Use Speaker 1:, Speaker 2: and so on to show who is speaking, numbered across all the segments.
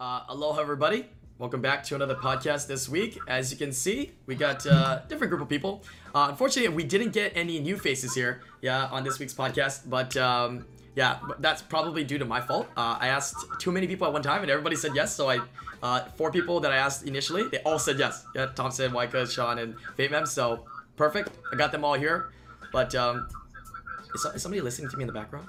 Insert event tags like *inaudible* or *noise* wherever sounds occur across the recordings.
Speaker 1: Uh, aloha, everybody. Welcome back to another podcast this week. As you can see, we got uh, different group of people. Uh, unfortunately, we didn't get any new faces here, yeah, on this week's podcast. But um, yeah, but that's probably due to my fault. Uh, I asked too many people at one time, and everybody said yes. So I, uh, four people that I asked initially, they all said yes. Yeah, Thompson, Waika, Sean, and Fate Mem. So perfect. I got them all here. But um, is, is somebody listening to me in the background?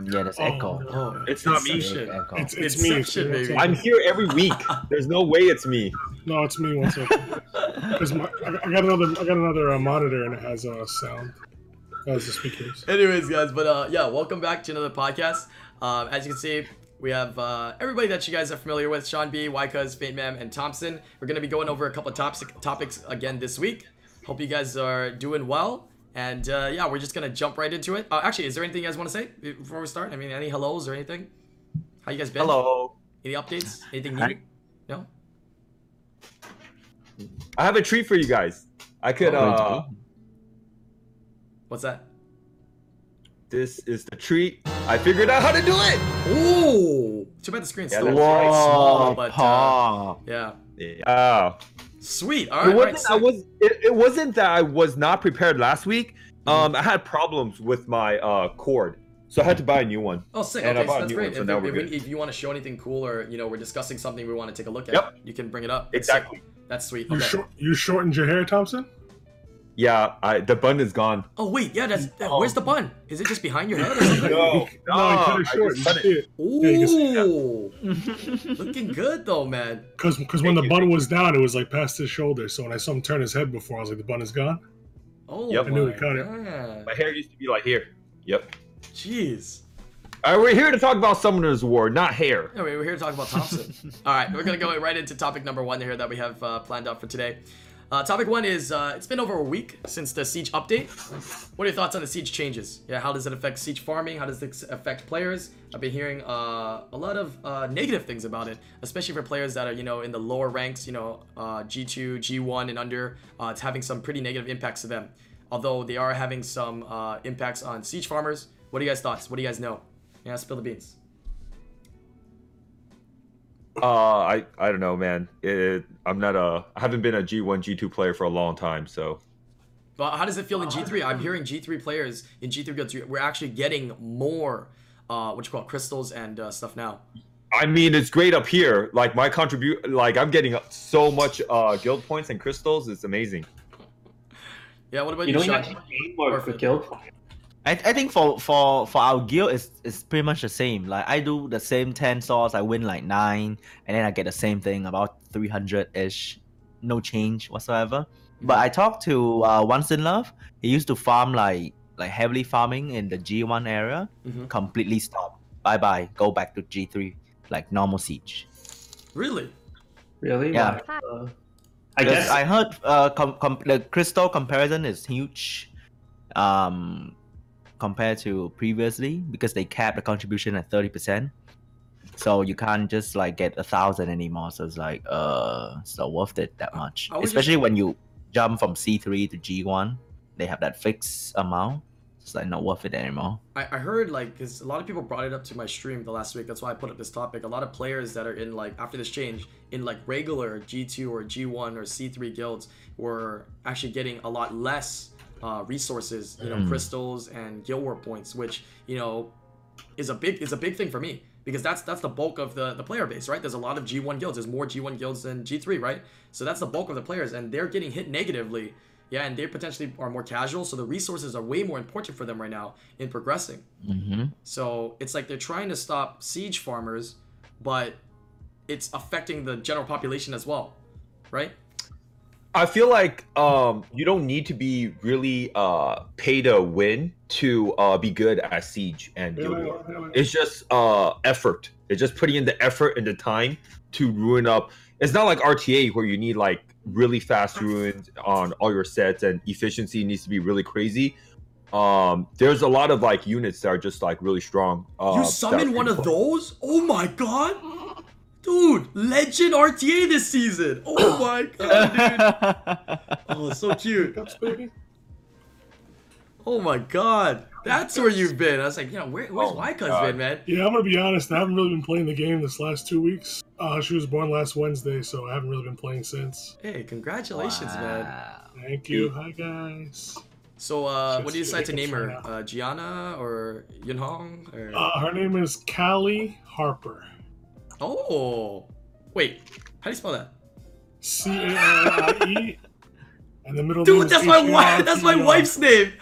Speaker 2: Yeah, that's
Speaker 3: Oh,
Speaker 2: echo.
Speaker 3: no.
Speaker 1: Oh,
Speaker 4: It's not me.
Speaker 1: Inception.
Speaker 2: Echo.
Speaker 3: It's, it's,
Speaker 1: It's
Speaker 3: me.
Speaker 1: Inception,
Speaker 3: It's-
Speaker 1: baby.
Speaker 4: I'm here every week. There's no way it's me.
Speaker 3: No, it's me. One
Speaker 4: *laughs*
Speaker 3: second. Because I I got another, I got another uh, monitor and it has uh, sound as the speakers.
Speaker 1: Anyways, guys, but uh, yeah, welcome back to another podcast. Um, as you can see, we have uh, everybody that you guys are familiar with: Sean B, Wycuz, Faint Ma'am, and Thompson. We're gonna be going over a couple of tops- topics again this week. Hope you guys are doing well. And uh, yeah, we're just gonna jump right into it. Uh, actually, is there anything you guys want to say before we start? I mean, any hellos or anything? How you guys been?
Speaker 4: Hello.
Speaker 1: Any updates? Anything
Speaker 2: Hi.
Speaker 1: new? No.
Speaker 4: I have a treat for you guys. I could.
Speaker 2: Oh,
Speaker 4: uh
Speaker 1: What's that?
Speaker 4: This is the treat. I figured out how to do it.
Speaker 1: Ooh! Too bad the screen's
Speaker 4: Yeah,
Speaker 1: still
Speaker 4: that's right,
Speaker 1: quite small,
Speaker 2: Whoa,
Speaker 1: but uh,
Speaker 2: Paul.
Speaker 1: yeah,
Speaker 4: Oh.
Speaker 1: sweet. All
Speaker 4: it
Speaker 1: right,
Speaker 4: wasn't.
Speaker 1: right, so-
Speaker 4: I was. It, it wasn't that I was not prepared last week. Um, I had problems with my uh cord, so I had to buy a new one.
Speaker 1: Oh, sick.
Speaker 4: And I
Speaker 1: okay, so
Speaker 4: bought a
Speaker 1: that's
Speaker 4: new
Speaker 1: great.
Speaker 4: one, so
Speaker 1: if,
Speaker 4: now
Speaker 1: if
Speaker 4: we're
Speaker 1: we-
Speaker 4: good.
Speaker 1: if you want to show anything cool or, you know, we're discussing something we want to take a look at,
Speaker 4: Yep.
Speaker 1: you can bring it up.
Speaker 4: Exactly.
Speaker 1: That's sweet.
Speaker 3: You
Speaker 1: Okay.
Speaker 3: short, you shortened your hair, Thompson?
Speaker 4: Yeah. I the bun is gone.
Speaker 1: Oh, wait. Yeah, that's. that- where's
Speaker 3: Oh.
Speaker 1: the bun? Is it just behind
Speaker 3: *laughs*
Speaker 1: your head or something?
Speaker 4: *laughs* No.
Speaker 3: No, you
Speaker 4: I
Speaker 3: cut it
Speaker 4: just
Speaker 3: short. You
Speaker 4: cut it.
Speaker 3: see it. Yeah, you can see
Speaker 1: Ooh. Looking good, though, man.
Speaker 3: Because because when
Speaker 4: Thank
Speaker 3: the
Speaker 4: you,
Speaker 3: bun
Speaker 4: thank
Speaker 3: was down, it was like past his shoulder. So when I saw him turn his head before, I was like, the bun is gone.
Speaker 1: Oh,
Speaker 4: Yep. I
Speaker 3: knew
Speaker 1: my
Speaker 3: it, got it.
Speaker 1: God.
Speaker 4: My hair used to be like here. Yep.
Speaker 1: Jeez.
Speaker 4: All right, we're here to talk about Summoner's War, not hair.
Speaker 1: Anyway, we're here to talk about Thompson. All right, we're gonna go right into topic number one here that we have uh, planned out for today. Uh, topic one is uh, it's been over a week since the siege update. What are your thoughts on the siege changes? Yeah, how does it affect siege farming? How does this affect players? I've been hearing uh, a lot of uh, negative things about it, especially for players that are you know in the lower ranks, you know uh, G2, G1, and under. Uh, it's having some pretty negative impacts to them. Although they are having some uh, impacts on siege farmers. What are you guys thoughts? What do you guys know? Yeah, spill the beans.
Speaker 4: Uh, I I don't know, man. It, I'm not a. I haven't been a G1, G2 player for a long time, so
Speaker 1: But how does it feel in G3? I'm hearing G3 players in G3 guilds, you- we're actually getting more, uh, what you call it, crystals and uh, stuff now.
Speaker 4: I mean, it's great up here. Like my contribute, like I'm getting so much uh guild points and crystals. It's amazing.
Speaker 1: Yeah, what about
Speaker 5: You
Speaker 1: you,
Speaker 5: don't even
Speaker 1: Sean?
Speaker 5: have to pay more for
Speaker 1: Perfect.
Speaker 5: guild.
Speaker 2: I, I think for, for, for our guild it's, it's pretty much the same. Like I do the same ten souls, I win like nine, and then I get the same thing about three hundred ish, no change whatsoever. But I talked to uh, Once in Love. He used to farm like like heavily farming in the G one area.
Speaker 3: Mm-hmm.
Speaker 1: Mhm.
Speaker 2: Completely stop. Bye bye. Go back to G three like normal siege.
Speaker 1: Really?
Speaker 5: Really?
Speaker 2: Yeah.
Speaker 5: Wow. Uh, I
Speaker 2: Yes,
Speaker 5: guess
Speaker 2: I heard uh, com- com- the crystal comparison is huge um, compared to previously because they capped the contribution at 30%. So you can't just like get a thousand anymore. So it's like, uh, it's not worth it that much.
Speaker 1: I was just-
Speaker 2: Especially when you jump from C3 to G1, they have that fixed amount. It's like not worth it anymore.
Speaker 1: I, I heard like because a lot of people brought it up to my stream the last week. That's why I put up this topic. A lot of players that are in like after this change in like regular G two or G one or C three guilds were actually getting a lot less uh, resources, you know,
Speaker 2: Mm.
Speaker 1: crystals and guild war points, which you know is a big is a big thing for me because that's that's the bulk of the the player base, right? There's a lot of G one guilds. There's more G one guilds than G three, right? So that's the bulk of the players, and they're getting hit negatively. Yeah, and they potentially are more casual, so the resources are way more important for them right now in progressing.
Speaker 2: hmm
Speaker 1: So it's like they're trying to stop siege farmers, but it's affecting the general population as well, right?
Speaker 4: I feel like um you don't need to be really uh pay to win to uh be good at siege and guild war. It's just uh effort. It's just putting in the effort and the time to ruin up. It's not like RTA where you need like really fast ruins on all your sets and efficiency needs to be really crazy. Um, there's a lot of like units that are just like really strong. Uh,
Speaker 1: you
Speaker 4: that
Speaker 1: summon
Speaker 4: are
Speaker 1: one of
Speaker 4: pretty
Speaker 1: those? Oh my god! Dude, legend RTA this season! Oh my god, dude!
Speaker 2: *laughs*
Speaker 1: Oh, so cute.
Speaker 3: Cups, baby?
Speaker 1: Oh my god. That's where you've been. I was like, you know, where, where's
Speaker 4: Oh my
Speaker 1: Wycuz
Speaker 4: God.
Speaker 1: been, man?
Speaker 3: Yeah, I'm gonna be honest. I haven't really been playing the game this last two weeks. Uh, she was born last Wednesday, so I haven't really been playing since.
Speaker 1: Hey, congratulations, man.
Speaker 2: Wow.
Speaker 3: Thank you. Hi guys.
Speaker 1: So, uh, what do you
Speaker 3: Just
Speaker 1: decide to
Speaker 3: chicken
Speaker 1: name her?
Speaker 3: shrimp.
Speaker 1: Uh, Gianna or Yunhong? Or...
Speaker 3: Uh, her name is Callie Harper.
Speaker 1: oh, wait. How do you spell that?
Speaker 3: C A L I
Speaker 1: *laughs*
Speaker 3: E. And the middle name
Speaker 1: Dude,
Speaker 3: is
Speaker 1: that's my wife.
Speaker 3: H-A-R-P-E-R.
Speaker 1: That's my wife's name.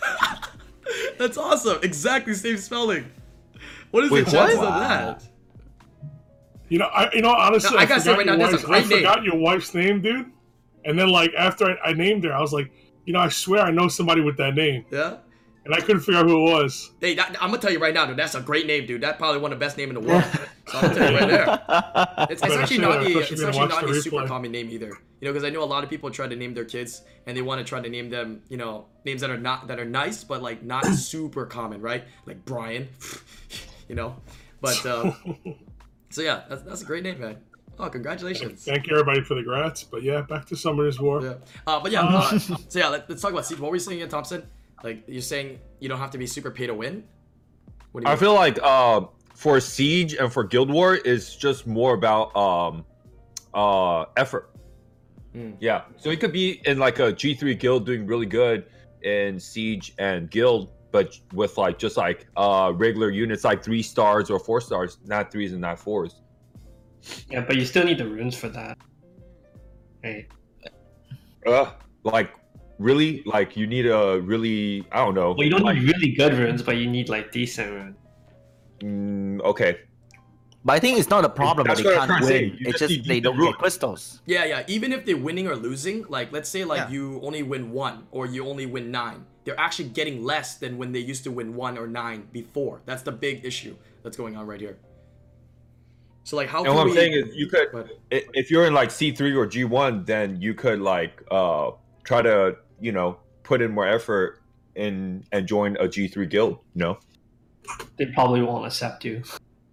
Speaker 1: *laughs* that's awesome. Exactly same spelling. What is
Speaker 4: Wait,
Speaker 1: the chances
Speaker 2: what?
Speaker 1: of that?
Speaker 3: You know, I you know honestly,
Speaker 1: No, I
Speaker 3: I,
Speaker 1: gotta
Speaker 3: forgot
Speaker 1: say right now,
Speaker 3: your
Speaker 1: that's a
Speaker 3: wife's,
Speaker 1: great
Speaker 3: I
Speaker 1: name.
Speaker 3: forgot your wife's name, dude. And then like after I, I named her, I was like, you know, I swear I know somebody with that name,
Speaker 1: Yeah.
Speaker 3: and I couldn't figure out who it was.
Speaker 1: Hey, that, I'm gonna tell you right now, dude. That's a great name, dude. That's probably one of the best name in the world. *laughs* so I'm gonna tell you right
Speaker 3: *laughs*
Speaker 1: there.
Speaker 2: *laughs*
Speaker 1: It's, it's
Speaker 3: But I
Speaker 1: actually
Speaker 3: should-
Speaker 1: not
Speaker 3: I
Speaker 1: the,
Speaker 3: should
Speaker 1: it's
Speaker 3: have
Speaker 1: actually
Speaker 3: watched
Speaker 1: not
Speaker 3: the
Speaker 1: the super
Speaker 3: replay.
Speaker 1: common name either. You know, because I know a lot of people try to name their kids, and they want to try to name them, you know, names that are not that are nice, but like not
Speaker 3: *coughs*
Speaker 1: super common, right? Like Brian, *laughs* you know. But
Speaker 3: *laughs*
Speaker 1: uh, so yeah, that's, that's a great name, man. Oh, congratulations.
Speaker 3: Thank you everybody for the grats, but yeah, back to Summoner's War.
Speaker 1: Yeah. Uh, but yeah, uh, *laughs* so yeah, let, us talk about Siege. What were you saying again, Thompson? Like you're saying you don't have to be super pay to win. What do you
Speaker 4: I
Speaker 1: mean?
Speaker 4: feel like um, for Siege and for Guild War, it's just more about um, uh, effort.
Speaker 5: Hmm.
Speaker 1: Mm.
Speaker 4: Yeah, so it could be in like a G three guild doing really good in Siege and Guild, but with like just like uh, regular units like three stars or four stars, not threes and not fours.
Speaker 5: Yeah, but you still need the runes for that. Right.
Speaker 4: Uh, like really, like you need a really I don't know.
Speaker 5: Well, you don't
Speaker 4: like,
Speaker 5: need really good runes, but you need like decent runes.
Speaker 4: mm, okay.
Speaker 2: But I think it's not a problem that
Speaker 4: That's
Speaker 2: they
Speaker 4: what I'm
Speaker 2: can't
Speaker 4: trying to say.
Speaker 2: win.
Speaker 4: You
Speaker 2: It's
Speaker 4: just
Speaker 2: just
Speaker 4: need
Speaker 2: they
Speaker 4: the
Speaker 2: don't get
Speaker 4: rook.
Speaker 2: crystals.
Speaker 1: Yeah, yeah. Even if they're winning or losing, like let's say like
Speaker 2: Yeah.
Speaker 1: you only win one or you only win nine, they're actually getting less than when they used to win one or nine before. That's the big issue that's going on right here. So like how
Speaker 5: Oh,
Speaker 4: And
Speaker 1: can
Speaker 4: what
Speaker 1: we,
Speaker 4: I'm saying is, you could
Speaker 1: but,
Speaker 4: i- if you're in like C3 or G1, then you could like uh try to, you know, put in more effort and and join a G3 guild, you know?
Speaker 5: They probably won't accept you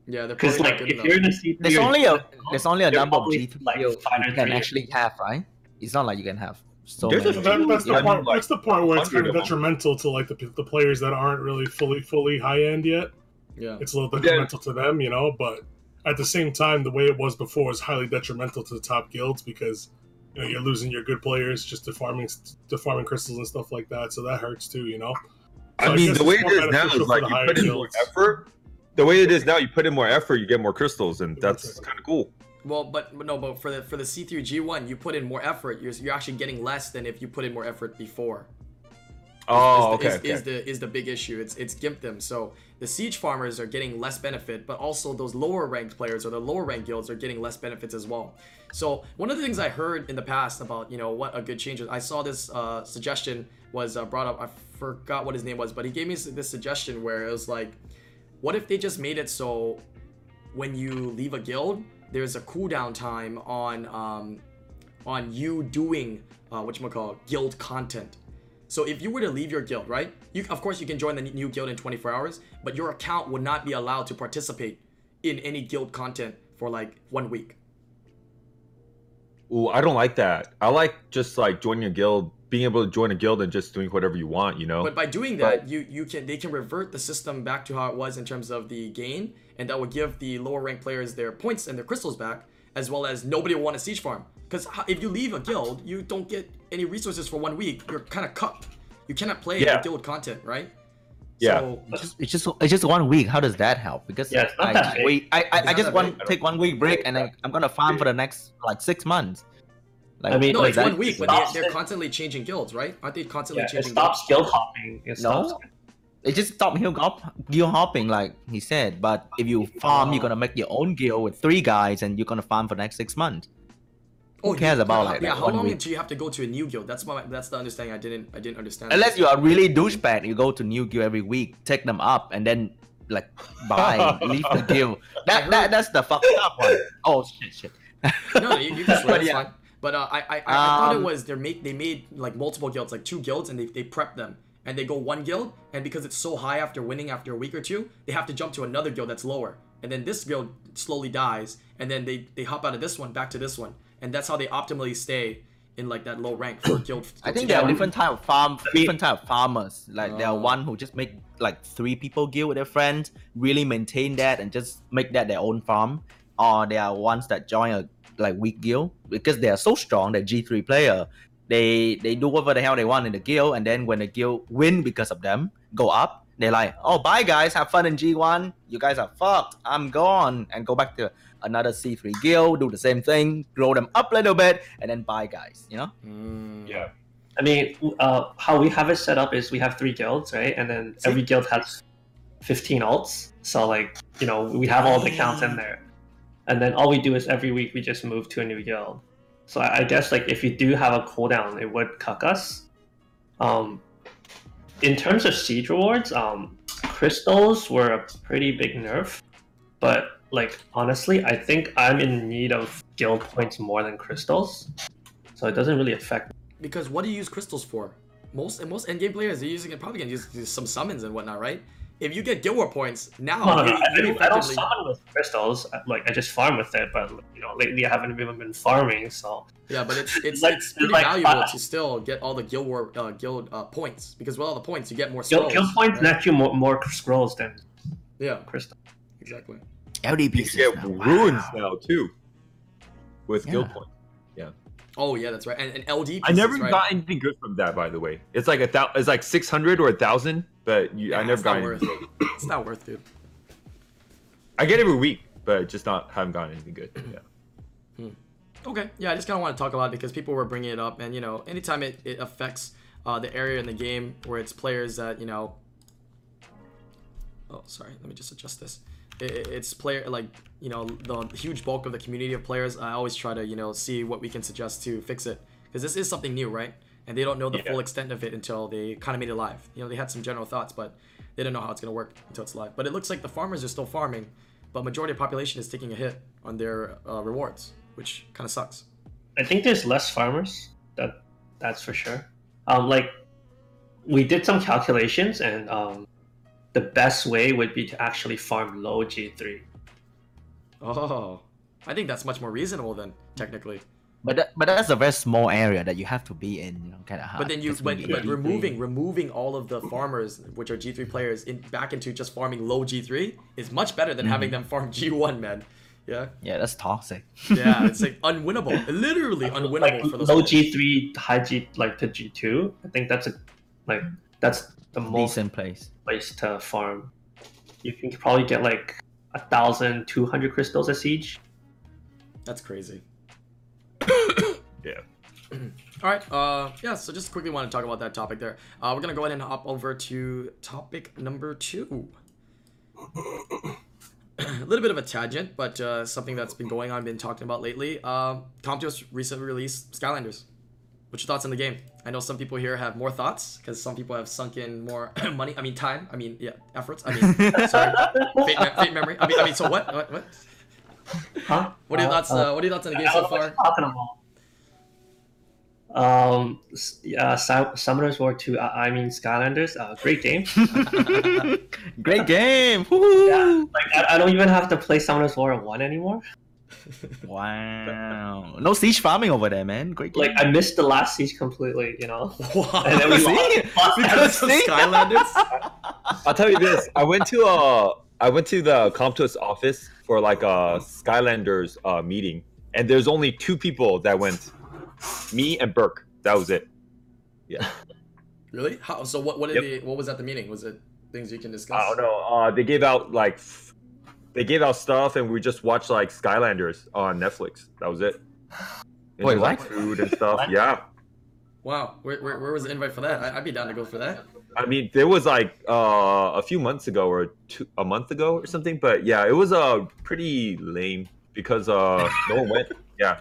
Speaker 1: yeah, they're
Speaker 5: because
Speaker 1: probably
Speaker 5: like
Speaker 1: not good
Speaker 5: if
Speaker 1: enough.
Speaker 5: you're in a C3,
Speaker 2: There's only a there's only a
Speaker 5: They're
Speaker 2: number of
Speaker 5: probably,
Speaker 2: G three
Speaker 5: like,
Speaker 2: you
Speaker 5: five or
Speaker 2: can
Speaker 5: three.
Speaker 2: actually have, right? It's not like you can have so
Speaker 4: There's
Speaker 2: many.
Speaker 4: a
Speaker 3: That, that's the
Speaker 4: Yeah, I mean,
Speaker 3: part.
Speaker 4: like,
Speaker 3: that's the part where it's kind of
Speaker 4: hundred of 'em.
Speaker 3: detrimental to like the, p- the players that aren't really fully fully high end yet.
Speaker 1: Yeah.
Speaker 3: It's a little
Speaker 4: Yeah.
Speaker 3: detrimental to them, you know. But at the same time, the way it was before is highly detrimental to the top guilds because you know you're losing your good players just to farming to farming crystals and stuff like that. So that hurts too, you know. So
Speaker 4: I mean,
Speaker 3: guess
Speaker 4: the
Speaker 3: it's
Speaker 4: way it
Speaker 3: more
Speaker 4: is now
Speaker 3: beneficial for
Speaker 4: is like
Speaker 3: the
Speaker 4: you
Speaker 3: higher
Speaker 4: put in more
Speaker 3: guilds.
Speaker 4: effort. The way it is now, you put in more effort, you get more crystals, and that's kind of cool.
Speaker 1: Well, but but no, but for the for the C3 G1, you put in more effort. You're you're actually getting less than if you put in more effort before.
Speaker 4: Oh,
Speaker 1: is,
Speaker 4: okay.
Speaker 1: is, is the is the big issue. It's it's gimped them. So the siege farmers are getting less benefit, but also those lower ranked players or the lower ranked guilds are getting less benefits as well. So one of the things I heard in the past about you know what a good change is, I saw this uh, suggestion was uh, brought up. I forgot what his name was, but he gave me s- this suggestion where it was like, what if they just made it so when you leave a guild, there's a cooldown time on um, on you doing uh, what you call guild content. So if you were to leave your guild, right? You of course you can join the new guild in 24 hours, but your account would not be allowed to participate in any guild content for like one week.
Speaker 4: Ooh, I don't like that. I like just like joining a guild, being able to join a guild and just doing whatever you want, you know?
Speaker 1: But by doing
Speaker 4: Oh.
Speaker 1: that, you you can they can revert the system back to how it was in terms of the gain, and that would give the lower rank players their points and their crystals back, as well as nobody will want a siege farm. Because if you leave a guild, you don't get any resources for one week. You're kind of cucked. You cannot play
Speaker 4: Yeah.
Speaker 1: guild content, right?
Speaker 4: Yeah.
Speaker 1: So,
Speaker 2: It's just, it's just it's just one week. How does that help? Because
Speaker 5: Yeah, it's not
Speaker 2: I
Speaker 5: that
Speaker 2: just
Speaker 5: big.
Speaker 2: wait. I, I,
Speaker 1: It's
Speaker 2: I
Speaker 1: not
Speaker 2: just
Speaker 1: that
Speaker 2: want
Speaker 1: big.
Speaker 2: to take one week break and then I'm gonna farm for the next like six months. Like
Speaker 5: I mean,
Speaker 1: no,
Speaker 5: like,
Speaker 1: it's
Speaker 5: that
Speaker 1: one week, but
Speaker 5: stops
Speaker 1: they,
Speaker 5: it.
Speaker 1: they're constantly changing guilds, right? Aren't they constantly
Speaker 5: yeah, it
Speaker 1: changing? guilds?
Speaker 5: stops guild hopping. It
Speaker 2: No?
Speaker 5: stops.
Speaker 2: it just stopped heel hop, guild hopping, like he said. But if you farm, you're gonna make your own guild with three guys, and you're gonna farm for the next six months. Who
Speaker 1: you-
Speaker 2: cares about
Speaker 1: yeah,
Speaker 2: like
Speaker 1: yeah,
Speaker 2: that
Speaker 1: how
Speaker 2: one
Speaker 1: long
Speaker 2: week?
Speaker 1: do you have to go to a new guild? That's my that's the understanding I didn't I didn't understand.
Speaker 2: Unless you are really douchebag, you go to new guild every week, take them up, and then like buy, leave the guild. That that that's the fucked up one. Oh shit, shit.
Speaker 1: no, no, you, you
Speaker 2: *laughs*
Speaker 1: can swear,
Speaker 2: But
Speaker 1: it's
Speaker 2: yeah.
Speaker 1: fine. But uh, I I, I, I thought it
Speaker 2: Um,
Speaker 1: was they make they made like multiple guilds, like two guilds, and they they prep them and they go one guild, and because it's so high after winning after a week or two, they have to jump to another guild that's lower, and then this guild slowly dies, and then they they hop out of this one back to this one, and that's how they optimally stay in like that low rank for guild.
Speaker 2: I think
Speaker 1: guild
Speaker 2: there
Speaker 5: Yeah,
Speaker 2: are
Speaker 5: we-
Speaker 2: different type of farm,
Speaker 4: mean-
Speaker 2: different type of farmers. Like there are
Speaker 1: Oh.
Speaker 2: one who just make like three people guild with their friends, really maintain that and just make that their own farm. Or there are ones that join a like weak guild because they are so strong that G three player. They they do whatever the hell they want in the guild, and then when the guild win because of them, go up. They're like, oh bye guys, have fun in G one. You guys are fucked. I'm gone, and go back to another C three guild, do the same thing, grow them up a little bit, and then bye guys. You know.
Speaker 1: Mm.
Speaker 4: Yeah.
Speaker 5: I mean, uh, how we have it set up is we have three guilds, right? And then every guild has 15 alts. So, like, you know, we have all the counts in there. And then all we do is every week we just move to a new guild. So I I guess, like, if you do have a cooldown, it would cuck us. Um, in terms of siege rewards, um, crystals were a pretty big nerf. But, like, honestly, I think I'm in need of guild points more than crystals. So it doesn't really affect
Speaker 1: Because what do you use crystals for? Most and most endgame players are using it probably gonna use, use some summons and whatnot, right? If you get guild war points now,
Speaker 5: No, no, no,
Speaker 1: you,
Speaker 5: I,
Speaker 1: you
Speaker 5: don't, I don't
Speaker 1: effectively-
Speaker 5: summon with crystals. I- Like I just farm with it, but you know lately I haven't even been farming. So
Speaker 1: yeah, but
Speaker 5: *laughs*
Speaker 1: it's it's,
Speaker 5: Like-
Speaker 1: it's pretty
Speaker 5: like,
Speaker 1: valuable
Speaker 5: uh,
Speaker 1: to still get all the guild war uh, guild uh, points because with all the points you get more
Speaker 5: guild,
Speaker 1: scrolls.
Speaker 5: guild points
Speaker 1: right?
Speaker 5: net you more, more scrolls than
Speaker 1: Yeah,
Speaker 5: crystals.
Speaker 1: exactly.
Speaker 4: You
Speaker 2: LDP
Speaker 4: can get ruins now too with guild
Speaker 2: Yeah.
Speaker 4: point.
Speaker 1: Oh yeah, that's right. And, and LD. Pieces,
Speaker 4: I never
Speaker 1: right?
Speaker 4: got anything good from that, by the way. It's like a thou- it's like six hundred or a thousand, but you,
Speaker 1: Yeah,
Speaker 4: I never
Speaker 1: it's not
Speaker 4: got
Speaker 1: worth.
Speaker 4: anything.
Speaker 1: it. It's not worth, dude.
Speaker 4: I get every week, but just not haven't gotten anything good. Yeah.
Speaker 1: Okay, yeah, I just kind of want to talk about it because people were bringing it up, and you know, anytime it, it affects uh, the area in the game where it's players that you know. Oh, sorry. Let me just adjust this. I- i- It's player like you know the huge bulk of the community of players. I always try to you know see what we can suggest to fix it because this is something new, right? And they don't know the
Speaker 4: Yeah.
Speaker 1: full extent of it until they kind of made it live. You know, they had some general thoughts, but they don't know how it's gonna work until it's live. But it looks like the farmers are still farming, but majority of population is taking a hit on their uh, rewards, which kind of sucks.
Speaker 5: I think there's less farmers. That that's for sure. Um, like we did some calculations, and um, the best way would be to actually farm low G three.
Speaker 1: Oh, I think that's much more reasonable then technically.
Speaker 2: But that, but that's a very small area that you have to be in, you know, kind of
Speaker 5: Uh,
Speaker 2: hard.
Speaker 1: But then you
Speaker 2: That's
Speaker 1: but,
Speaker 2: when
Speaker 1: but
Speaker 2: get
Speaker 1: removing removing all of the farmers, which are G3 players, in back into just farming low G3 is much better than having
Speaker 5: Mm-hmm.
Speaker 1: them farm G1, man.
Speaker 5: *laughs*
Speaker 1: Yeah,
Speaker 2: Yeah, that's toxic.
Speaker 1: yeah, it's like unwinnable, literally unwinnable
Speaker 5: Like
Speaker 1: for those.
Speaker 5: low
Speaker 1: players.
Speaker 5: G three, high G like to G two. I think that's a like that's the most
Speaker 2: Decent place.
Speaker 5: place to farm. You can probably get like a thousand two hundred crystals a siege.
Speaker 1: That's crazy.
Speaker 4: Yeah.
Speaker 1: All right. Uh, yeah. So just quickly want to talk about that topic there. Uh, we're gonna go ahead and hop over to topic number two. *coughs* a little bit of a tangent, but uh, something that's been going on, been talking about lately. Um, Tom just recently released Skylanders. What's your thoughts on the game? I know some people here have more thoughts because some people have sunk in more *coughs* money. I mean, time. I mean, yeah, efforts. I mean, *laughs* sorry, fate, me- fate memory. I mean, I mean. So what? What? What,
Speaker 5: Huh?
Speaker 1: what are your
Speaker 5: Uh,
Speaker 1: thoughts?
Speaker 5: uh,
Speaker 1: Uh, what are your thoughts on the
Speaker 5: I
Speaker 1: game
Speaker 5: don't
Speaker 1: so
Speaker 5: know
Speaker 1: far?
Speaker 5: what *laughs*
Speaker 1: *laughs*
Speaker 5: you're talking about. Um, s- yeah, Su- Summoners War 2, uh, I mean Skylanders, uh, great game.
Speaker 2: Great game. Woo!
Speaker 5: Yeah, like, I, I don't even have to play Summoners War 1 anymore.
Speaker 2: Wow. No siege farming over there, man. Great
Speaker 5: Like,
Speaker 2: game.
Speaker 5: I missed the last siege completely, you know? And
Speaker 1: Wow.
Speaker 2: *laughs*
Speaker 5: then
Speaker 1: *laughs*
Speaker 5: we
Speaker 2: See?
Speaker 5: lost-
Speaker 2: Because
Speaker 1: Some
Speaker 2: see?
Speaker 1: Skylanders.
Speaker 4: I'll tell you this. I went to uh I went to the Comptos office for like a Skylanders uh meeting, and there's only two people that went, me and Burke. That was it.
Speaker 1: Really? How? So what? What did
Speaker 4: Yep.
Speaker 1: they, What was at the meeting? Was it things you can discuss?
Speaker 4: I don't know. Uh, they gave out like f- they gave out stuff, and we just watched like Skylanders on Netflix. That was it. And
Speaker 2: Wait,
Speaker 4: just, like
Speaker 2: what?
Speaker 4: food and stuff. yeah.
Speaker 1: Wow. Where, where, where was the invite for that? I, I'd be down to go for that.
Speaker 4: I mean, there was like uh, a few months ago or two, a month ago or something, but yeah, it was uh, pretty lame because uh, no
Speaker 2: *laughs*
Speaker 4: one went. Yeah,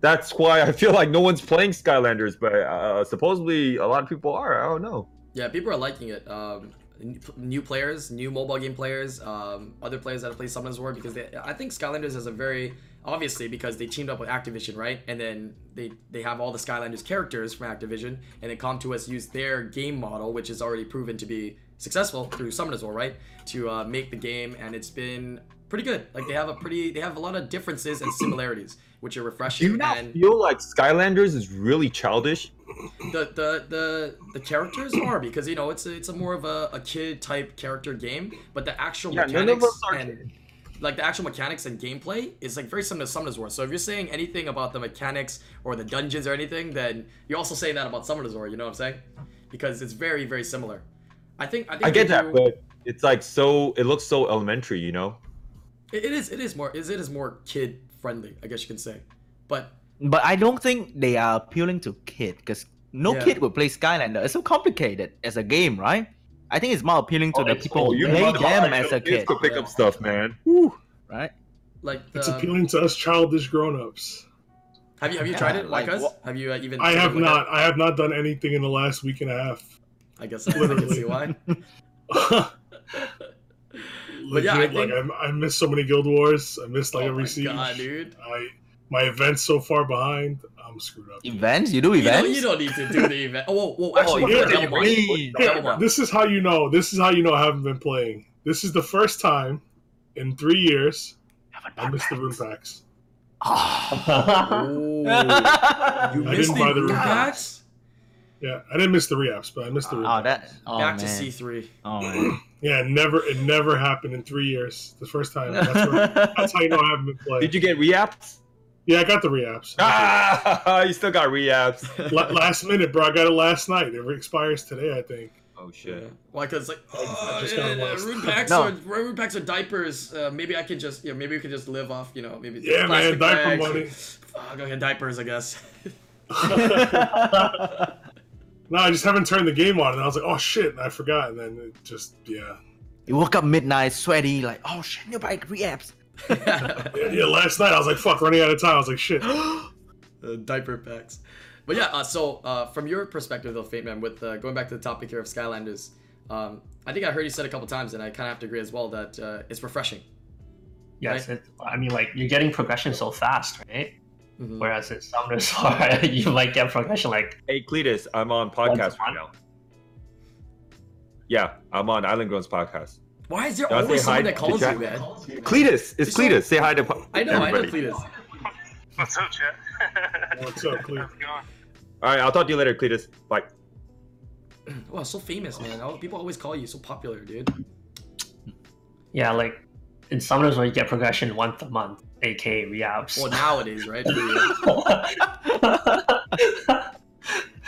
Speaker 4: that's why I feel like no one's playing Skylanders, but uh, supposedly a lot of people are. I don't know.
Speaker 1: Yeah, people are liking it. Um, n- new players, new mobile game players, um, other players that have played Summoners War because they, I think Skylanders has a very obviously because they teamed up with Activision, right? And then they they have all the Skylanders characters from Activision, and then Comp2S used their game model, which is already proven to be successful through Summoners War, right? To uh, make the game, and it's been pretty good. Like they have a pretty they have a lot of differences and similarities, which are
Speaker 4: Do
Speaker 1: refreshing.
Speaker 4: you not
Speaker 1: and
Speaker 4: feel like Skylanders is really childish?
Speaker 1: the, the the the characters are because you know it's a, it's a more of a, a kid type character game, but the actual
Speaker 4: Yeah, none of
Speaker 1: mechanics
Speaker 4: us are
Speaker 1: and like the actual mechanics and gameplay is like very similar to Summoner's War. So if you're saying anything about the mechanics or the dungeons or anything, then you're also saying that about Summoner's War. You know what I'm saying? Because it's very very similar. I think I, think
Speaker 4: I get
Speaker 1: they
Speaker 4: that,
Speaker 1: do-
Speaker 4: but it's like so. It looks so elementary, you know.
Speaker 1: it it is it is more is it is more kid friendly, I guess you can say. But
Speaker 2: But I don't think they are appealing to kid because no
Speaker 1: Yeah.
Speaker 2: kid would play Skylander. It's so complicated as a game, right? I think it's more appealing to
Speaker 5: Oh,
Speaker 2: the
Speaker 5: it's-
Speaker 2: people who
Speaker 4: you
Speaker 2: play
Speaker 4: mother-
Speaker 2: them
Speaker 4: I
Speaker 2: as
Speaker 4: know
Speaker 2: a
Speaker 4: kids
Speaker 2: kid,
Speaker 4: could pick up
Speaker 1: Yeah.
Speaker 4: stuff, man.
Speaker 2: right?
Speaker 1: like the,
Speaker 3: It's appealing to us childish grown-ups.
Speaker 1: have you have you
Speaker 2: Yeah,
Speaker 1: tried it,
Speaker 2: like,
Speaker 1: Waikaz?
Speaker 2: what-
Speaker 1: Have you uh, even?
Speaker 3: I
Speaker 1: tried
Speaker 3: have
Speaker 1: Wicca?
Speaker 3: not. I have not done anything in the last week and a
Speaker 1: *laughs*
Speaker 3: half.
Speaker 1: I guess I, I can see why. *laughs*
Speaker 3: Legit,
Speaker 1: yeah, I
Speaker 3: like
Speaker 1: think-
Speaker 3: I, I missed so many Guild Wars. I missed like
Speaker 1: oh
Speaker 3: every
Speaker 1: my
Speaker 3: siege.
Speaker 1: god, dude.
Speaker 3: I my events so far behind. I'm screwed up.
Speaker 2: Events? You do
Speaker 1: You don't,
Speaker 2: events?
Speaker 1: you don't need to do the event. Oh, whoa, whoa, actually,
Speaker 3: yeah,
Speaker 1: for Delmon.
Speaker 2: really?
Speaker 1: For Delmon.
Speaker 3: *laughs* This is how you know. This is how you know I haven't been playing. This is the first time in three years I missed the rune packs.
Speaker 2: *laughs* Ah.
Speaker 1: Ooh. Oh, You
Speaker 3: Uh-huh. I
Speaker 1: missed
Speaker 3: didn't buy
Speaker 1: the
Speaker 3: the
Speaker 1: room
Speaker 3: room.
Speaker 1: packs?
Speaker 3: Yeah, I didn't miss the reaps, but I missed the rune.
Speaker 4: Ah.
Speaker 2: Oh,
Speaker 3: packs.
Speaker 2: that. Oh,
Speaker 1: Back to
Speaker 2: man.
Speaker 1: C3. *laughs*
Speaker 2: Oh, man.
Speaker 3: Yeah, it never. It never happened in three years. The first time.
Speaker 4: *laughs*
Speaker 3: That's, where, that's how you know I haven't been playing.
Speaker 4: Did you get *laughs* reaps?
Speaker 3: yeah, I got the reaps.
Speaker 4: Ah, *laughs* you still
Speaker 2: *laughs*
Speaker 4: got reaps.
Speaker 3: La- last minute, bro. I got it last night. It expires today, I think.
Speaker 4: Oh
Speaker 1: Yeah.
Speaker 4: shit.
Speaker 1: Why? Cause like, oh,
Speaker 3: just
Speaker 1: yeah,
Speaker 3: got
Speaker 1: yeah,
Speaker 3: lost.
Speaker 1: rune packs
Speaker 2: No.
Speaker 1: or rune packs or diapers. Uh, maybe I could just, you know, maybe we could just live off, you know, maybe
Speaker 3: Yeah, man,
Speaker 1: plastic
Speaker 3: diaper
Speaker 1: bags or-
Speaker 3: money.
Speaker 1: Fuck, okay, diapers, I
Speaker 2: *laughs*
Speaker 1: guess. *laughs*
Speaker 3: No, I just haven't turned the game on, and I was like, oh shit, and I forgot, and then it just yeah.
Speaker 2: you woke up midnight, sweaty, like, oh shit, new bike reapps.
Speaker 1: uh,
Speaker 3: yeah. yeah, Last night I was like, fuck, running out of time. I was like,
Speaker 4: *gasps*
Speaker 3: shit.
Speaker 1: diaper packs. But yeah, uh, so uh, from your perspective, though, Fate Man, with uh, going back to the topic here of Skylanders, um, I think I heard you said a couple times, and I kind of have to agree as well that uh, it's refreshing.
Speaker 5: Yes, it, I mean, like you're getting progression so fast, right?
Speaker 1: Mhm.
Speaker 5: Whereas in Summoner's *laughs* War, you might get progression like
Speaker 4: Hey Cletus, I'm on podcast
Speaker 5: Once
Speaker 4: right
Speaker 5: on-
Speaker 4: now. Yeah, I'm on Island Grown's podcast.
Speaker 1: Why is there
Speaker 4: Don't
Speaker 1: always
Speaker 4: say
Speaker 1: someone
Speaker 4: hi
Speaker 1: that calls
Speaker 4: to
Speaker 1: you, man?
Speaker 4: Cletus, it's
Speaker 1: So-
Speaker 4: Cletus. Say hi to po-
Speaker 1: I know,
Speaker 4: everybody.
Speaker 1: I know, Cletus.
Speaker 6: What's up, chat?
Speaker 3: What's up, Cleo?
Speaker 6: How's it going?
Speaker 4: All right, I'll talk to you later, Cletus. Bye.
Speaker 1: Wow, so famous, man. Al- People always call you so popular, dude.
Speaker 5: yeah, like in Summoner's War, you get progression once a month, aka reaps. *laughs*
Speaker 1: Well, nowadays, right? Yeah.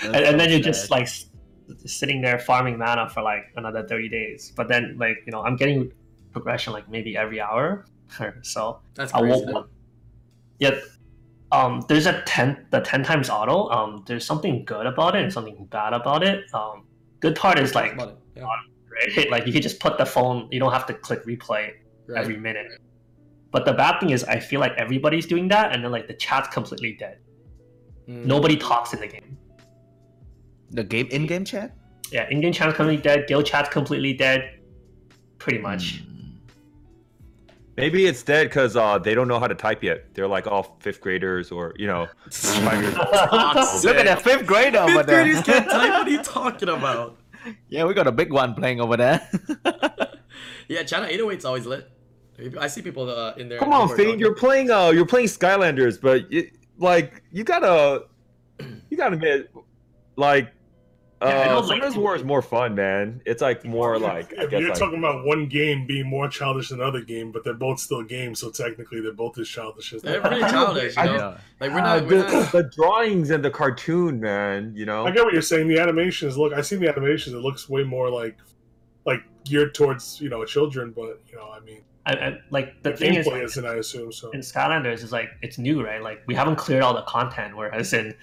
Speaker 5: and, and then you're just like s- sitting there farming mana for like another 30 days. But then, like, you know, I'm getting progression like maybe every hour *laughs* or so.
Speaker 1: That's
Speaker 5: I
Speaker 1: crazy.
Speaker 5: won't want. Yet, um, there's a ten the ten times auto. Um, there's something good about it and something bad about it. Um, good part is like
Speaker 1: About it. Yeah,
Speaker 5: right? *laughs* like you can just put the phone. You don't have to click replay
Speaker 1: right.
Speaker 5: every minute. But the bad thing is, I feel like everybody's doing that, and then like the chat's completely dead.
Speaker 1: Mm. *laughs*
Speaker 5: Nobody talks in the game.
Speaker 2: the game in game chat?
Speaker 5: Yeah, Indian chat's completely dead. Guild chat's completely dead. Pretty much.
Speaker 1: Mm.
Speaker 4: Maybe it's dead because uh, they don't know how to type yet. They're like all fifth graders or you know. five years old.
Speaker 1: Fuck's
Speaker 2: Look at
Speaker 1: sake.
Speaker 2: that fifth grader over
Speaker 1: Fifth
Speaker 2: there.
Speaker 1: graders can't type. What are you talking about?
Speaker 2: *laughs* yeah, we got a big one playing over there.
Speaker 1: Yeah, China 808's always lit. I see people uh, in there.
Speaker 4: Come on,
Speaker 1: who are
Speaker 4: Fade. You're
Speaker 1: talking.
Speaker 4: playing. Uh, you're playing Skylanders, but you, like you gotta, you gotta admit, like, uh,
Speaker 5: Yeah, I don't like-
Speaker 4: Summoner's War is more fun, man. It's like more like I
Speaker 3: If
Speaker 4: guess
Speaker 3: you're
Speaker 4: like,
Speaker 3: talking about one game being more childish than another game, but they're both still games, so technically they're both as childish as.
Speaker 1: They're
Speaker 3: They
Speaker 1: pretty
Speaker 3: are.
Speaker 1: childish, you
Speaker 4: I
Speaker 1: know?
Speaker 4: know.
Speaker 1: Like, we're
Speaker 4: Ah,
Speaker 1: not.
Speaker 4: *laughs*
Speaker 1: We're
Speaker 4: the,
Speaker 1: not
Speaker 4: the drawings and the cartoon, man. You
Speaker 3: I
Speaker 4: know,
Speaker 3: get what you're saying. The animations look. I've seen the animations. It looks way more like, like geared towards you know children, but you know I mean
Speaker 5: I, I, like
Speaker 3: the
Speaker 5: the thing is,
Speaker 3: gameplay isn't. I assume so.
Speaker 4: Uh,
Speaker 5: in Skylanders is like it's new, right? Like we haven't cleared all the content, whereas in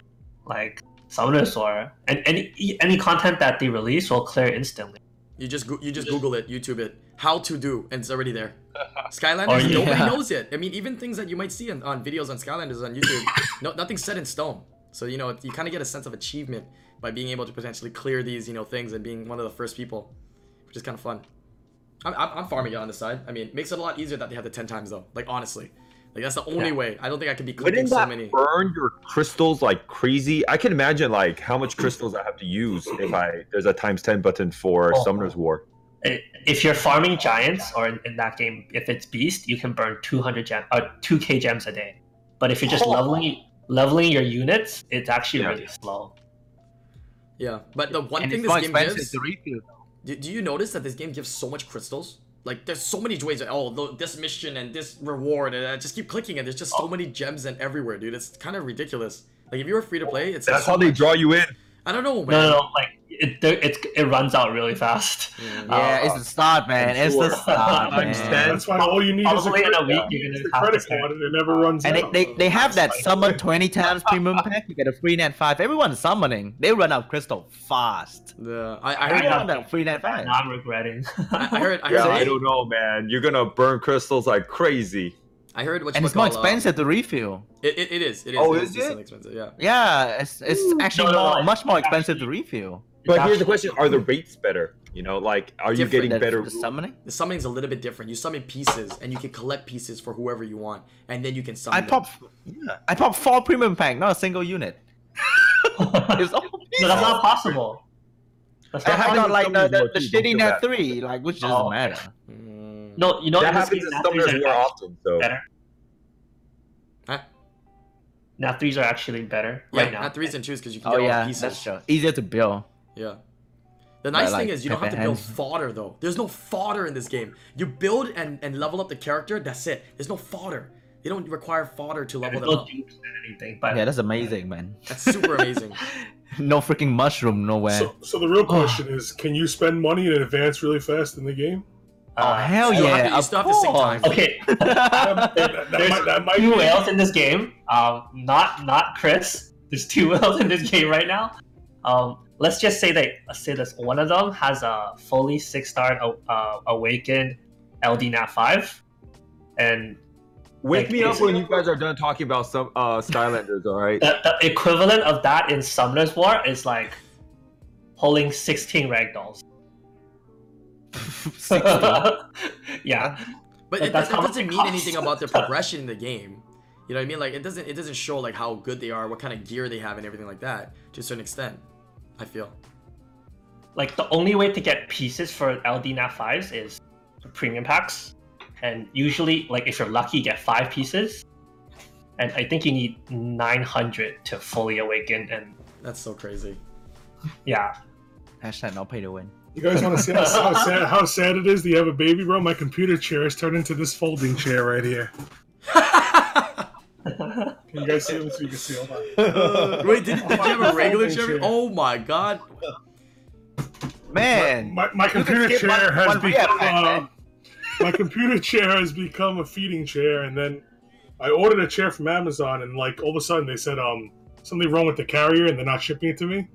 Speaker 5: like Summoners War and any any content that they release will clear instantly.
Speaker 1: you just go- you just Google it, YouTube it. How to do, and it's already there. Skylanders,
Speaker 5: Oh, yeah.
Speaker 1: nobody knows it. I mean, even things that you might see on, on videos on Skylanders on YouTube, no, nothing's set in stone. So you know, you kind of get a sense of achievement by being able to potentially clear these, you know, things and being one of the first people, which is kind of fun. I'm, I'm, I'm farming it on the side. I mean, it makes it a lot easier that they have the ten times though. Like honestly, like that's the only
Speaker 5: Yeah.
Speaker 1: way. I don't think I could be clicking
Speaker 4: wouldn't
Speaker 1: so
Speaker 4: that
Speaker 1: many.
Speaker 4: burn your crystals like crazy? I can imagine like how much crystals I have to use if I there's a times ten button for
Speaker 5: Oh.
Speaker 4: Summoner's War.
Speaker 5: i- if you're farming giants or in, in that game, if it's beast, you can burn 200 gem or 2k gems a day. But if you're
Speaker 4: Oh.
Speaker 5: just leveling leveling your units, it's actually
Speaker 4: Yeah.
Speaker 5: really slow.
Speaker 1: Yeah, but the one
Speaker 7: and
Speaker 1: thing
Speaker 7: it's
Speaker 1: this
Speaker 7: more
Speaker 1: game
Speaker 7: expensive
Speaker 1: gives.
Speaker 7: to refill.
Speaker 1: Do, do you notice that this game gives so much crystals? Like, there's so many ways. That, oh, th- this mission and this reward, and I just keep clicking, and there's just
Speaker 4: Oh.
Speaker 1: so many gems and everywhere, dude. It's kind of ridiculous. Like, if you were free to play, it's
Speaker 4: That's
Speaker 1: so
Speaker 4: how they
Speaker 1: much.
Speaker 4: draw you in.
Speaker 1: I don't know,
Speaker 5: No,
Speaker 1: man.
Speaker 5: no, no like it, there- it's it runs out really fast. *laughs*
Speaker 1: Yeah.
Speaker 2: Yeah, it's the start, man. It's the
Speaker 1: *laughs*
Speaker 4: sure.
Speaker 2: start,
Speaker 5: I'm
Speaker 2: man.
Speaker 4: sad.
Speaker 3: That's why all you need is a
Speaker 5: Probably in
Speaker 3: credit,
Speaker 5: a week, you're
Speaker 3: it's the
Speaker 5: gonna have to
Speaker 3: credit
Speaker 5: spend-
Speaker 3: card, and it never runs
Speaker 2: And
Speaker 3: out.
Speaker 2: they, they, they have that summon 20 times premium pack. You get a free net 5. Everyone's summoning. They run out of crystal fast.
Speaker 1: Yeah, I, I heard.
Speaker 5: Yeah.
Speaker 2: Everyone run out of free net 5.
Speaker 5: Now I'm regretting.
Speaker 1: I, I heard. I heard.
Speaker 4: Yeah, I
Speaker 1: I,
Speaker 4: don't know, man. You're gonna burn crystals like crazy.
Speaker 1: heard. What
Speaker 2: And
Speaker 1: you
Speaker 2: it's more
Speaker 1: call, um,
Speaker 2: expensive to refill.
Speaker 1: it, it, it is. It is.
Speaker 4: Oh,
Speaker 1: it
Speaker 4: is it?
Speaker 1: decently expensive. Yeah.
Speaker 2: Yeah, it's, it's actually
Speaker 5: no, no,
Speaker 2: more-
Speaker 5: it's
Speaker 2: much more expensive to refill.
Speaker 4: But here's the question:
Speaker 5: *laughs*
Speaker 4: Are the rates better? You know, like, are you
Speaker 1: Different
Speaker 4: getting
Speaker 2: The-
Speaker 4: better?
Speaker 2: the summoning?
Speaker 1: The summoning's a little bit different. You summon pieces, and you can collect pieces for whoever you want, and then you can summon.
Speaker 2: I
Speaker 1: them.
Speaker 2: pop, yeah, I pop four premium pack, not a single unit.
Speaker 5: no,
Speaker 2: It's all
Speaker 5: that's not possible. That's
Speaker 2: I
Speaker 5: not
Speaker 4: how
Speaker 2: I
Speaker 4: do
Speaker 5: possible.
Speaker 4: you
Speaker 2: got like
Speaker 4: summon
Speaker 2: the, the,
Speaker 4: more
Speaker 2: the
Speaker 4: people?
Speaker 2: shitty
Speaker 4: Don't
Speaker 2: net
Speaker 4: feel bad.
Speaker 2: three, like which doesn't
Speaker 5: Oh,
Speaker 2: matter.
Speaker 1: Mm.
Speaker 5: No, you know
Speaker 4: that
Speaker 5: in
Speaker 4: happens
Speaker 5: this game,
Speaker 4: in
Speaker 5: nat
Speaker 4: summoners
Speaker 5: threes
Speaker 4: more
Speaker 5: are actually
Speaker 4: often, though.
Speaker 5: Better.
Speaker 1: Huh?
Speaker 5: Nat threes are actually better
Speaker 1: Yeah,
Speaker 5: right now.
Speaker 1: not threes and twos because you can
Speaker 2: Oh
Speaker 1: get all the
Speaker 2: yeah,
Speaker 1: pieces.
Speaker 2: that's true. Easier to build.
Speaker 1: Yeah. The
Speaker 2: But,
Speaker 1: nice
Speaker 2: like,
Speaker 1: thing is you don't have to
Speaker 2: Pepper
Speaker 1: build
Speaker 2: Hands-
Speaker 1: fodder though. There's no fodder in this game. You build and, and level up the character, that's it. There's no fodder. You don't require fodder to level
Speaker 5: There's
Speaker 1: them
Speaker 5: no
Speaker 1: up.
Speaker 5: dupes or anything, but
Speaker 2: Yeah, that's amazing, man.
Speaker 1: That's
Speaker 5: *laughs*
Speaker 1: super amazing.
Speaker 2: no freaking mushroom nowhere.
Speaker 3: So, so the
Speaker 5: *sighs*
Speaker 3: real question is, can you spend money in advance really fast in the game?
Speaker 2: oh
Speaker 5: uh,
Speaker 2: hell
Speaker 1: you don't have
Speaker 2: yeah!
Speaker 1: to- you
Speaker 2: of
Speaker 1: still have to sync
Speaker 2: course.
Speaker 1: time.
Speaker 5: okay.
Speaker 3: That, that- that
Speaker 5: There's
Speaker 3: might, that might
Speaker 5: two
Speaker 3: be.
Speaker 5: whales in this game. Um, not not Chris. There's two *laughs* whales in this game right now. Um, let's just say that let's say this one of them has a fully six star uh, awakened LD Nat five, and
Speaker 4: Wake
Speaker 5: Like,
Speaker 4: me up
Speaker 5: is-
Speaker 4: when you guys are done talking about some uh Skylanders, all right?
Speaker 5: the, the equivalent of that in Summoner's War is like pulling sixteen ragdolls. *laughs* yeah,
Speaker 1: But it,
Speaker 5: That's
Speaker 1: that
Speaker 5: how much
Speaker 1: doesn't
Speaker 5: it
Speaker 1: mean
Speaker 5: costs.
Speaker 1: anything about their progression in the game. You know what I mean? Like it doesn't it doesn't show like how good they are, what kind of gear they have and everything like that, to a certain extent. I feel.
Speaker 5: like the only way to get pieces for LD Nat fives is premium packs, and usually, like if you're lucky, you get five pieces. And I think you need 900 to fully awaken, and
Speaker 1: That's so crazy. *laughs*
Speaker 5: yeah,
Speaker 2: Hashtag not pay to win.
Speaker 3: You guys want to see how, how, sad, how sad it is that you have a baby, bro? My computer chair has turned into this folding chair right here. Can you guys see this? You can see. Hold on.
Speaker 1: Wait, did, did you have
Speaker 5: *laughs*
Speaker 1: a regular
Speaker 3: Folding
Speaker 1: chair?
Speaker 3: chair.
Speaker 1: Oh my god.
Speaker 2: Man,
Speaker 3: My, my computer
Speaker 2: skip
Speaker 3: chair
Speaker 2: one-
Speaker 3: has
Speaker 2: one rep,
Speaker 3: become
Speaker 2: man.
Speaker 3: um, my computer chair has become a feeding chair, and then I ordered a chair from Amazon, and like all of a sudden they said um something wrong with the carrier, and they're not shipping it to me,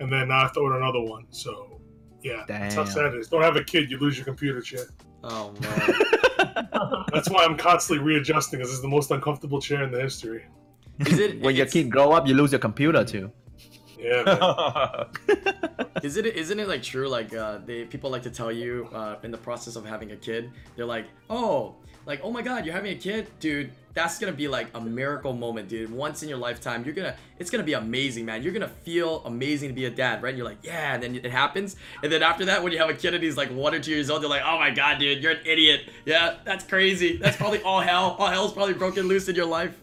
Speaker 3: and then I have to order another one. So yeah, that's how
Speaker 2: Damn.
Speaker 3: sad it is. Don't have a kid, you lose your computer chair.
Speaker 1: Oh man.
Speaker 3: That's why I'm constantly readjusting. 'cause This is the most uncomfortable chair in the history.
Speaker 1: Is it
Speaker 2: *laughs* when your
Speaker 1: it's-
Speaker 2: kid grow up, you lose your computer *laughs* too.
Speaker 3: Yeah, man.
Speaker 1: Is it isn't it like true like uh, they people like to tell you uh, in the process of having a kid they're like oh like oh my god you're having a kid dude that's gonna be like a miracle moment dude once in your lifetime you're gonna it's gonna be amazing man you're gonna feel amazing to be a dad right and you're like yeah and then it happens and then after that when you have a kid and he's like one or two years old they're like oh my god dude you're an idiot yeah that's crazy that's probably all hell all hell's probably broken loose in your life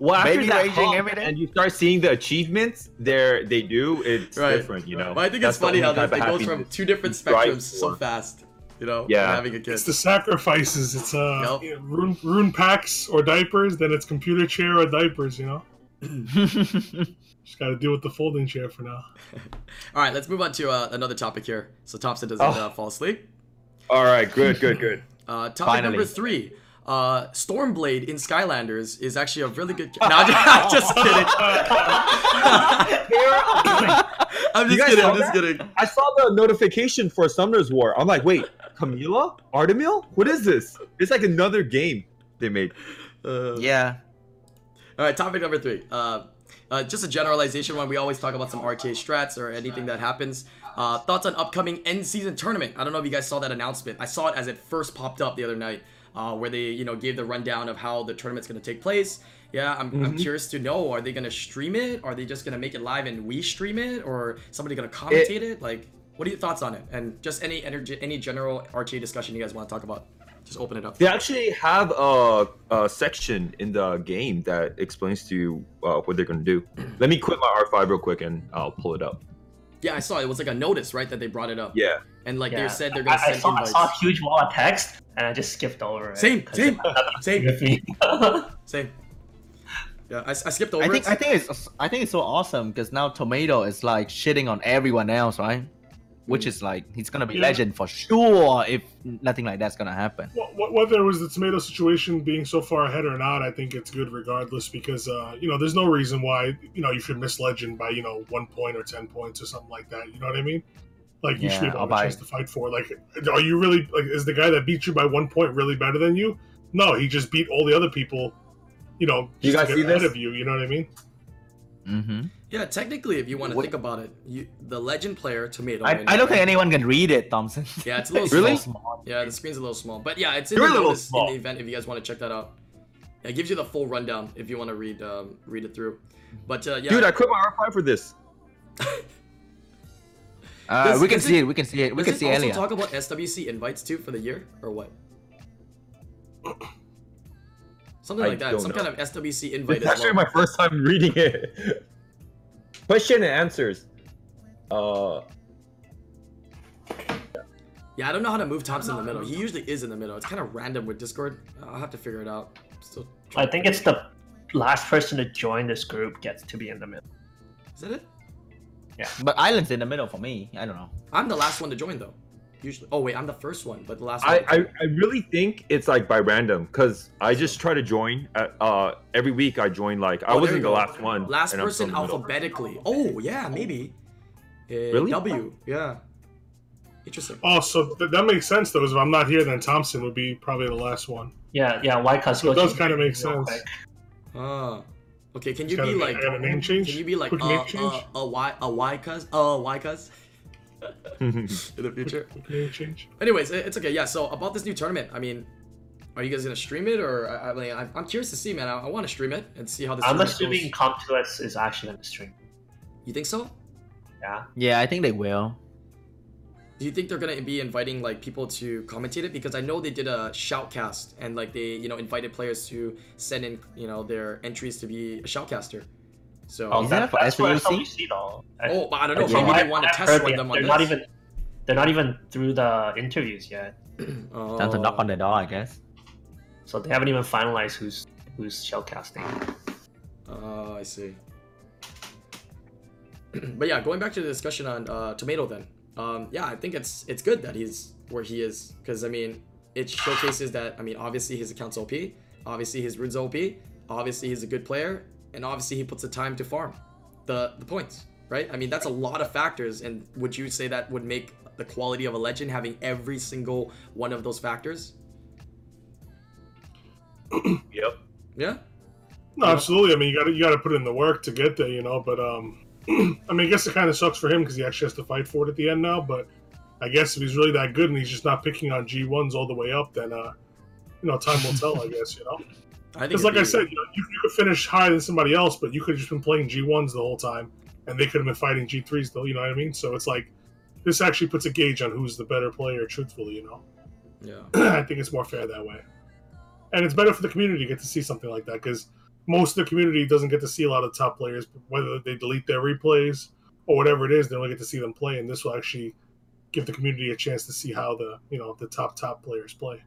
Speaker 4: *laughs* well, after
Speaker 2: Baby
Speaker 4: that
Speaker 2: raging
Speaker 4: hump
Speaker 2: every day?
Speaker 4: and you start seeing the achievements there they do, it's
Speaker 1: Right.
Speaker 4: different, you know.
Speaker 1: but I think
Speaker 4: That's
Speaker 1: it's
Speaker 4: the
Speaker 1: funny how
Speaker 4: only
Speaker 1: that it
Speaker 4: type of
Speaker 1: goes from
Speaker 4: happiness.
Speaker 1: two different
Speaker 4: strive
Speaker 1: spectrums so
Speaker 4: for.
Speaker 1: fast you know
Speaker 4: Yeah.
Speaker 1: from having a kid
Speaker 3: It's the sacrifices. It's uh,
Speaker 1: Yep.
Speaker 3: you know, rune, rune packs or diapers. Then it's computer chair or diapers. You know, just got to deal with the folding chair for now.
Speaker 1: All right, let's move on to uh, another topic here, so Thompson doesn't
Speaker 4: Oh.
Speaker 1: uh, fall asleep.
Speaker 4: All right, good, good, good.
Speaker 1: Uh, topic
Speaker 2: Finally.
Speaker 1: number three: uh, Stormblade in Skylanders is actually a really
Speaker 4: *laughs*
Speaker 1: good. Ca- no, I'm just, *laughs* I'm just kidding. *laughs* I'm
Speaker 4: You
Speaker 1: just
Speaker 4: guys
Speaker 1: kidding.
Speaker 4: saw
Speaker 1: I'm just
Speaker 4: that?
Speaker 1: kidding.
Speaker 4: I saw the notification for Summoner's War. I'm like, wait, Camila? Artemil? What is this? It's like another game they made.
Speaker 1: Uh,
Speaker 2: yeah,
Speaker 1: All right, topic number three. Uh, uh, just a generalization when we always talk about some RTA strats or anything that happens. Uh, thoughts on upcoming end season tournament? I don't know if you guys saw that announcement. I saw it as it first popped up the other night, uh, where they you know gave the rundown of how the tournament's going to take place. Yeah, I'm, I'm curious to know: are they going to stream it? Are they just going to make it live and we stream it, or somebody going to commentate it? Like, What are your thoughts on it? And just any energy, any general RTA discussion you guys want to talk about? Just open it up.
Speaker 4: They actually have a, a section in the game that explains to you uh, what they're gonna do. Let me quit my R5 real quick and I'll pull it up.
Speaker 1: Yeah, I saw it. It was like a notice, right, that they brought it up.
Speaker 4: Yeah.
Speaker 1: And like
Speaker 5: Yeah.
Speaker 1: they said they're
Speaker 5: I,
Speaker 1: gonna
Speaker 5: I
Speaker 1: send
Speaker 5: saw, I
Speaker 1: invites.
Speaker 5: saw a huge wall of text and I just skipped over it.
Speaker 1: Same,
Speaker 5: 'cause
Speaker 1: same,
Speaker 5: it had nothing to do
Speaker 1: same,
Speaker 5: With me. *laughs*
Speaker 1: same. Yeah, I, I skipped over
Speaker 2: I think
Speaker 1: it.
Speaker 2: I think it's I think it's so awesome because now Tomato is like shitting on everyone else, right? Which is like he's gonna be
Speaker 3: Yeah.
Speaker 2: legend for sure if nothing like that's gonna happen.
Speaker 3: Wh- wh- Whether it was the tomato situation being so far ahead or not, I think it's good regardless because uh, you know there's no reason why you know you should miss legend by you know one point or ten points or something like that. You know what I mean? Like you should be
Speaker 2: Yeah,
Speaker 3: able
Speaker 2: I'll
Speaker 3: to have
Speaker 2: buy
Speaker 3: a chance to fight for. Like, are you really like is the guy that beat you by one point really better than you? No, he just beat all the other people. You know,
Speaker 4: You
Speaker 3: just to
Speaker 4: guys
Speaker 3: get
Speaker 4: see
Speaker 3: ahead
Speaker 4: this?
Speaker 3: of you. You know what I mean?
Speaker 2: Mm-hmm.
Speaker 1: yeah, technically, if you want to
Speaker 4: What-
Speaker 1: think about it, you, the legend player tomato.
Speaker 2: I,
Speaker 1: in
Speaker 2: I
Speaker 1: it,
Speaker 2: don't think
Speaker 1: right?
Speaker 2: anyone can read it, *laughs* Thompson.
Speaker 1: Yeah, it's a little
Speaker 2: It's
Speaker 1: small.
Speaker 2: so
Speaker 4: Really?
Speaker 2: small.
Speaker 1: Yeah, the screen's a little small, but yeah, it's in,
Speaker 4: You're
Speaker 1: the
Speaker 4: a little
Speaker 1: notice in
Speaker 4: small.
Speaker 1: the event if you guys want to check that out. Yeah, it gives you the full rundown if you want to read um, read it through. But uh, yeah,
Speaker 4: Dude, I quit my R5 for this.
Speaker 2: Uh,
Speaker 1: Does-
Speaker 2: we can
Speaker 1: does
Speaker 2: see
Speaker 1: it-
Speaker 2: it. We can see it. We
Speaker 1: does
Speaker 2: can
Speaker 1: it
Speaker 2: see
Speaker 1: also
Speaker 2: Elliot.
Speaker 1: talk about SWC invites too for the year or what? Something
Speaker 4: I
Speaker 1: like that.
Speaker 4: don't
Speaker 1: Some
Speaker 4: know.
Speaker 1: kind of SWC invite.
Speaker 4: It's
Speaker 1: As
Speaker 4: actually
Speaker 1: well.
Speaker 4: my first time reading it. *laughs* Question and answers. Uh,
Speaker 1: Yeah, I don't know how to move Thompson in the middle. He usually is in the middle. It's kind of random with Discord. I'll have to figure it out. I'm still.
Speaker 5: I
Speaker 1: trying-
Speaker 5: think it's the last person to join this group gets to be in the middle.
Speaker 1: Is that it?
Speaker 2: But island's in the middle for me. I don't know.
Speaker 1: I'm the last one to join though. Usually. Oh wait, I'm the first one, but the last
Speaker 4: I,
Speaker 1: one.
Speaker 4: I I really think it's like by random because I just try to join. At, uh, every week I join like I
Speaker 1: Oh, there you
Speaker 4: wasn't the
Speaker 1: go.
Speaker 4: last one.
Speaker 1: Last
Speaker 4: and I'm still
Speaker 1: person
Speaker 4: in the middle.
Speaker 1: alphabetically. Oh yeah, maybe. Uh,
Speaker 4: Really?
Speaker 1: W. Yeah. Interesting.
Speaker 3: Oh, so th- that makes sense though. 'cause If I'm not here, then Thompson would be probably the last one.
Speaker 5: Yeah, yeah. Why
Speaker 3: So it
Speaker 5: Costco?
Speaker 3: does kind of make sense.
Speaker 1: Ah. Okay, can you
Speaker 3: Got
Speaker 1: be
Speaker 3: a-
Speaker 1: like?
Speaker 3: I got a
Speaker 1: Can
Speaker 3: name change.
Speaker 1: you be like
Speaker 3: Quick
Speaker 1: uh,
Speaker 3: name
Speaker 1: uh,
Speaker 3: change.
Speaker 1: a y a y cuz uh y
Speaker 4: *laughs*
Speaker 1: cuz in the future?
Speaker 3: Quick name change.
Speaker 1: Anyways, it- it's okay. Yeah. So about this new tournament, I mean, are you guys gonna stream it or I, I mean, I, I'm curious to see, man. I, I want to stream it and see how this.
Speaker 5: I'm
Speaker 1: tournament
Speaker 5: assuming
Speaker 1: goes.
Speaker 5: Comp2S is actually on the stream.
Speaker 1: You think so?
Speaker 5: Yeah.
Speaker 2: Yeah, I think they will.
Speaker 1: Do you think they're gonna be inviting like people to commentate it? Because I know they did a shoutcast and like they you know invited players to send in you know their entries to be a shoutcaster. So
Speaker 2: Oh,
Speaker 1: oh,
Speaker 2: Is that for
Speaker 5: that's for
Speaker 2: SWC?
Speaker 5: SWC though.
Speaker 2: Oh,
Speaker 1: but I don't know.
Speaker 2: Okay.
Speaker 1: Maybe
Speaker 5: I-
Speaker 1: they want
Speaker 5: I've
Speaker 1: to
Speaker 5: heard
Speaker 1: test run
Speaker 5: they-
Speaker 1: them on
Speaker 5: they're
Speaker 1: this.
Speaker 5: not even. They're not even through the interviews yet,
Speaker 1: Oh.
Speaker 2: Time to knock on the door, I guess.
Speaker 5: so they haven't even finalized who's who's shell casting.
Speaker 1: Oh, I see. *clears throat* but yeah, going back to the discussion on uh, Tomato, then. Um, yeah, I think it's it's good that he's where he is because I mean it showcases that I mean obviously his account's OP, obviously his roots OP, obviously he's a good player, and obviously he puts the time to farm the the points, right? I mean that's a lot of factors, and would you say that would make the quality of a legend having every single one of those factors?
Speaker 4: Yep.
Speaker 1: Yeah.
Speaker 3: No, absolutely. I mean, you got to you got to put in the work to get there, you know. But um, *clears throat* I mean, I guess it kind of sucks for him because he actually has to fight for it at the end now. But I guess if he's really that good and he's just not picking on G ones all the way up, then uh, you know, time will tell. I guess you know,
Speaker 1: *laughs* I think it'd
Speaker 3: because like I
Speaker 1: be-
Speaker 3: said, you, know, you, you could finish higher than somebody else, but you could have just been playing G ones the whole time, and they could have been fighting G threes though. You know what I mean? So it's like this actually puts a gauge on who's the better player, truthfully. You know,
Speaker 1: yeah.
Speaker 3: *clears throat* I think it's more fair that way. And it's better for the community to get to see something like that because most of the community doesn't get to see a lot of top players, whether they delete their replays or whatever it is, they only get to see them play. And this will actually give the community a chance to see how the you know the top top players play.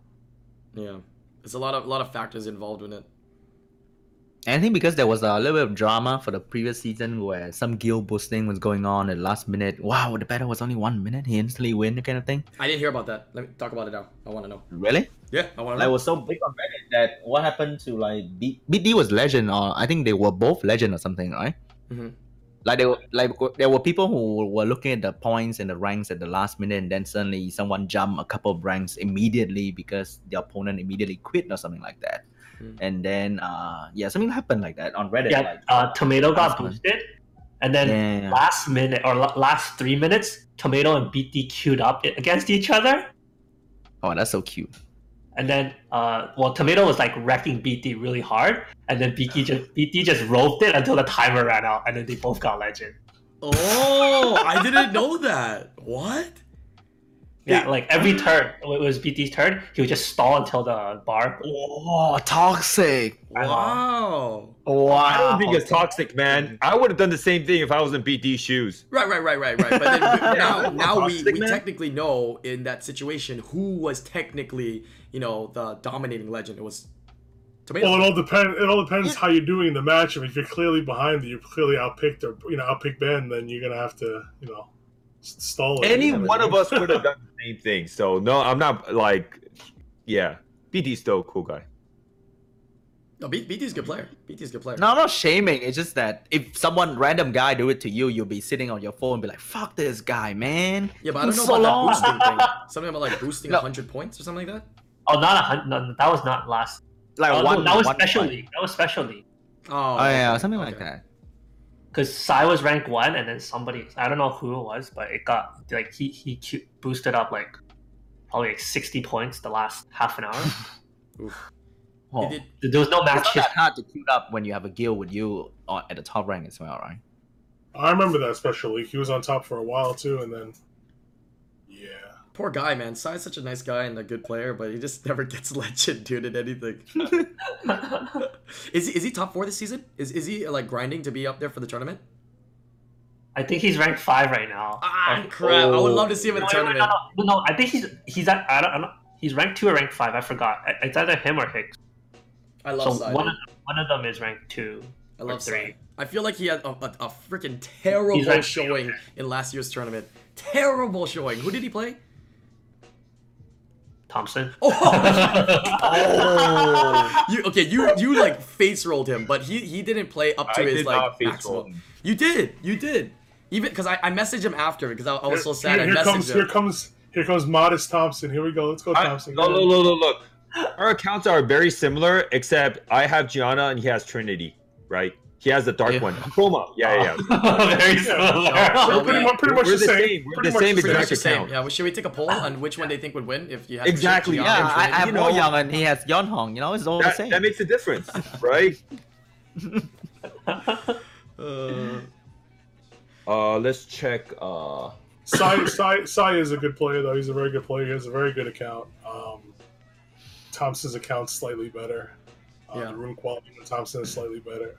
Speaker 1: Yeah, it's a lot of lot of factors involved in it.
Speaker 2: And I think because there was a little bit of drama for the previous season where some guild boosting was going on at the last minute. Wow, the battle was only one minute. He instantly win, that kind of thing.
Speaker 1: I didn't hear about that. Let me talk about it now. I want to know.
Speaker 2: Really?
Speaker 1: Yeah, I want
Speaker 2: I was so big on Reddit that what happened to like B- BD was legend or I think they were both legend or something, right?
Speaker 1: Mhm.
Speaker 2: Like they were, like there were people who were looking at the points and the ranks at the last minute, and then suddenly someone jumped a couple of ranks immediately because the opponent immediately quit or something like that.
Speaker 1: Mm.
Speaker 2: And then uh yeah, something happened like that on Reddit.
Speaker 5: Yeah,
Speaker 2: Like,
Speaker 5: uh, Tomato got
Speaker 2: That's fine.
Speaker 5: boosted, and then
Speaker 2: yeah.
Speaker 5: last minute or la- last three minutes, Tomato and BT queued up i- against each other,
Speaker 2: Oh, that's so cute.
Speaker 5: and then uh, well, Tomato was like wrecking BT really hard, and then BT just BT just roped it until the timer ran out, and then they both got legend.
Speaker 1: Oh, I didn't know that. What?
Speaker 2: *laughs*
Speaker 5: Yeah, like every turn, it was BT's turn, he would just stall until the bar.
Speaker 2: Oh, toxic.
Speaker 1: Wow.
Speaker 4: I
Speaker 2: Wow.
Speaker 4: don't think it's toxic, man. I would have done the same thing if I was in BD shoes.
Speaker 1: Right, right, right, right, right. But
Speaker 2: *laughs*
Speaker 1: then we- now,
Speaker 4: Yeah.
Speaker 1: now we,
Speaker 4: Toxic
Speaker 1: we
Speaker 4: man.
Speaker 1: technically know in that situation who was technically, you know, the dominating legend. It was Tomato.
Speaker 2: Oh,
Speaker 3: Well, it all depends. It all depends how you're doing in the matchup. If you're clearly behind, you clearly outpicked or you know outpicked Ben, then you're gonna have to you know s- stall it.
Speaker 4: Any one of us would have done the same thing. So no, I'm not like, yeah. BD's still a cool guy.
Speaker 1: No, B- BT's a good player. BT's a good player.
Speaker 2: No, I'm not shaming. It's just that if someone random guy do it to you, you'll be sitting on your phone and be like, "Fuck this guy, man."
Speaker 1: Yeah, but I don't know
Speaker 2: He's
Speaker 1: about
Speaker 2: so
Speaker 1: that
Speaker 2: long.
Speaker 1: boosting thing. Something about
Speaker 2: *laughs*
Speaker 1: like boosting
Speaker 2: No.
Speaker 1: 100 points or something like that?
Speaker 5: Oh, not a hundred. No, that was not last.
Speaker 2: Like
Speaker 5: Oh, no,
Speaker 2: one.
Speaker 5: that was
Speaker 2: one
Speaker 5: special
Speaker 2: point.
Speaker 5: league. That was special league.
Speaker 1: Oh,
Speaker 2: Oh yeah,
Speaker 1: okay,
Speaker 2: something like
Speaker 1: okay.
Speaker 2: that.
Speaker 5: Because Sai was ranked one, and then somebody I don't know who it was, but it got like he he cu- boosted up like probably like sixty points the last half
Speaker 1: *laughs*
Speaker 5: an hour.
Speaker 2: Oh.
Speaker 1: It did-
Speaker 5: there was no match
Speaker 2: It's not
Speaker 5: history.
Speaker 2: that hard to queue up when you have a guild with you on- at the top rank as well, right?
Speaker 3: I remember that special league. He was on top for a while too, and then yeah,
Speaker 1: poor guy, man. Sai's such a nice guy and a good player, but he just *laughs* never gets legend, dude, in anything. *laughs* is, he, is he top four this season? Is, is he like grinding to be up there for the tournament?
Speaker 5: *laughs* I think he's ranked five right now.
Speaker 1: Ah,
Speaker 5: Like,
Speaker 1: crap. I would love to see him
Speaker 5: no,
Speaker 1: in the
Speaker 5: no, no,
Speaker 1: tournament.
Speaker 5: no, no, no, I think he's he's at I don't, I don't he's ranked two or ranked five. I forgot. I- It's either him or Hicks.
Speaker 1: I
Speaker 5: So
Speaker 1: love Sai.
Speaker 5: one
Speaker 1: dude.
Speaker 5: of them, one of them is ranked two.
Speaker 1: I love
Speaker 5: or three.
Speaker 1: Sai. I feel like he had a, a, a freaking terrible
Speaker 5: like-
Speaker 1: showing in last year's tournament. Terrible showing. Who did he play? *laughs*
Speaker 5: Thompson. Oh. *laughs*
Speaker 1: Oh, you okay? You you like face rolled him, but he he didn't play up to
Speaker 4: I
Speaker 1: his
Speaker 4: did
Speaker 1: like
Speaker 4: not face
Speaker 1: maximum.
Speaker 4: roll him.
Speaker 1: You did, you did. Even because I, I messaged him after because I, I was so sad.
Speaker 3: Here,
Speaker 1: I
Speaker 3: here
Speaker 1: messaged
Speaker 3: comes
Speaker 1: him.
Speaker 3: here comes here comes modest Thompson. Here we go. Let's go,
Speaker 4: I-
Speaker 3: Thompson.
Speaker 4: no, no, no, no, look. Our accounts are very similar, except I have Gianna and he has Trinity, right? He has the dark
Speaker 2: Yeah.
Speaker 4: one. Chroma. Yeah,
Speaker 1: *laughs*
Speaker 4: yeah. yeah.
Speaker 5: *laughs* Very
Speaker 3: We're
Speaker 5: similar.
Speaker 1: Sure.
Speaker 3: pretty, mu- pretty much
Speaker 4: We're
Speaker 3: the
Speaker 4: the
Speaker 3: same.
Speaker 4: same. We're
Speaker 3: Pretty
Speaker 4: the
Speaker 3: much
Speaker 4: same
Speaker 1: Pretty much
Speaker 3: *laughs*
Speaker 4: exact
Speaker 1: the same.
Speaker 4: account.
Speaker 1: Yeah. Well, should we take a poll on which one they think would win if you had to choose
Speaker 4: Exactly,
Speaker 1: Gianna
Speaker 2: Yeah,
Speaker 1: and
Speaker 2: I, I
Speaker 1: Trinity?
Speaker 2: have
Speaker 4: you
Speaker 2: Mo
Speaker 4: know-
Speaker 2: Young and he has Yon Hong. You know, it's all the
Speaker 4: That,
Speaker 2: same.
Speaker 4: that makes
Speaker 1: *laughs*
Speaker 4: a difference, right?
Speaker 1: Uh,
Speaker 4: Uh, let's check. Uh,
Speaker 3: Sai, Sai, Sai is a good player though. He's a very good player. He has a very good account. Um, Thompson's account's slightly better. Uh,
Speaker 1: Yeah.
Speaker 3: The room quality of Thompson is slightly better.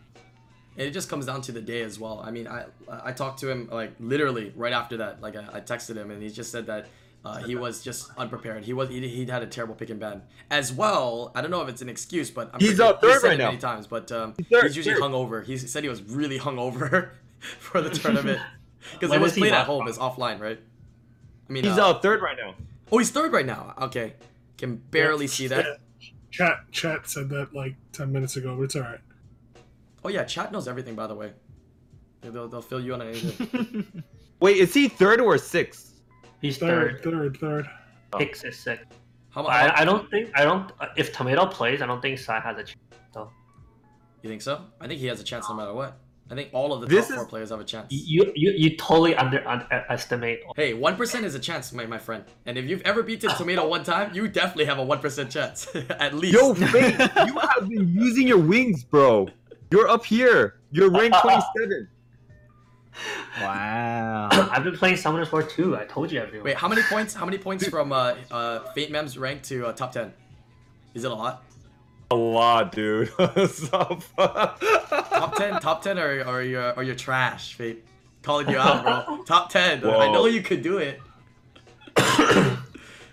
Speaker 1: And it just comes down to the day as well. I mean, I I talked to him like literally right after that. Like I, I texted him, and he just said that uh, he was just unprepared. He was he he had a terrible pick and ban as well. I don't know if it's an excuse, but I'm
Speaker 4: He's
Speaker 1: pretty-
Speaker 4: up third
Speaker 1: he's said
Speaker 4: right
Speaker 1: it
Speaker 4: now.
Speaker 1: Many times, but um, he's,
Speaker 4: He's third,
Speaker 1: usually
Speaker 4: third.
Speaker 1: hungover. He said he was really *laughs* hungover for
Speaker 4: *laughs*
Speaker 1: the tournament because it
Speaker 5: When
Speaker 1: was
Speaker 5: is he
Speaker 1: played at
Speaker 5: back
Speaker 1: home.
Speaker 5: from?
Speaker 1: It's offline, right? I mean,
Speaker 4: he's
Speaker 1: uh,
Speaker 4: uh, third right now.
Speaker 1: oh, he's third right now. Okay, can barely see that.
Speaker 3: Chat, chat said that like ten minutes ago. But it's all right.
Speaker 1: Oh yeah, chat knows everything by the way. They'll, they'll fill you in on
Speaker 5: *laughs*
Speaker 1: anything.
Speaker 4: Wait, is he third or sixth?
Speaker 5: *laughs* He's
Speaker 3: Third,
Speaker 5: third.
Speaker 3: third, third.
Speaker 5: Hicks is second.
Speaker 1: How mu-
Speaker 5: I, I don't think I don't. uh, If Tomato plays, I don't think Sai has a chance. Though
Speaker 1: You think so? I think he has a chance no matter what. I think all of the
Speaker 4: This
Speaker 1: top four
Speaker 4: is-
Speaker 1: players have a chance.
Speaker 5: you you, you totally under, uh, underestimate.
Speaker 1: Hey, one percent is a chance, my, my friend. And if you've ever beaten Tomato one time, you definitely have a one percent chance, *laughs* at least.
Speaker 4: Yo, Faith,
Speaker 1: *laughs*
Speaker 4: you have been using your wings, bro. You're up here. You're
Speaker 1: Uh,
Speaker 4: ranked 27.
Speaker 2: wow.
Speaker 5: *clears throat*
Speaker 4: *laughs*
Speaker 5: I've been playing Summoners War 2. I told you everyone.
Speaker 1: Wait, how many points? How many points from uh, uh, Fate Mem's rank to uh, top ten? Is it a lot?
Speaker 4: A lot, dude. *laughs* Stop.
Speaker 1: Top ten, top ten, or or your or your trash, Fate. Calling you out, bro.
Speaker 3: *laughs*
Speaker 1: Top ten. I
Speaker 4: Whoa.
Speaker 1: know you could do it. *coughs*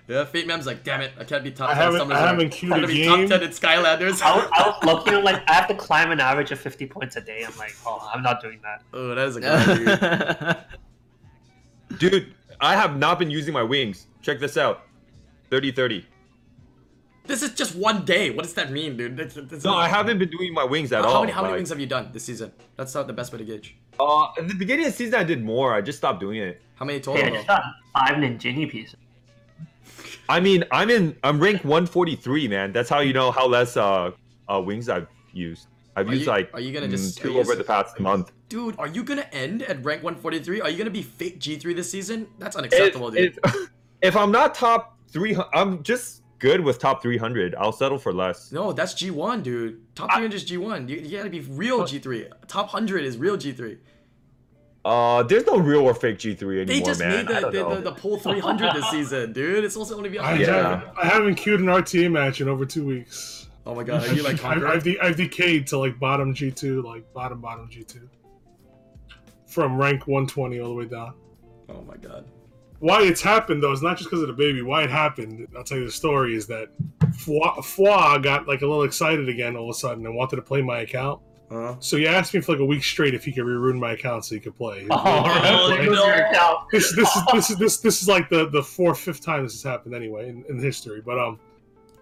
Speaker 1: yeah, Fate Mem's like, damn it, I can't be top
Speaker 3: I
Speaker 1: ten.
Speaker 3: haven't-
Speaker 1: Summoners
Speaker 3: I
Speaker 1: War.
Speaker 3: haven't queued
Speaker 1: I'm
Speaker 3: a
Speaker 1: gonna be top
Speaker 3: game.
Speaker 1: ten in
Speaker 3: *laughs*
Speaker 1: Skylanders.
Speaker 5: I was, I was looking I'm like I have to climb an average of 50 points a day. I'm like, oh, I'm not doing that.
Speaker 1: *laughs* oh, that is a good idea.
Speaker 4: *laughs*
Speaker 3: *laughs*
Speaker 4: dude, I have not been using my wings. Check this out 30 30.
Speaker 1: This is just one day. What does that mean, dude? That's- that's-
Speaker 4: No, I haven't been doing my wings at
Speaker 1: How
Speaker 4: all.
Speaker 1: many how many
Speaker 4: like-
Speaker 1: wings have you done this season? That's not the best way to gauge.
Speaker 4: Uh, at the beginning of the season, I did more. I just stopped doing it.
Speaker 1: How many
Speaker 5: Hey,
Speaker 1: total?
Speaker 5: I
Speaker 1: though?
Speaker 5: just got five Ninjini pieces.
Speaker 4: I mean, I'm in. I'm ranked 143, man. That's how you know how less uh, uh wings I've used. I've
Speaker 1: Are
Speaker 4: used
Speaker 1: you-
Speaker 4: like
Speaker 1: are you gonna
Speaker 4: mm,
Speaker 1: just- are
Speaker 4: two
Speaker 1: you
Speaker 4: over
Speaker 1: just-
Speaker 4: the past month.
Speaker 1: Dude, are you gonna end at rank 143? Are you gonna be fake G3 this season? That's unacceptable, dude.
Speaker 4: if, *laughs* if I'm not top 300, I'm just good with top 300. I'll settle for less.
Speaker 1: no, that's G1, dude. Top 300 is G1. You, you gotta be real G3. Top 100 is real G3.
Speaker 4: Uh, there's no real or fake G3 anymore,
Speaker 1: They just
Speaker 4: man.
Speaker 1: made the,
Speaker 4: I don't
Speaker 1: the,
Speaker 4: know.
Speaker 1: the, the pull 300 this season, dude. It's also only be
Speaker 3: I,
Speaker 1: up.
Speaker 4: Yeah.
Speaker 3: haven't, I haven't queued an RTA match in over two weeks.
Speaker 1: Oh my god, are you like
Speaker 3: *laughs* I've, I've,
Speaker 1: conquered?
Speaker 3: de- I've decayed to like bottom G two, like bottom bottom G two, from rank 120 all the way down.
Speaker 1: Oh my god.
Speaker 3: Why it's happened though is not just because of the baby. Why it happened, I'll tell you the story is that Foie, Foie got like a little excited again all of a sudden and wanted to play my account.
Speaker 1: Huh?
Speaker 3: So he asked me for like a week straight if he could reruin my account so he could play.
Speaker 5: *laughs* Oh,
Speaker 1: really?
Speaker 5: no.
Speaker 1: No.
Speaker 3: *laughs* this this is this is this this is like the the fourth fifth time this has happened anyway in, in history. But um,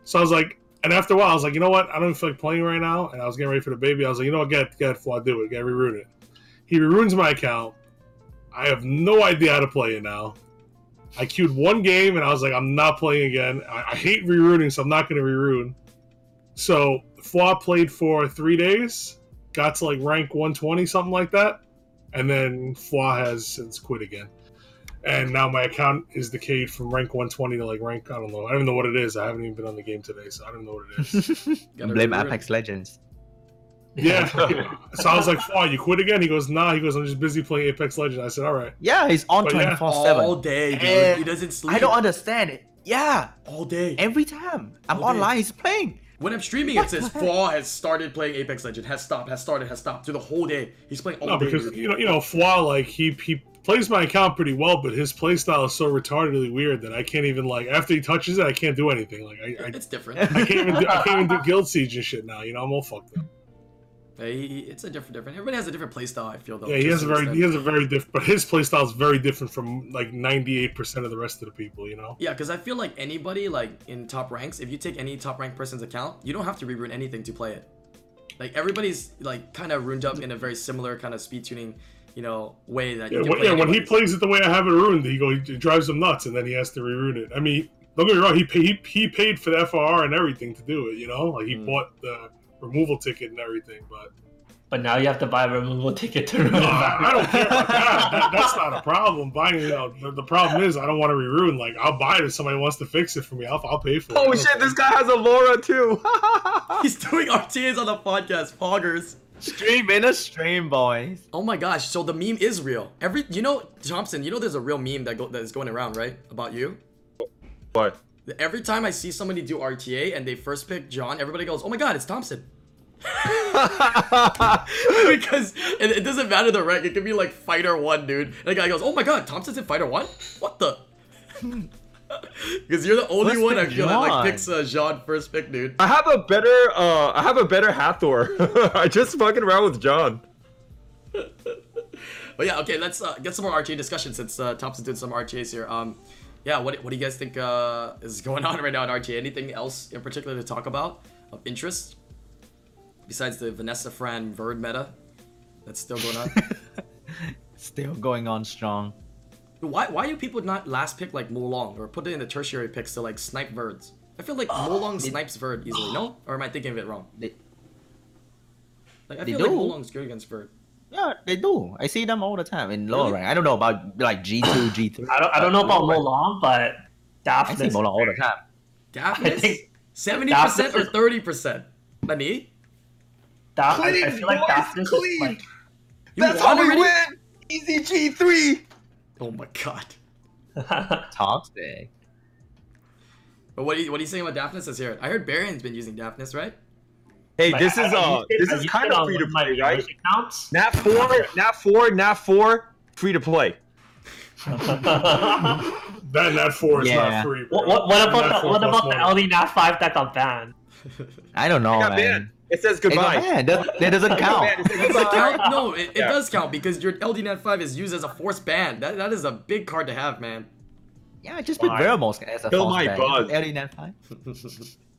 Speaker 3: so I was like, and after a while, I was like, you know what? I don't even feel like playing right now. And I was getting ready for the baby. I was like, you know what? Get get fly, do it. Get reroute it. He reruins my account. I have no idea how to play it now. I queued one game and I was like, I'm not playing again. I, I hate rerouting, so I'm not going to reroute. So Fwa played for three days, got to like rank 120, something like that, and then Fwa has since quit again and now my account is decayed from rank 120 to like rank I don't know I don't even know what it is I haven't even been on the game today so I don't know what
Speaker 2: *laughs*
Speaker 3: it is
Speaker 1: Gotta
Speaker 2: Blame
Speaker 1: reroute.
Speaker 2: Apex Legends.
Speaker 5: *laughs*
Speaker 3: yeah so I was like oh you quit again he goes nah he goes I'm just busy playing Apex Legends I said all right
Speaker 2: Yeah, he's on
Speaker 3: But yeah.
Speaker 2: twenty four
Speaker 1: All
Speaker 2: seven.
Speaker 1: day, dude.
Speaker 2: And
Speaker 1: he doesn't sleep.
Speaker 2: I don't understand it. Yeah,
Speaker 1: All day.
Speaker 2: every time I'm
Speaker 1: All day.
Speaker 2: online, he's playing.
Speaker 1: when I'm streaming,
Speaker 2: What
Speaker 1: it says
Speaker 2: the
Speaker 1: Flaw has started playing Apex Legend, has stopped, has started, has stopped through the whole day. He's playing all
Speaker 3: no
Speaker 1: day.
Speaker 3: because
Speaker 1: dude.
Speaker 3: you know you know Fwa like he he plays my account pretty well but his playstyle is so retardedly weird that I can't even like after he touches it I can't do anything like I, I
Speaker 1: it's
Speaker 3: *laughs*
Speaker 1: different.
Speaker 3: I can't even do, I can't even do guild siege and shit now. You know I'm all fucked up.
Speaker 1: Hey, he- he- it's a different, different. Everybody has a different playstyle. I feel though.
Speaker 3: Yeah, he
Speaker 1: to
Speaker 3: has a
Speaker 1: some
Speaker 3: very
Speaker 1: extent.
Speaker 3: he has a very different, but his playstyle is very different from like 98 percent of the rest of the people. You know.
Speaker 1: Yeah, because I feel like anybody like in top ranks, if you take any top ranked person's account, you don't have to rerun anything to play it. Like everybody's like kind of ruined up in a very similar kind of speed tuning, you know, way that
Speaker 3: Yeah,
Speaker 1: you can
Speaker 3: when,
Speaker 1: play
Speaker 3: yeah, when he
Speaker 1: anybody's.
Speaker 3: plays it the way I have it ruined, he go he drives him nuts, and then he has to reroute it. I mean, don't get me wrong, he pay, he, he paid for the FR and everything to do it. You know, like he
Speaker 1: Mm.
Speaker 3: bought the removal ticket and everything. But
Speaker 5: But now you have to buy a removal ticket to remove
Speaker 3: No, *laughs*
Speaker 5: that.
Speaker 3: I, I don't care about that. That- That's not a problem. Buying, you know, the, the problem is I don't want to reruin. Like I'll buy it if somebody wants to fix it for me. I'll, I'll pay for it. I
Speaker 4: Oh
Speaker 3: don't
Speaker 4: shit,
Speaker 3: care.
Speaker 4: this guy has a Laura too.
Speaker 1: *laughs*
Speaker 4: *laughs*
Speaker 1: He's doing RTAs on the podcast, poggers.
Speaker 2: Stream in a stream, boys.
Speaker 1: Oh my gosh! So the meme is real. Every you know Thompson, you know there's a real meme that go, that is going around, right? About you.
Speaker 4: but *laughs*
Speaker 1: Every time I see somebody do RTA and they first pick John, everybody goes, "Oh my God, it's Thompson." *laughs* because it, it doesn't matter the rank. It could be like fighter one, dude. And the guy goes, "Oh my god, Thompson's in fighter one. What the?" *laughs* Because you're the only
Speaker 2: Let's
Speaker 1: one I
Speaker 2: pick
Speaker 1: feel that
Speaker 2: Jean.
Speaker 1: like picks uh, Jean first pick, dude.
Speaker 4: I have a better uh I have a better Hathor. *laughs* I just fucking around with John.
Speaker 1: But yeah, okay, let's uh, get some more RTA discussion since uh, Thompson did some RTAs here. Um, yeah, what what do you guys think uh, is going *laughs* on right now in RTA? Anything else in particular to talk about of interest besides the Vanessa Fran Verd meta that's still going on?
Speaker 2: *laughs* Still going on strong.
Speaker 1: Why why do people not last pick like Mulong or put it in the tertiary picks to like snipe Verds? I feel like Mulong snipes Verd easily, no? Or am I thinking of it wrong?
Speaker 2: They-
Speaker 1: Like I
Speaker 2: they
Speaker 1: feel
Speaker 2: do.
Speaker 1: like Mulong's good against Verd.
Speaker 2: Yeah, they do. I see them all the time in lower
Speaker 1: Really?
Speaker 2: rank. I don't know about like G two, G three.
Speaker 5: I don't, I don't know about
Speaker 2: Lower rank.
Speaker 5: Mulan, but
Speaker 2: I see
Speaker 5: Daphnis.
Speaker 2: Mola all the time.
Speaker 1: Daphnis?
Speaker 5: think-
Speaker 1: Seventy percent or
Speaker 5: Daphnis is-
Speaker 1: thirty percent? Nani?
Speaker 5: Daph- I, I
Speaker 4: Clean,
Speaker 5: feel like
Speaker 4: boys,
Speaker 5: Daphnis is
Speaker 4: clean.
Speaker 5: like
Speaker 1: You won already?
Speaker 4: win! Easy G3!
Speaker 1: Oh my god.
Speaker 2: Toxic.
Speaker 1: But what are you what are you saying about Daphnis is here? I heard Baron's been using Daphnis, right?
Speaker 4: Hey,
Speaker 5: Like,
Speaker 4: this
Speaker 5: I-
Speaker 4: is
Speaker 5: I
Speaker 4: uh
Speaker 5: used it-
Speaker 4: this
Speaker 5: I
Speaker 4: is
Speaker 5: used
Speaker 4: kind
Speaker 5: it
Speaker 4: of
Speaker 5: on
Speaker 4: free to
Speaker 5: one of my
Speaker 4: play, right?
Speaker 5: English accounts.
Speaker 4: Nat four, nat four, nat four, free to play.
Speaker 5: what,
Speaker 3: That that four is
Speaker 2: Yeah.
Speaker 3: not free. bro.
Speaker 5: what, what
Speaker 3: Nat
Speaker 5: about the,
Speaker 3: four
Speaker 5: what
Speaker 3: plus
Speaker 5: about the
Speaker 3: one.
Speaker 5: LD Nat 5 that got banned?
Speaker 2: I don't know,
Speaker 4: got banned.
Speaker 2: man.
Speaker 4: It says
Speaker 2: Hey,
Speaker 4: goodbye.
Speaker 2: no, man, that, that doesn't
Speaker 4: Man, it
Speaker 2: count.
Speaker 4: says
Speaker 1: Does it
Speaker 4: goodbye.
Speaker 1: count? No, it, it
Speaker 4: Yeah.
Speaker 1: does count because your LDNet 5 is used as a forced ban. That that is a big card to have, man. *laughs*
Speaker 2: Yeah, just put
Speaker 5: Why?
Speaker 2: Veramos as a
Speaker 4: Kill
Speaker 2: false
Speaker 4: my
Speaker 2: bag.
Speaker 4: buzz.
Speaker 2: Early net time.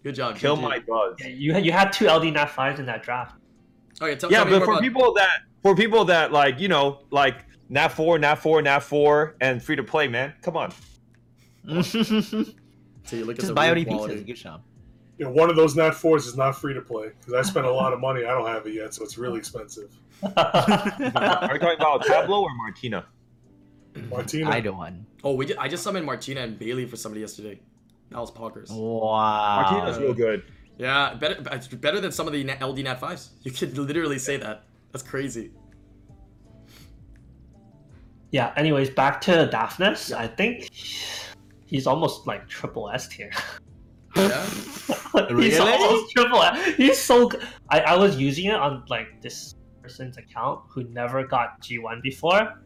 Speaker 1: Good job.
Speaker 4: Kill
Speaker 1: GG.
Speaker 4: my buzz.
Speaker 5: Yeah, you, had- you had two LD Nat 5s in that draft.
Speaker 1: Okay, tell, tell
Speaker 4: Yeah,
Speaker 1: me
Speaker 4: but
Speaker 1: more
Speaker 4: for
Speaker 1: about-
Speaker 4: people that for people that like, you know, like nat four, nat four, nat four, and free to play, man. Come *laughs* on.
Speaker 2: *laughs* just
Speaker 1: So you look at the
Speaker 2: buy
Speaker 1: real
Speaker 2: only
Speaker 1: quality.
Speaker 2: pizzas. Good job.
Speaker 3: You know, one of those nat fours is not free to play because I spent a lot of money. I don't have it yet, so it's really expensive.
Speaker 4: Are we talking about Tableau or Martina?
Speaker 5: Mm,
Speaker 3: Martina,
Speaker 2: I don't want.
Speaker 1: Oh, we did, I just summoned Martina and Bailey for somebody yesterday. That was poggers.
Speaker 2: Oh. Wow.
Speaker 4: Martina's real good.
Speaker 1: Yeah, better it's better than some of the na- *laughs* LD Nat fives. You could literally say that. That's crazy.
Speaker 5: yeah. Anyways, back to Daphnis. I think he's almost like triple S tier.
Speaker 1: Yeah.
Speaker 5: he's
Speaker 2: Really?
Speaker 5: almost triple S. He's so. g- I I was using it on like this person's account who never got G one before,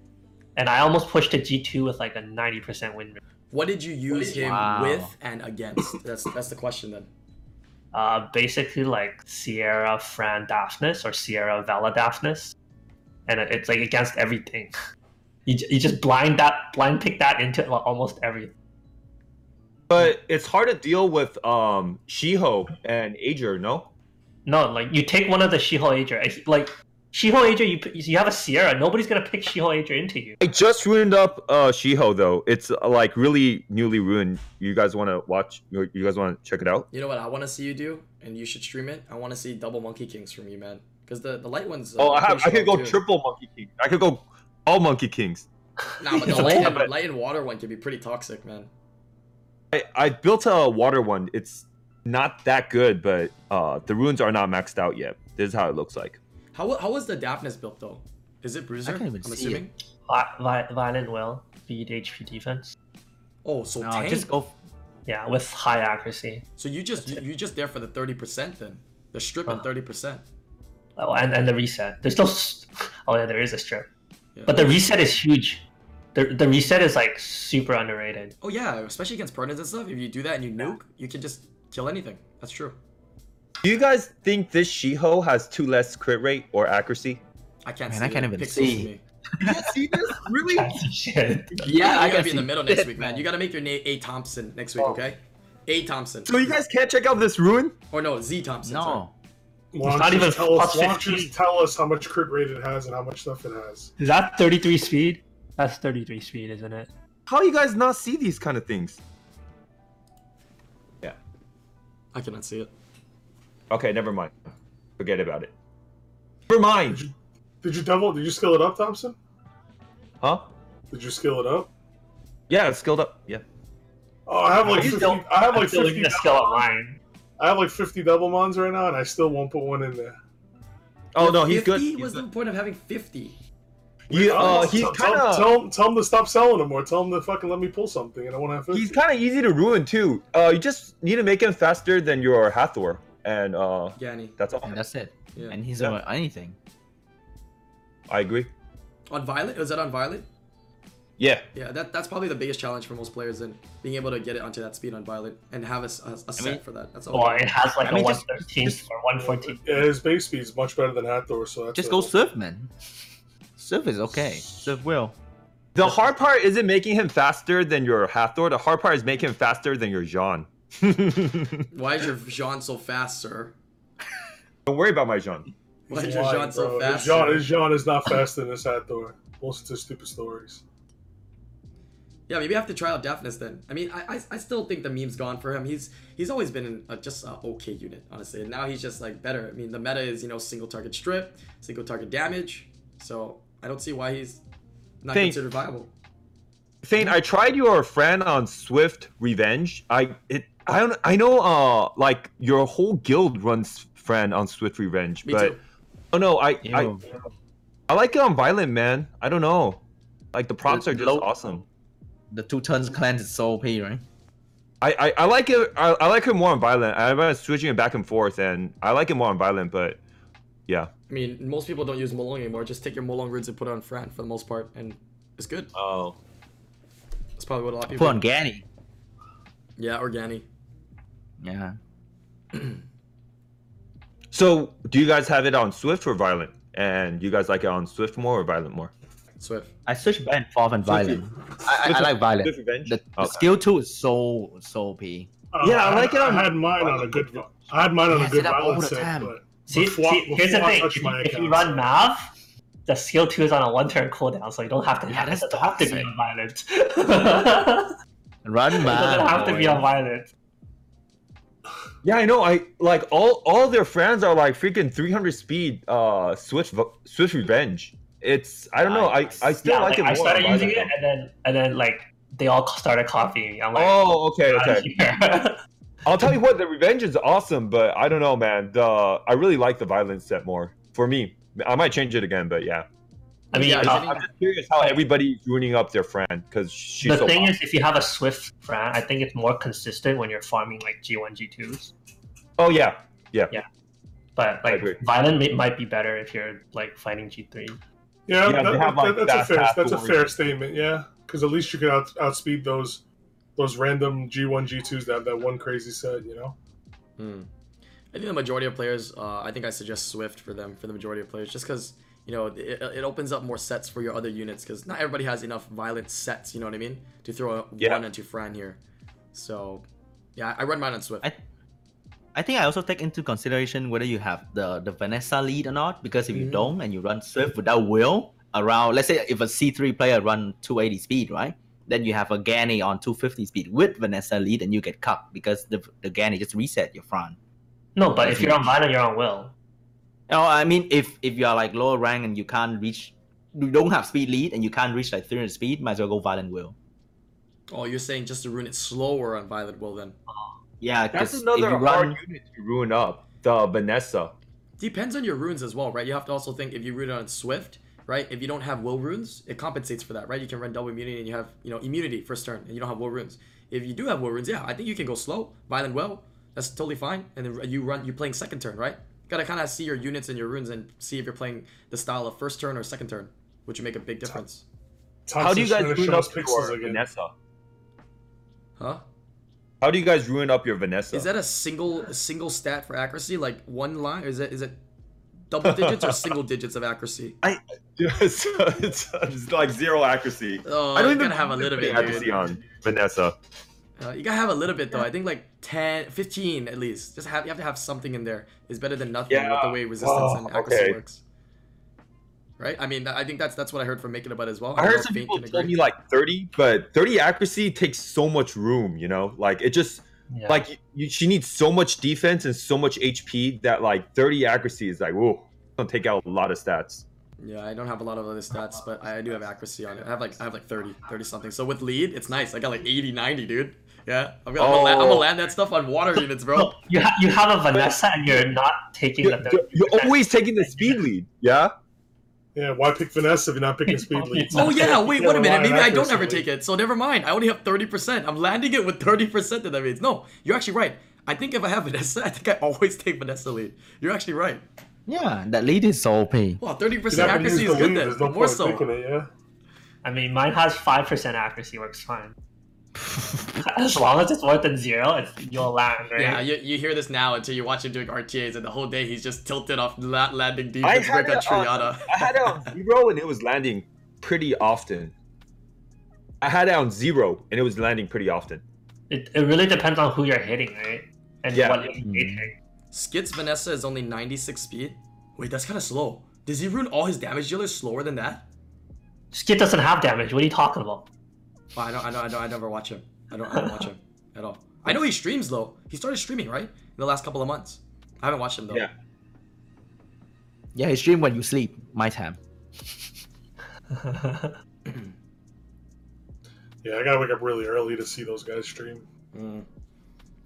Speaker 5: and I almost pushed to G two with like a ninety percent win rate.
Speaker 1: What did you use him
Speaker 2: Wow.
Speaker 1: with and against? That's that's the question then.
Speaker 5: Uh, basically like Sierra Fran Daphnis or Sierra Vela Daphnis, and it- it's like against everything. *laughs* You, ju- you just blind that blind pick that into like, almost everything.
Speaker 4: But it's hard to deal with um Shiho and Ager, no?
Speaker 5: No, like you take one of the Shiho Ager. It's Like Shiho Ager, you you have a Sierra. Nobody's gonna pick Shiho Ager into you.
Speaker 4: I just ruined up uh Shiho though. It's uh, like really newly ruined. You guys want to watch? You you guys want to check it out?
Speaker 1: You know what I want to see you do, and you should stream it. I want to see double monkey kings from you, man, because the the light ones. uh,
Speaker 4: Oh, I
Speaker 1: are
Speaker 4: have. I
Speaker 1: pretty
Speaker 4: could go
Speaker 1: strong, too.
Speaker 4: triple Monkey King. I could go all Monkey Kings.
Speaker 1: Nah, but the
Speaker 5: Yeah,
Speaker 1: light,
Speaker 4: but-
Speaker 1: and, light and water one can be pretty toxic, man.
Speaker 4: I, I built a water one. It's not that good, but uh the runes are not maxed out yet. This is how it looks like.
Speaker 1: How wa- how was the Daphnis built though? Is it Bruiser?
Speaker 2: I can't even
Speaker 1: am
Speaker 2: see
Speaker 1: assuming.
Speaker 5: Vi- Vi- Violent will beat HP defense.
Speaker 1: Oh, so
Speaker 2: No,
Speaker 1: tank.
Speaker 2: just go.
Speaker 5: Yeah, with high accuracy.
Speaker 1: So you just you, you just there for the thirty percent then? They're stripping
Speaker 5: Huh.
Speaker 1: thirty percent.
Speaker 5: Oh, and, and the reset. There's no. s- *laughs* Oh yeah, there is a strip,
Speaker 1: Yeah.
Speaker 5: but the reset is huge. The, the reset is like super underrated. *laughs*
Speaker 1: Oh yeah, especially against partners and stuff. If you do that and you nuke, you can just kill anything. That's true.
Speaker 4: Do you guys think this Shiho has two less crit rate or accuracy?
Speaker 1: I can't
Speaker 2: Man,
Speaker 1: see.
Speaker 2: I can't
Speaker 1: it.
Speaker 2: even
Speaker 1: Pixels
Speaker 2: see.
Speaker 1: to me.
Speaker 4: You can't see this?
Speaker 5: *laughs*
Speaker 4: Really?
Speaker 5: Shit.
Speaker 1: Yeah, I
Speaker 2: I
Speaker 1: gotta
Speaker 2: can
Speaker 1: be in
Speaker 2: see
Speaker 1: the middle next
Speaker 2: shit,
Speaker 1: week, man.
Speaker 2: man.
Speaker 1: You gotta make your name A Thompson next week, okay? A Thompson.
Speaker 4: So you guys can't check out this ruin?
Speaker 1: Or no, Z Thompson. sorry.
Speaker 2: No.
Speaker 3: Why
Speaker 5: It's
Speaker 3: don't
Speaker 5: not
Speaker 3: you
Speaker 5: even
Speaker 3: just tell us,
Speaker 5: plus
Speaker 3: why don't you
Speaker 5: 15.
Speaker 3: just tell us how much crit rate it has and how much stuff it has?
Speaker 5: Is that 33 speed? That's 33 speed, isn't it?
Speaker 4: How you guys not see these kind of things?
Speaker 1: I cannot see it.
Speaker 4: Okay, never mind. Forget about it. Never mind.
Speaker 3: Did you double? Did you skill it up, Thompson?
Speaker 4: Huh?
Speaker 3: Did you skill it up?
Speaker 4: Yeah, it's skilled up. Yeah.
Speaker 3: Oh, I have like
Speaker 5: You
Speaker 3: 50,
Speaker 5: don't-
Speaker 3: I have
Speaker 5: I'm
Speaker 3: like
Speaker 5: still looking
Speaker 3: 50.
Speaker 5: to skill up mine.
Speaker 3: I have like 50 double mons right now, and I still won't put one in there.
Speaker 4: Oh no, he's good.
Speaker 1: 50
Speaker 4: He's
Speaker 1: was
Speaker 4: good.
Speaker 1: the point of having 50.
Speaker 4: You- uh,
Speaker 3: Honest,
Speaker 4: he's
Speaker 3: tell-
Speaker 4: kind
Speaker 3: tell,
Speaker 4: of
Speaker 3: tell, him- tell him to stop selling them, or tell him to fucking let me pull something, and I want to have 50.
Speaker 4: he's kind of easy to ruin too. Uh, you just need to make him faster than your Hathor, and uh,
Speaker 1: Ganny.
Speaker 4: that's all.
Speaker 2: And that's it.
Speaker 1: Yeah.
Speaker 2: And he's
Speaker 4: Yeah.
Speaker 2: over anything.
Speaker 4: I agree.
Speaker 1: on Violet? Was that on Violet?
Speaker 4: Yeah.
Speaker 1: Yeah, that, that's probably the biggest challenge for most players in being able to get it onto that speed on Violet and have a, s- a- a set
Speaker 2: mean-
Speaker 1: for that. That's all.
Speaker 5: Or Oh, it has like
Speaker 2: I
Speaker 5: a
Speaker 2: mean, just-
Speaker 5: 113
Speaker 2: just-
Speaker 5: or 114.
Speaker 3: Yeah, his base speed is much better than Hathor, so that's
Speaker 2: Just
Speaker 3: a-
Speaker 2: go surf, man. *laughs* Surf is okay. Surf will.
Speaker 4: The hard part isn't making him faster than your Hathor. The hard part is making him faster than your Jean. *laughs* Don't
Speaker 1: Why is your Jean so fast, sir?
Speaker 4: worry about my Jean.
Speaker 1: Why
Speaker 3: He's
Speaker 1: is your
Speaker 3: lying,
Speaker 1: Jean so
Speaker 3: bro.
Speaker 1: fast?
Speaker 3: His Jean,
Speaker 1: sir?
Speaker 3: his Jean is not faster than this Hathor. Listen to stupid stories.
Speaker 1: Yeah, maybe I have to try out Daphnis then. I mean, I, I, I still think the meme's gone for him. He's he's always been in a, just a okay unit, honestly. And now he's just like better. I mean, the meta is you know single target strip, single target damage. So I don't see why he's not
Speaker 4: Think-
Speaker 1: considered viable.
Speaker 4: Thane, I tried your friend on Swift Revenge. I it I don't I know uh like your whole guild runs friend on Swift Revenge,
Speaker 1: Me
Speaker 4: but
Speaker 1: too.
Speaker 4: oh no, I, I
Speaker 2: Ew.
Speaker 4: I like it on Violent man. I don't know. Like the prompts are just
Speaker 2: Low-
Speaker 4: awesome.
Speaker 2: The two turns cleanse is so OP, right?
Speaker 4: I, I, I like it I, I like it more on Violent. I've been switching it back and forth and I like it more on Violent, but yeah.
Speaker 1: I mean, most people don't use Molong anymore. Just take your Molong runes and put it on Fran for the most part, and it's good.
Speaker 4: Oh.
Speaker 1: That's probably what a lot of people.
Speaker 2: Put on Ganny.
Speaker 1: Yeah, Organi.
Speaker 2: Yeah.
Speaker 4: So do you guys have it on Swift or Violent? And you guys like it on Swift more or Violent more?
Speaker 1: Swift.
Speaker 2: I switch back and forth and violent. I, I, I like
Speaker 4: Swift
Speaker 2: violent.
Speaker 4: Revenge?
Speaker 2: The, the
Speaker 4: Okay.
Speaker 2: skill two is so so OP. Yeah,
Speaker 3: Uh,
Speaker 4: Yeah, I like it
Speaker 3: had-
Speaker 4: on-
Speaker 3: I had mine on a good. vi- I had mine on
Speaker 2: Yeah,
Speaker 3: a
Speaker 2: I
Speaker 3: good
Speaker 2: said that all
Speaker 3: balance
Speaker 2: the
Speaker 3: set,
Speaker 2: time.
Speaker 3: but
Speaker 5: See,
Speaker 3: Before-
Speaker 5: see here's the
Speaker 3: before I
Speaker 5: thing.
Speaker 3: touch
Speaker 5: If,
Speaker 3: my
Speaker 5: you- if you
Speaker 3: account,
Speaker 5: run
Speaker 3: so-
Speaker 5: Mav, the skill 2 is on a 1 turn cooldown, so you don't have to
Speaker 2: Yeah,
Speaker 5: have, it
Speaker 2: that's
Speaker 5: doesn't have to be
Speaker 2: toxic.
Speaker 5: on violent. *laughs* it doesn't
Speaker 2: Run man.
Speaker 5: have to be
Speaker 2: boy.
Speaker 5: on violent.
Speaker 4: Yeah, I know. I like all all their friends are like freaking 300 speed uh Swift Swift Revenge. It's I don't know. I I still
Speaker 5: Yeah,
Speaker 4: like,
Speaker 5: like,
Speaker 4: it more.
Speaker 5: I started
Speaker 4: on
Speaker 5: using it,
Speaker 4: Violent,
Speaker 5: and then and then like they all started copying me. I'm
Speaker 4: though.
Speaker 5: like,
Speaker 4: Oh, okay,
Speaker 5: "Outta
Speaker 4: okay.
Speaker 5: here." *laughs*
Speaker 4: I'll tell you what, the Revenge is awesome, but I don't know, man. The I really like the violence set more for me. I might change it again, but yeah.
Speaker 5: I mean,
Speaker 1: Yeah,
Speaker 5: if-
Speaker 1: is
Speaker 4: Uh,
Speaker 1: any-
Speaker 4: I'm just curious how everybody's ruining up their friend because she's
Speaker 5: the
Speaker 4: so
Speaker 5: thing
Speaker 4: popular.
Speaker 5: is, if you have a Swift fran, I think it's more consistent when you're farming like G1, G2s.
Speaker 4: Oh yeah,
Speaker 5: But
Speaker 4: I
Speaker 5: like
Speaker 4: agree.
Speaker 5: Violent may, might be better if you're like fighting G3.
Speaker 3: Yeah,
Speaker 4: Yeah,
Speaker 3: that,
Speaker 4: they have,
Speaker 3: that-
Speaker 4: like,
Speaker 3: that's
Speaker 4: that
Speaker 3: a fair
Speaker 4: path
Speaker 3: that's a
Speaker 4: towards-
Speaker 3: fair statement. Yeah, because at least you could out, outspeed those those random G one G twos that that one crazy set. You know,
Speaker 1: Hmm. I think the majority of players, uh, I think I suggest Swift for them, for the majority of players, just because, you know, it, it opens up more sets for your other units, because not everybody has enough violent sets, you know what I mean? To throw a
Speaker 4: Yeah.
Speaker 1: one into Fran here. So, yeah, I run mine on Swift.
Speaker 2: I- I think I also take into consideration whether you have the, the Vanessa lead or not, because if you
Speaker 1: Mhm.
Speaker 2: don't and you run Swift without will around, let's say if a C3 player run 280 speed, right? Then you have a Ganny on 250 speed with Vanessa lead and you get cucked because the, the Ganny just reset your front.
Speaker 5: No, but if
Speaker 2: Mhm.
Speaker 4: Mm-hmm.
Speaker 5: you're on Violent, you're on Will.
Speaker 2: No, I mean if if you are like lower rank and you can't reach, you don't have speed lead and you can't reach like 300 speed, might as well go Violent Will.
Speaker 1: oh, you're saying just to ruin it slower on Violet Will then?
Speaker 2: Yeah,
Speaker 4: that's
Speaker 2: 'cause if
Speaker 4: another
Speaker 2: you
Speaker 4: hard
Speaker 2: run-
Speaker 4: unit to ruin up. The Vanessa.
Speaker 1: Depends on your runes as well, right? You have to also think if you root on Swift, right? If you don't have will runes, it compensates for that, right? You can run double immunity and you have, you know, immunity first turn and you don't have will runes. If you do have will runes, yeah, I think you can go slow, violent well. That's totally fine. And then you run, you're playing second turn, right? Gotta kind of see your units and your runes and see if you're playing the style of first turn or second turn, which would make a big difference.
Speaker 3: Thompson's
Speaker 4: how do you guys
Speaker 3: trying to
Speaker 4: ruin
Speaker 3: show us
Speaker 4: up
Speaker 3: pixels
Speaker 4: your
Speaker 3: again.
Speaker 4: Vanessa?
Speaker 1: Huh?
Speaker 4: How do you guys ruin up your Vanessa?
Speaker 1: Is that a single a single stat for accuracy? Like one line? Or is it is it double
Speaker 4: *laughs*
Speaker 1: digits or single digits of accuracy?
Speaker 4: *laughs* it's, it's, it's like zero accuracy.
Speaker 1: Oh,
Speaker 4: I don't
Speaker 1: you
Speaker 4: even
Speaker 1: gotta have a little bit, dude.
Speaker 4: accuracy on Vanessa.
Speaker 1: Uh, you gotta have a little bit though. I think like 10, 15 at least. Just have you have to have something in there. It's better than nothing with the
Speaker 4: Yeah.
Speaker 1: way resistance
Speaker 4: Oh,
Speaker 1: and accuracy
Speaker 4: okay.
Speaker 1: works. Right? I mean, I think that's that's what I heard from Making About as well.
Speaker 4: I
Speaker 1: don't
Speaker 4: heard
Speaker 1: know if
Speaker 4: some
Speaker 1: Fink
Speaker 4: people
Speaker 1: can
Speaker 4: told
Speaker 1: agree.
Speaker 4: me like 30, but 30 accuracy takes so much room, you know? Like it just
Speaker 5: Yeah.
Speaker 4: like you, she needs so much defense and so much HP that like 30 accuracy is like, whoa, gonna take out a lot of stats.
Speaker 1: Yeah, I don't have a lot of other stats, but I do have accuracy on it. I have like I have like 30, 30 something. So with lead, it's nice. I got like 80, 90, dude. Yeah, I'm gonna, I'm, gonna la- I'm gonna
Speaker 4: Oh.
Speaker 1: land that stuff on water units, bro.
Speaker 5: Look, you, ha- you have a Vanessa and you're not taking
Speaker 4: You're,
Speaker 5: the
Speaker 4: you're- you're
Speaker 5: 30%.
Speaker 4: always taking the speed lead, yeah?
Speaker 3: Yeah, why pick Vanessa if you're
Speaker 1: *laughs*
Speaker 3: not picking speed leads?
Speaker 1: Oh
Speaker 3: *laughs*
Speaker 1: yeah, wait, wait a minute. Maybe I don't ever
Speaker 3: ever
Speaker 1: take it. So never mind. I only have thirty percent. I'm landing it with thirty percent. That means no. You're actually right. I think if I have *laughs* Vanessa, I think I always take Vanessa lead. You're actually right.
Speaker 2: yeah, that lead is so OP.
Speaker 1: Wow, thirty
Speaker 3: You're
Speaker 1: percent
Speaker 3: not gonna use
Speaker 1: accuracy
Speaker 3: the
Speaker 1: is good
Speaker 3: lead,
Speaker 1: then.
Speaker 3: there's no
Speaker 1: More
Speaker 3: point
Speaker 1: so.
Speaker 3: picking it, yeah.
Speaker 5: I mean, mine has 5% accuracy,
Speaker 4: *laughs*
Speaker 5: works fine. as long as it's more than zero, it's, you'll land, right?
Speaker 1: Yeah, you, you hear this now until you watch him doing RTAs, and the whole day he's just tilted off la- landing deep
Speaker 4: I
Speaker 1: and break
Speaker 4: had
Speaker 1: on
Speaker 4: it on-
Speaker 1: Triana.
Speaker 4: I had it on zero and it was landing pretty often. I had it on zero and it was landing pretty often.
Speaker 5: It, it really depends on who you're hitting, right? And
Speaker 4: Yeah.
Speaker 5: what you're
Speaker 1: Mm-hmm.
Speaker 5: hitting.
Speaker 1: Skits Vanessa is only ninety six speed. Wait, that's kind of slow. Does he ruin all his damage dealers slower than that?
Speaker 5: Skip doesn't have damage. What are you talking about? *laughs*
Speaker 1: Wow, I don't, I don't, I don't, I never watch him. I don't, I don't watch him at all. I know he streams though. He started streaming right in the last couple of months. I haven't watched him though.
Speaker 4: Yeah.
Speaker 2: Yeah, it's dream when you sleep. My time.
Speaker 3: Yeah, I gotta wake up really early to see those guys stream.
Speaker 1: Mm.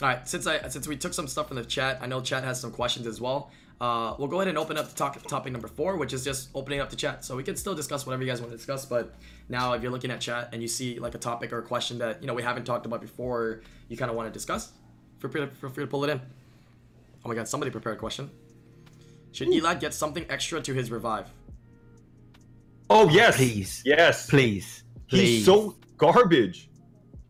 Speaker 1: All right, since I since we took some stuff from the chat, I know chat has some questions as well. Uh, we'll go ahead and open up the talk, topic number four, which is just opening up the chat. So we can still discuss whatever you guys want to discuss, but now if you're looking at chat and you see like a topic or a question that you know we haven't talked about before, or you kind of want to discuss, feel free to, feel free to pull it in. Oh my God, somebody prepared a question. Should Elad get something extra to his revive?
Speaker 4: Oh yes.
Speaker 2: Please.
Speaker 4: Yes.
Speaker 2: Please. Please.
Speaker 4: He's so garbage.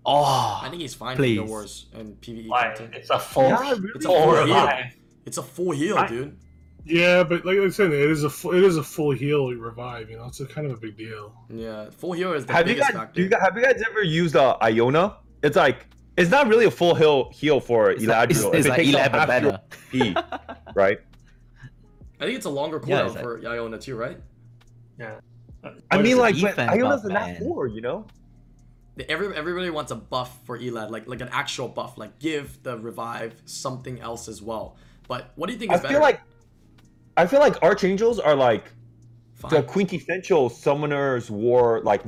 Speaker 2: Oh.
Speaker 1: I think he's fine
Speaker 2: Please.
Speaker 1: for the wars and PVE
Speaker 5: Why?
Speaker 1: content.
Speaker 5: It's a full.
Speaker 4: Yeah, really.
Speaker 5: It's a full
Speaker 1: Or
Speaker 5: revive.
Speaker 1: It's a full heal,
Speaker 5: I-
Speaker 1: dude.
Speaker 3: Yeah, but like I said, it is a full, it is a full heal revive. You know, it's a kind of a big deal.
Speaker 1: Yeah, full heal is the
Speaker 4: have you
Speaker 1: biggest
Speaker 4: guys,
Speaker 1: factor.
Speaker 4: do you guys have you guys ever used uh, Iona? It's like it's not really a full heal heal for
Speaker 2: It's like, it's,
Speaker 4: Eladriel.
Speaker 2: it's
Speaker 4: If it
Speaker 2: like
Speaker 4: takes up
Speaker 2: 11
Speaker 4: half your
Speaker 2: better.
Speaker 4: HP, right?
Speaker 1: I think it's a longer cooldown
Speaker 2: Yeah, it's like-
Speaker 1: for Iona too, right?
Speaker 4: I
Speaker 5: What
Speaker 4: mean,
Speaker 5: is it?
Speaker 4: like
Speaker 2: defense
Speaker 4: but Iona's
Speaker 2: buff,
Speaker 4: not
Speaker 2: man?
Speaker 4: four, you know.
Speaker 1: The- Every, everybody wants a buff for Elad, like like an actual buff, like give the revive something else as well. But what do you think
Speaker 4: I
Speaker 1: is
Speaker 4: feel
Speaker 1: better?
Speaker 4: like I feel like archangels are like
Speaker 1: Fine.
Speaker 4: the quintessential summoners war. Like,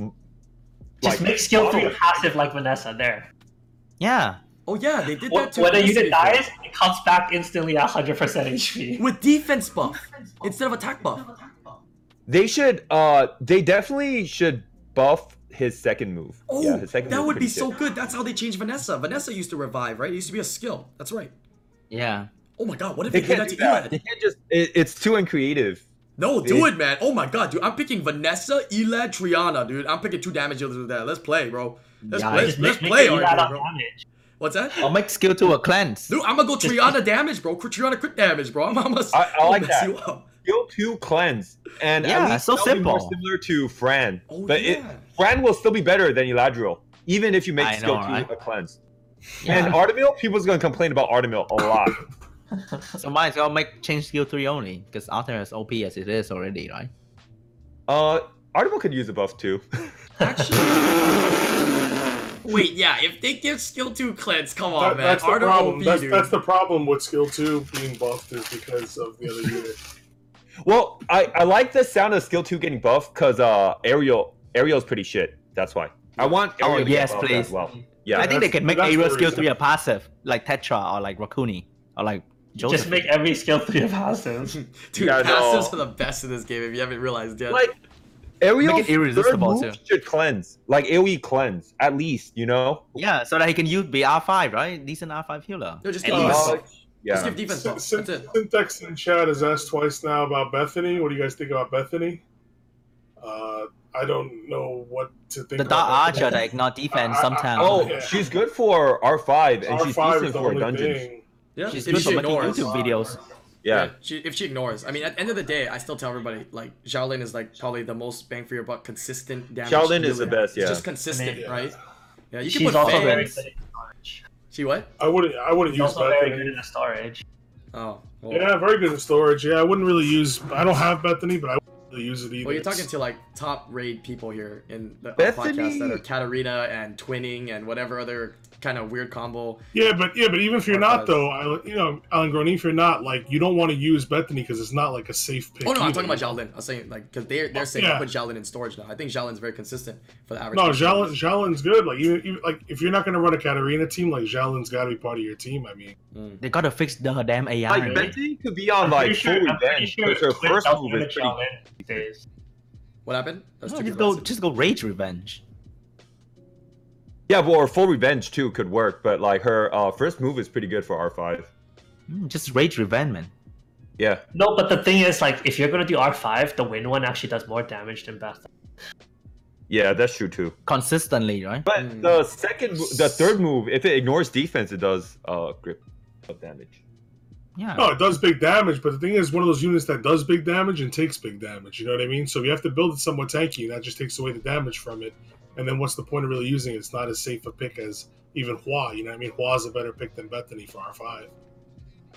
Speaker 5: Just make skill three passive like Vanessa there.
Speaker 2: Yeah.
Speaker 1: oh yeah, they did that
Speaker 5: Wh-
Speaker 1: too.
Speaker 5: When a
Speaker 1: with Destiny
Speaker 5: unit
Speaker 1: four.
Speaker 5: dies, it comes *laughs* back instantly at 100% HP.
Speaker 1: with defense buff instead of attack buff.
Speaker 4: They should. Uh, they definitely should buff his second move.
Speaker 1: Oh,
Speaker 4: yeah, his second
Speaker 1: that
Speaker 4: move's
Speaker 1: would be
Speaker 4: pretty
Speaker 1: so
Speaker 4: good.
Speaker 1: good. That's how they changed Vanessa. Vanessa used to revive, right? It used to be a skill. That's right.
Speaker 2: Yeah.
Speaker 1: Oh my god, what if
Speaker 4: They
Speaker 1: they did
Speaker 4: can't
Speaker 1: that
Speaker 4: do
Speaker 1: to
Speaker 4: that.
Speaker 1: Elad?
Speaker 4: They can't just. It, it's too uncreative.
Speaker 1: No, do
Speaker 4: They-
Speaker 1: it, man. Oh my god, dude. I'm picking Vanessa, Elad, Triana, dude. I'm picking two damage dealers with that. Let's play, bro. Let's
Speaker 2: Yeah,
Speaker 1: play.
Speaker 2: just
Speaker 1: Let's
Speaker 5: Make- make
Speaker 1: play,
Speaker 5: sure you
Speaker 1: already,
Speaker 5: add on
Speaker 1: bro.
Speaker 5: damage.
Speaker 1: What's that?
Speaker 4: Oh.
Speaker 2: I'll make skill to a cleanse.
Speaker 1: Dude, I'm gonna go Triana damage, bro. Crit- Triana crit damage, bro. I'm, I'm gonna
Speaker 4: I- I
Speaker 1: I'm
Speaker 4: like
Speaker 1: gonna mess
Speaker 4: that.
Speaker 1: you up.
Speaker 4: Skill two cleanse, and at
Speaker 2: Yeah,
Speaker 4: least
Speaker 2: so
Speaker 4: that'll be more
Speaker 2: simple.
Speaker 4: similar to Fran,
Speaker 1: Oh
Speaker 4: but it,
Speaker 1: yeah.
Speaker 4: Fran will still be better than Eladriel, even if you make
Speaker 2: I
Speaker 4: skill
Speaker 2: know,
Speaker 4: two
Speaker 2: right?
Speaker 4: a cleanse.
Speaker 2: yeah.
Speaker 4: And Artemil, people's gonna complain about Artemil a lot.
Speaker 2: so mine's gonna make change skill three only because Arthur is OP as it is already, right?
Speaker 4: uh, Artemil could use a buff too.
Speaker 1: Actually. *laughs* Wait, yeah, if they give skill to cleanse, come on,
Speaker 3: That-
Speaker 1: man.
Speaker 3: that's the
Speaker 1: Ardor
Speaker 3: problem.
Speaker 1: OP,
Speaker 3: that's,
Speaker 1: dude.
Speaker 3: that's the problem with skill two being buffed is because of
Speaker 1: *laughs*
Speaker 3: the other unit.
Speaker 4: Well, I, I like the sound of skill two getting buffed because uh Ariel Ariel's pretty shit. That's why I want
Speaker 2: Oh,
Speaker 4: Ariel to get
Speaker 2: yes,
Speaker 4: buffed
Speaker 2: please.
Speaker 4: as well. Yeah,
Speaker 2: I think they
Speaker 3: that's-
Speaker 2: can make
Speaker 3: that's the
Speaker 2: aerial skill
Speaker 3: reason.
Speaker 2: three a passive, like Tetra or like Rakuni or like Joseph.
Speaker 5: Just make every skill three of passive.
Speaker 1: *laughs* Dude,
Speaker 4: Yeah, I know.
Speaker 1: passives are the best in this game if you haven't realized yet.
Speaker 4: like Ariel's
Speaker 2: Make it irresistible,
Speaker 4: third move
Speaker 2: too.
Speaker 4: should cleanse, like AOE cleanse at least, you know.
Speaker 2: yeah, so that he can use be R five, right? Decent R five healer.
Speaker 1: No, just
Speaker 2: At
Speaker 1: give
Speaker 3: Uh,
Speaker 2: least.
Speaker 1: defense.
Speaker 4: Uh,
Speaker 1: Just
Speaker 4: yeah,
Speaker 1: give defense.
Speaker 3: Syn-
Speaker 1: buff.
Speaker 3: syn-
Speaker 1: That's it.
Speaker 3: Syntax in chat has asked twice now about Bethany. What do you guys think about Bethany? Uh, I don't know what to think.
Speaker 2: the
Speaker 3: about
Speaker 2: Dark Archer
Speaker 3: Bethany.
Speaker 2: that ignore defense
Speaker 3: I- I-
Speaker 2: sometimes.
Speaker 4: Oh,
Speaker 3: Yeah.
Speaker 4: she's good for R five, and she's
Speaker 3: R5
Speaker 4: decent
Speaker 3: is the
Speaker 4: for
Speaker 3: only
Speaker 4: dungeons.
Speaker 3: thing.
Speaker 1: Yeah,
Speaker 2: She's
Speaker 1: if
Speaker 2: good for
Speaker 1: she
Speaker 2: making
Speaker 1: ignores.
Speaker 2: YouTube videos.
Speaker 4: Yeah.
Speaker 1: she, if she ignores. I mean, at the end of the day, I still tell everybody, like, Shaolin is, like, probably the most bang for your buck consistent damage.
Speaker 4: Shaolin is
Speaker 1: dealer.
Speaker 4: the
Speaker 1: It's
Speaker 4: best, yeah.
Speaker 1: just consistent,
Speaker 5: Yeah.
Speaker 1: right? Yeah, you can
Speaker 5: She's
Speaker 1: put
Speaker 5: also
Speaker 1: Faye-
Speaker 5: very good in storage.
Speaker 1: She what?
Speaker 3: I wouldn't. I wouldn't
Speaker 5: She's
Speaker 3: use
Speaker 5: also very
Speaker 3: Bethany.
Speaker 5: good in the storage.
Speaker 1: Oh. Well,
Speaker 3: Yeah, very good in storage. Yeah, I wouldn't really use. I don't have Bethany, but I wouldn't really use it either.
Speaker 1: well, you're talking to, like, top raid people here in the
Speaker 4: Bethany-
Speaker 1: podcast that are Katarina and Twinning and whatever other kind of weird combo.
Speaker 3: Yeah, but yeah, but even if you're
Speaker 1: R5.
Speaker 3: not though, I you know Alan Grony, if you're not like you don't want to use Bethany because it's not like a safe pick.
Speaker 1: Oh no, I'm
Speaker 3: either.
Speaker 1: talking about Shaolin. I was saying like because they're they're saying
Speaker 3: Yeah.
Speaker 1: put Shaolin in storage now. I think Shaolin's very consistent for the average.
Speaker 3: No,
Speaker 1: person.
Speaker 3: Jalen, Jalen's good. Like even, even like if you're not gonna run a Katarina team, like Jalen's got to be part of your team. I mean,
Speaker 1: Mm.
Speaker 2: They gotta fix the her damn AI.
Speaker 4: Like
Speaker 2: man.
Speaker 4: Betsy could be on
Speaker 5: I'm
Speaker 4: like
Speaker 5: pretty sure-
Speaker 4: full
Speaker 5: I'm pretty
Speaker 4: revenge
Speaker 5: sure
Speaker 4: because her
Speaker 5: Twitch
Speaker 4: first
Speaker 5: doesn't
Speaker 4: move
Speaker 5: have
Speaker 4: is
Speaker 5: a
Speaker 4: pretty.
Speaker 5: challenge these days.
Speaker 1: What happened? That was
Speaker 2: No,
Speaker 1: too
Speaker 2: just go,
Speaker 1: convincing.
Speaker 2: just go rage revenge.
Speaker 4: Yeah, but or full revenge too could work, but like her uh, first move is pretty good for R five.
Speaker 2: Mm, Just rage revenge, man.
Speaker 4: Yeah,
Speaker 5: No, but the thing is, like, if you're gonna do R five, the win one actually does more damage than Beth.
Speaker 4: yeah, that's true too.
Speaker 2: Consistently, right?
Speaker 4: But
Speaker 1: Mm.
Speaker 4: the second, mo- the third move, if it ignores defense, it does uh grip of damage.
Speaker 2: Yeah.
Speaker 3: no, it does big damage, but the thing is, one of those units that does big damage and takes big damage. You know what I mean? So you have to build it somewhat tanky, and that just takes away the damage from it. And then what's the point of really using it? It's not as safe a pick as even Hua. You know what I mean? Hua's a better pick than Bethany for R five.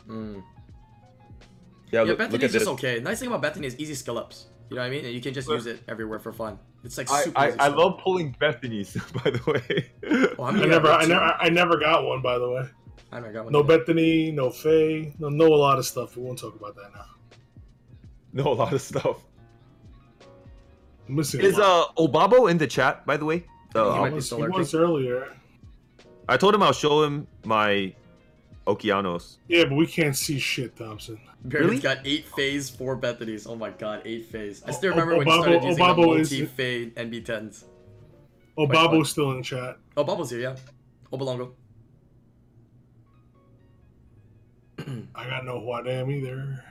Speaker 1: Mm.
Speaker 4: Yeah,
Speaker 1: Yeah,
Speaker 4: look, look
Speaker 1: Bethany's
Speaker 4: at this.
Speaker 1: just okay. Nice thing about Bethany is easy skill ups. You know what I mean? And you can just
Speaker 4: Look.
Speaker 1: use it everywhere for fun. It's like
Speaker 4: I,
Speaker 1: super
Speaker 4: I,
Speaker 1: easy
Speaker 4: I
Speaker 1: skill.
Speaker 4: love pulling Bethany's, *laughs* by the way. *laughs*
Speaker 1: Well, I'm
Speaker 3: I
Speaker 1: gonna
Speaker 3: never,
Speaker 1: have
Speaker 3: I
Speaker 1: two.
Speaker 3: never, I never got one. By the way,
Speaker 1: I never got one.
Speaker 3: no
Speaker 1: either.
Speaker 3: Bethany, no Faye, no, no a lot of stuff. We won't talk about that now.
Speaker 4: know a lot of stuff.
Speaker 3: I'm missing
Speaker 4: Is
Speaker 3: a lot.
Speaker 4: uh Obabo in the chat, by the way?
Speaker 1: he
Speaker 3: he,
Speaker 1: might
Speaker 4: Uh,
Speaker 1: be
Speaker 3: was,
Speaker 1: still
Speaker 3: he
Speaker 1: lurking.
Speaker 3: was earlier.
Speaker 4: I told him I'll show him my Okeanos.
Speaker 3: Yeah, but we can't see shit, Thompson.
Speaker 1: Barry's
Speaker 4: Really?
Speaker 1: got eight phase, four Bethany's. Oh my god, eight phase. I still
Speaker 3: O-
Speaker 1: remember when you
Speaker 3: Obabo-
Speaker 1: started using the
Speaker 3: Obabo is-
Speaker 1: multi phase NB tens.
Speaker 3: Oh,
Speaker 1: Wait, what?
Speaker 3: Babo's still in chat.
Speaker 1: Oh, Bubble's here, yeah. Obalongo.
Speaker 3: I got no Juanam either.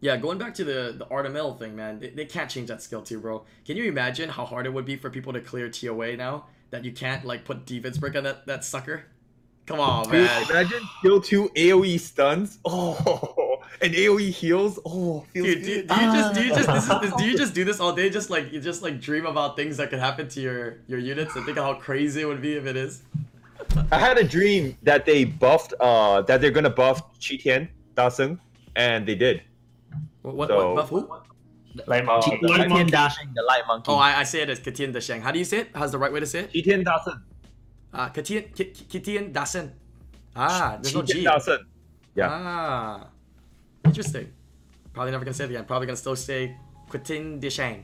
Speaker 1: Yeah, going back to the the Artemil thing, man, they, they can't change that skill too, bro. Can you imagine how hard it would be for people to clear TOA now that you can't like put defense break on that that sucker? Come on,
Speaker 4: Dude,
Speaker 1: man.
Speaker 4: imagine skill two AOE stuns. *laughs* Oh, and AOE heals. Oh, feels
Speaker 1: Dude,
Speaker 4: good.
Speaker 1: do, do you just do you just this is, this, do you just do this all day? Just like you just like dream about things that could happen to your your units and think of how crazy it would be if it is.
Speaker 4: I had a dream that they buffed. Uh, that they're gonna buff Qitian Daseng, and they did.
Speaker 1: What what,
Speaker 4: So-
Speaker 1: what buff who?
Speaker 5: Like,
Speaker 4: Uh,
Speaker 5: Qi-
Speaker 2: The
Speaker 3: Light
Speaker 2: Light
Speaker 3: monkey.
Speaker 2: dashing, the light monkey.
Speaker 1: Oh, I, I say it as Katian Dasheng. How do you say it? How's the right way to say it?
Speaker 4: Qitian Daseng.
Speaker 1: Uh, Katian Ki- Ki- Katian Dasen. Ah, there's no
Speaker 4: Qitian
Speaker 1: G.
Speaker 4: Daseng. Yeah.
Speaker 1: Ah, interesting. Probably never gonna say it again. Probably gonna still say Quitin Dishang.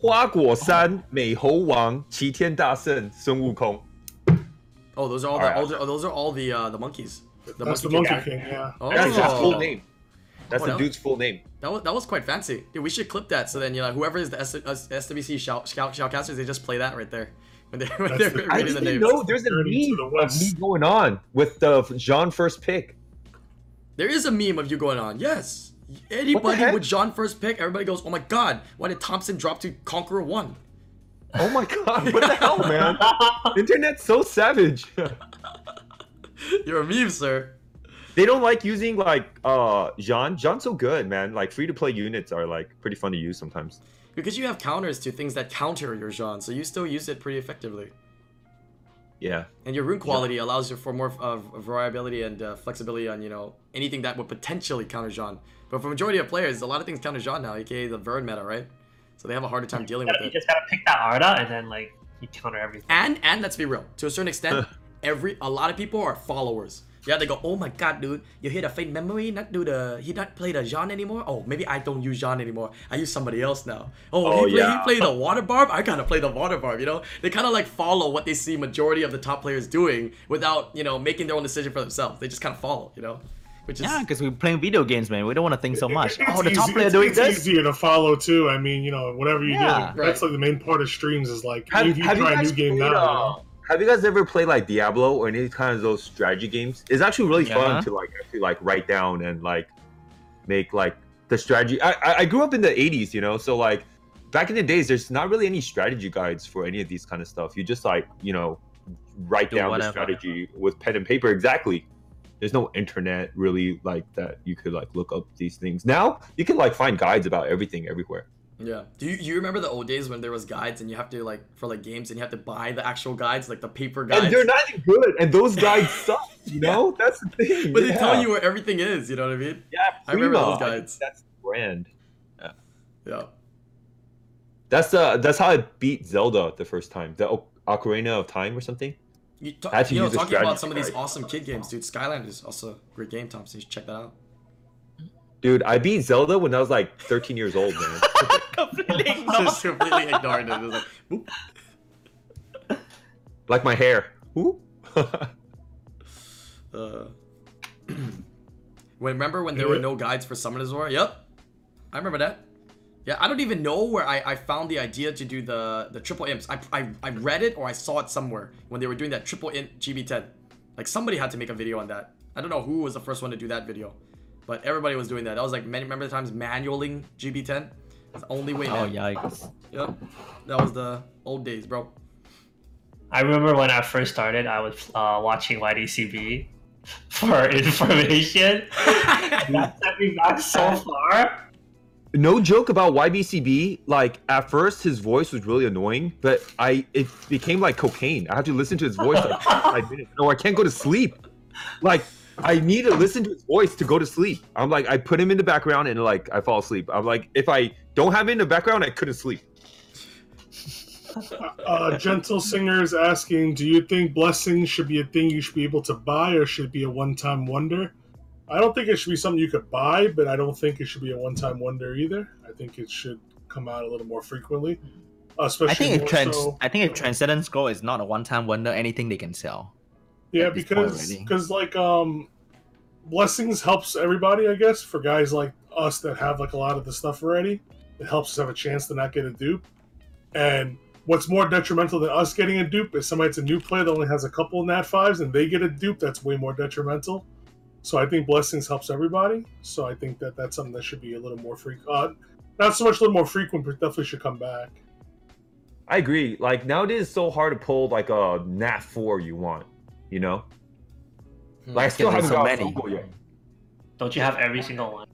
Speaker 4: Hua Guo San, Mei Hou Wang, Qitian Daseng, Sun Wukong.
Speaker 1: Oh, those are all,
Speaker 4: All
Speaker 1: the,
Speaker 4: right.
Speaker 1: all the, oh, those are all the uh, the monkeys. The monkey
Speaker 3: That's the
Speaker 1: king.
Speaker 3: Monkey King, yeah.
Speaker 1: Oh.
Speaker 4: That's his full name. That's
Speaker 1: Oh,
Speaker 4: the
Speaker 1: no.
Speaker 4: dude's full name.
Speaker 1: That was, that was quite fancy. Dude, we should clip that. So then, you know, whoever is the S- uh, S- SWC shout, shout, shoutcasters, they just play that right there *laughs* when they're, when
Speaker 3: That's
Speaker 1: they're
Speaker 3: the-
Speaker 1: reading
Speaker 4: I
Speaker 1: the
Speaker 4: didn't
Speaker 1: names.
Speaker 4: know there's a
Speaker 3: Journey to
Speaker 4: meme
Speaker 3: the
Speaker 4: of me
Speaker 3: West.
Speaker 4: going on with the John first pick.
Speaker 1: There is a meme of you going on. Yes. Anybody
Speaker 4: heck?
Speaker 1: with John first pick, everybody goes, oh my god, why did Thompson drop to Conqueror 1?
Speaker 4: Oh my god, what the hell, man? Internet's so savage.
Speaker 1: *laughs* You're a meme, sir.
Speaker 4: they don't like using like uh Jean. Jean's so good, man. Like free to play units are like pretty fun to use sometimes.
Speaker 1: Because you have counters to things that counter your Jean, so you still use it pretty effectively.
Speaker 4: Yeah.
Speaker 1: And your rune quality allows you for more uh, variability and uh, flexibility on, you know, anything that would potentially counter Jean. But for majority of players, a lot of things counter Jean now, aka the Vern meta, right? So they have a harder time dealing with
Speaker 5: gotta- you
Speaker 1: it.
Speaker 5: just gotta pick that art out and then like you counter everything.
Speaker 1: And and let's be real, to a certain extent, every a lot of people are followers. Yeah, they go, oh my god, dude, you hear the faint memory? Not do the he not play the Jean anymore. Oh, maybe I don't use Jean anymore. I use somebody else now. Oh,
Speaker 4: Oh,
Speaker 1: he, play,
Speaker 4: yeah.
Speaker 1: he
Speaker 4: *laughs*
Speaker 1: play the water barb. I gotta play the water barb. You know, they kind of like follow what they see majority of the top players doing without you know making their own decision for themselves. They just kind of follow. You know, which is
Speaker 2: Yeah, because we're playing video games, man. We don't want to
Speaker 4: *laughs*
Speaker 2: think so much.
Speaker 3: It's
Speaker 2: Oh, the top
Speaker 3: easy-
Speaker 2: player
Speaker 3: it's-
Speaker 2: doing
Speaker 3: it's
Speaker 2: this.
Speaker 3: easier to follow too. I mean, you know, whatever you do,
Speaker 2: Yeah.
Speaker 1: Right.
Speaker 3: that's like the main part of streams is like if you try a new game now.
Speaker 4: played,
Speaker 3: you
Speaker 4: uh,
Speaker 3: know?
Speaker 4: have you guys ever played like Diablo or any kind of those strategy games? It's actually really
Speaker 2: Yeah.
Speaker 4: fun to like actually like write down and like make like the strategy. I I- I grew up in the '80s, you know, so like back in the days, there's not really any strategy guides for any of these kind of stuff. You just like you know write
Speaker 2: Do
Speaker 4: down
Speaker 2: whatever.
Speaker 4: the strategy with pen and paper. Exactly. There's no internet really like that you could like look up these things. Now you can like find guides about everything everywhere.
Speaker 1: yeah. Do you, you remember the old days when there was guides and you have to like for like games and you have to buy the actual guides, like the paper guides?
Speaker 4: And they're not even good. And those
Speaker 1: *laughs*
Speaker 4: guides suck. You know, that's the thing.
Speaker 1: but they
Speaker 4: yeah.
Speaker 1: tell you where everything is. You know what I mean?
Speaker 4: Yeah,
Speaker 1: I remember
Speaker 4: Prima.
Speaker 1: those
Speaker 4: I think
Speaker 1: guides.
Speaker 4: That's the brand.
Speaker 1: Yeah.
Speaker 4: That's uh, that's how I beat Zelda the first time. The o- Ocarina of Time or something.
Speaker 1: You, ta-
Speaker 4: That's
Speaker 1: you know,
Speaker 4: user
Speaker 1: talking about
Speaker 4: strategy,
Speaker 1: some of these
Speaker 4: right?
Speaker 1: awesome kid games, dude. Skylanders is also a great game, Thompson. You should check that out.
Speaker 4: Dude, I beat Zelda when I was like 13 years old, *laughs* man.
Speaker 2: Completely.
Speaker 1: *laughs*
Speaker 4: *laughs*
Speaker 1: Just completely ignored it. It was like, boop.
Speaker 4: like my hair. *laughs* Who?
Speaker 1: Uh, *clears throat* when remember when
Speaker 2: Mm-hmm.
Speaker 1: there were no guides for Summon Azora? Yep, I remember that. Yeah, I don't even know where I, I found the idea to do the the triple imps. I, I I read it or I saw it somewhere when they were doing that triple imp GB10. Like somebody had to make a video on that. I don't know who was the first one to do that video, but everybody was doing that. That was like many remember the times manualing GB10. It's the only way.
Speaker 2: Oh
Speaker 1: man.
Speaker 2: yikes!
Speaker 1: Yep. That was the old days,
Speaker 2: *laughs*
Speaker 1: bro. *laughs*
Speaker 5: I remember when I first started, I was uh, watching YDCB for *laughs* information. *laughs* that sent me back so *laughs* far.
Speaker 4: no joke about YBCB. Like at first, his voice was really annoying, but I it became like cocaine. I have to listen to his voice like *laughs* five minutes, or I can't go to sleep. Like I need to listen to his voice to go to sleep. I'm like I put him in the background and like I fall asleep. I'm like if I don't have him in the background, I couldn't sleep.
Speaker 3: Uh, gentle singers asking, do you think blessings should be a thing you should be able to buy, or should it be a one-time wonder? I don't think it should be something you could buy, but I don't think it should be a one-time wonder either. I think it should come out a little more frequently, especially.
Speaker 2: I think
Speaker 3: more
Speaker 2: if trans,
Speaker 3: so-
Speaker 2: I think if transcendent scroll is not a one-time wonder, anything they can sell.
Speaker 3: Yeah,
Speaker 2: at this point
Speaker 3: because
Speaker 2: already.
Speaker 3: because like um, blessings helps everybody, I guess. For guys like us that have like a lot of the stuff already, it helps us have a chance to not get a dupe. And what's more detrimental than us getting a dupe is somebody that's a new player that only has a couple of nat fives, and they get a dupe. That's way more detrimental. So I think blessings helps everybody. So I think that that's something that should be a little more frequent. Uh, not so much a little more frequent, but definitely should come back.
Speaker 4: I agree. Like nowadays, it's so hard to pull like a Nat four you want. You know,
Speaker 1: Hmm.
Speaker 4: like I still
Speaker 2: Because
Speaker 4: haven't got
Speaker 2: there's so
Speaker 4: many.
Speaker 2: many.
Speaker 4: yet.
Speaker 5: Don't you have every single one?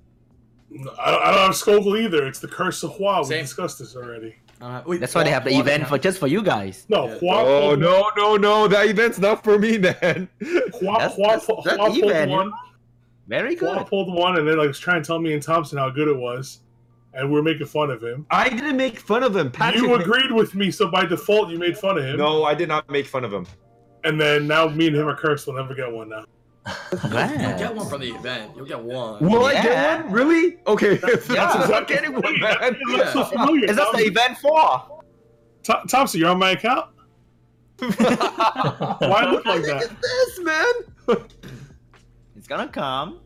Speaker 3: I don't, I don't have Skogel either. It's the curse of Hua. We
Speaker 1: Same.
Speaker 3: discussed this already.
Speaker 1: Uh, wait,
Speaker 2: That's why they have the
Speaker 1: Water
Speaker 2: event
Speaker 1: Town.
Speaker 2: for just for you guys.
Speaker 3: No,
Speaker 1: Yeah.
Speaker 3: Hua.
Speaker 4: Oh
Speaker 3: Pokemon-
Speaker 4: no, no, no! That event's not for me, man. *laughs*
Speaker 3: Qua,
Speaker 2: That's-
Speaker 3: Qua,
Speaker 2: that's-
Speaker 3: Qua,
Speaker 2: that's
Speaker 3: Qua pulled
Speaker 2: even.
Speaker 3: one.
Speaker 2: Very
Speaker 3: Qua
Speaker 2: good.
Speaker 3: pulled one, and then like was trying to tell me and Thompson how good it was, and we were making fun of him.
Speaker 4: I didn't make fun of him. Patrick
Speaker 3: you
Speaker 4: made-
Speaker 3: agreed with me, so by default you made fun of him.
Speaker 4: No, I did not make fun of him.
Speaker 3: And then now me and him are cursed. We'll never get one
Speaker 4: *laughs*
Speaker 3: now.
Speaker 2: *laughs*
Speaker 1: You'll
Speaker 2: Glad.
Speaker 1: get one from the event. You'll get one.
Speaker 4: Will I
Speaker 2: Yeah.
Speaker 4: get one? Really? Okay. *laughs* That's
Speaker 2: Yeah.
Speaker 4: I'm getting
Speaker 5: *laughs*
Speaker 4: one, man.
Speaker 3: It looks so familiar.
Speaker 2: Is that the
Speaker 3: Thompson.
Speaker 2: event for?
Speaker 3: Th- Thompson, you're on my account. Why look like that?
Speaker 4: This man.
Speaker 2: It's gonna come.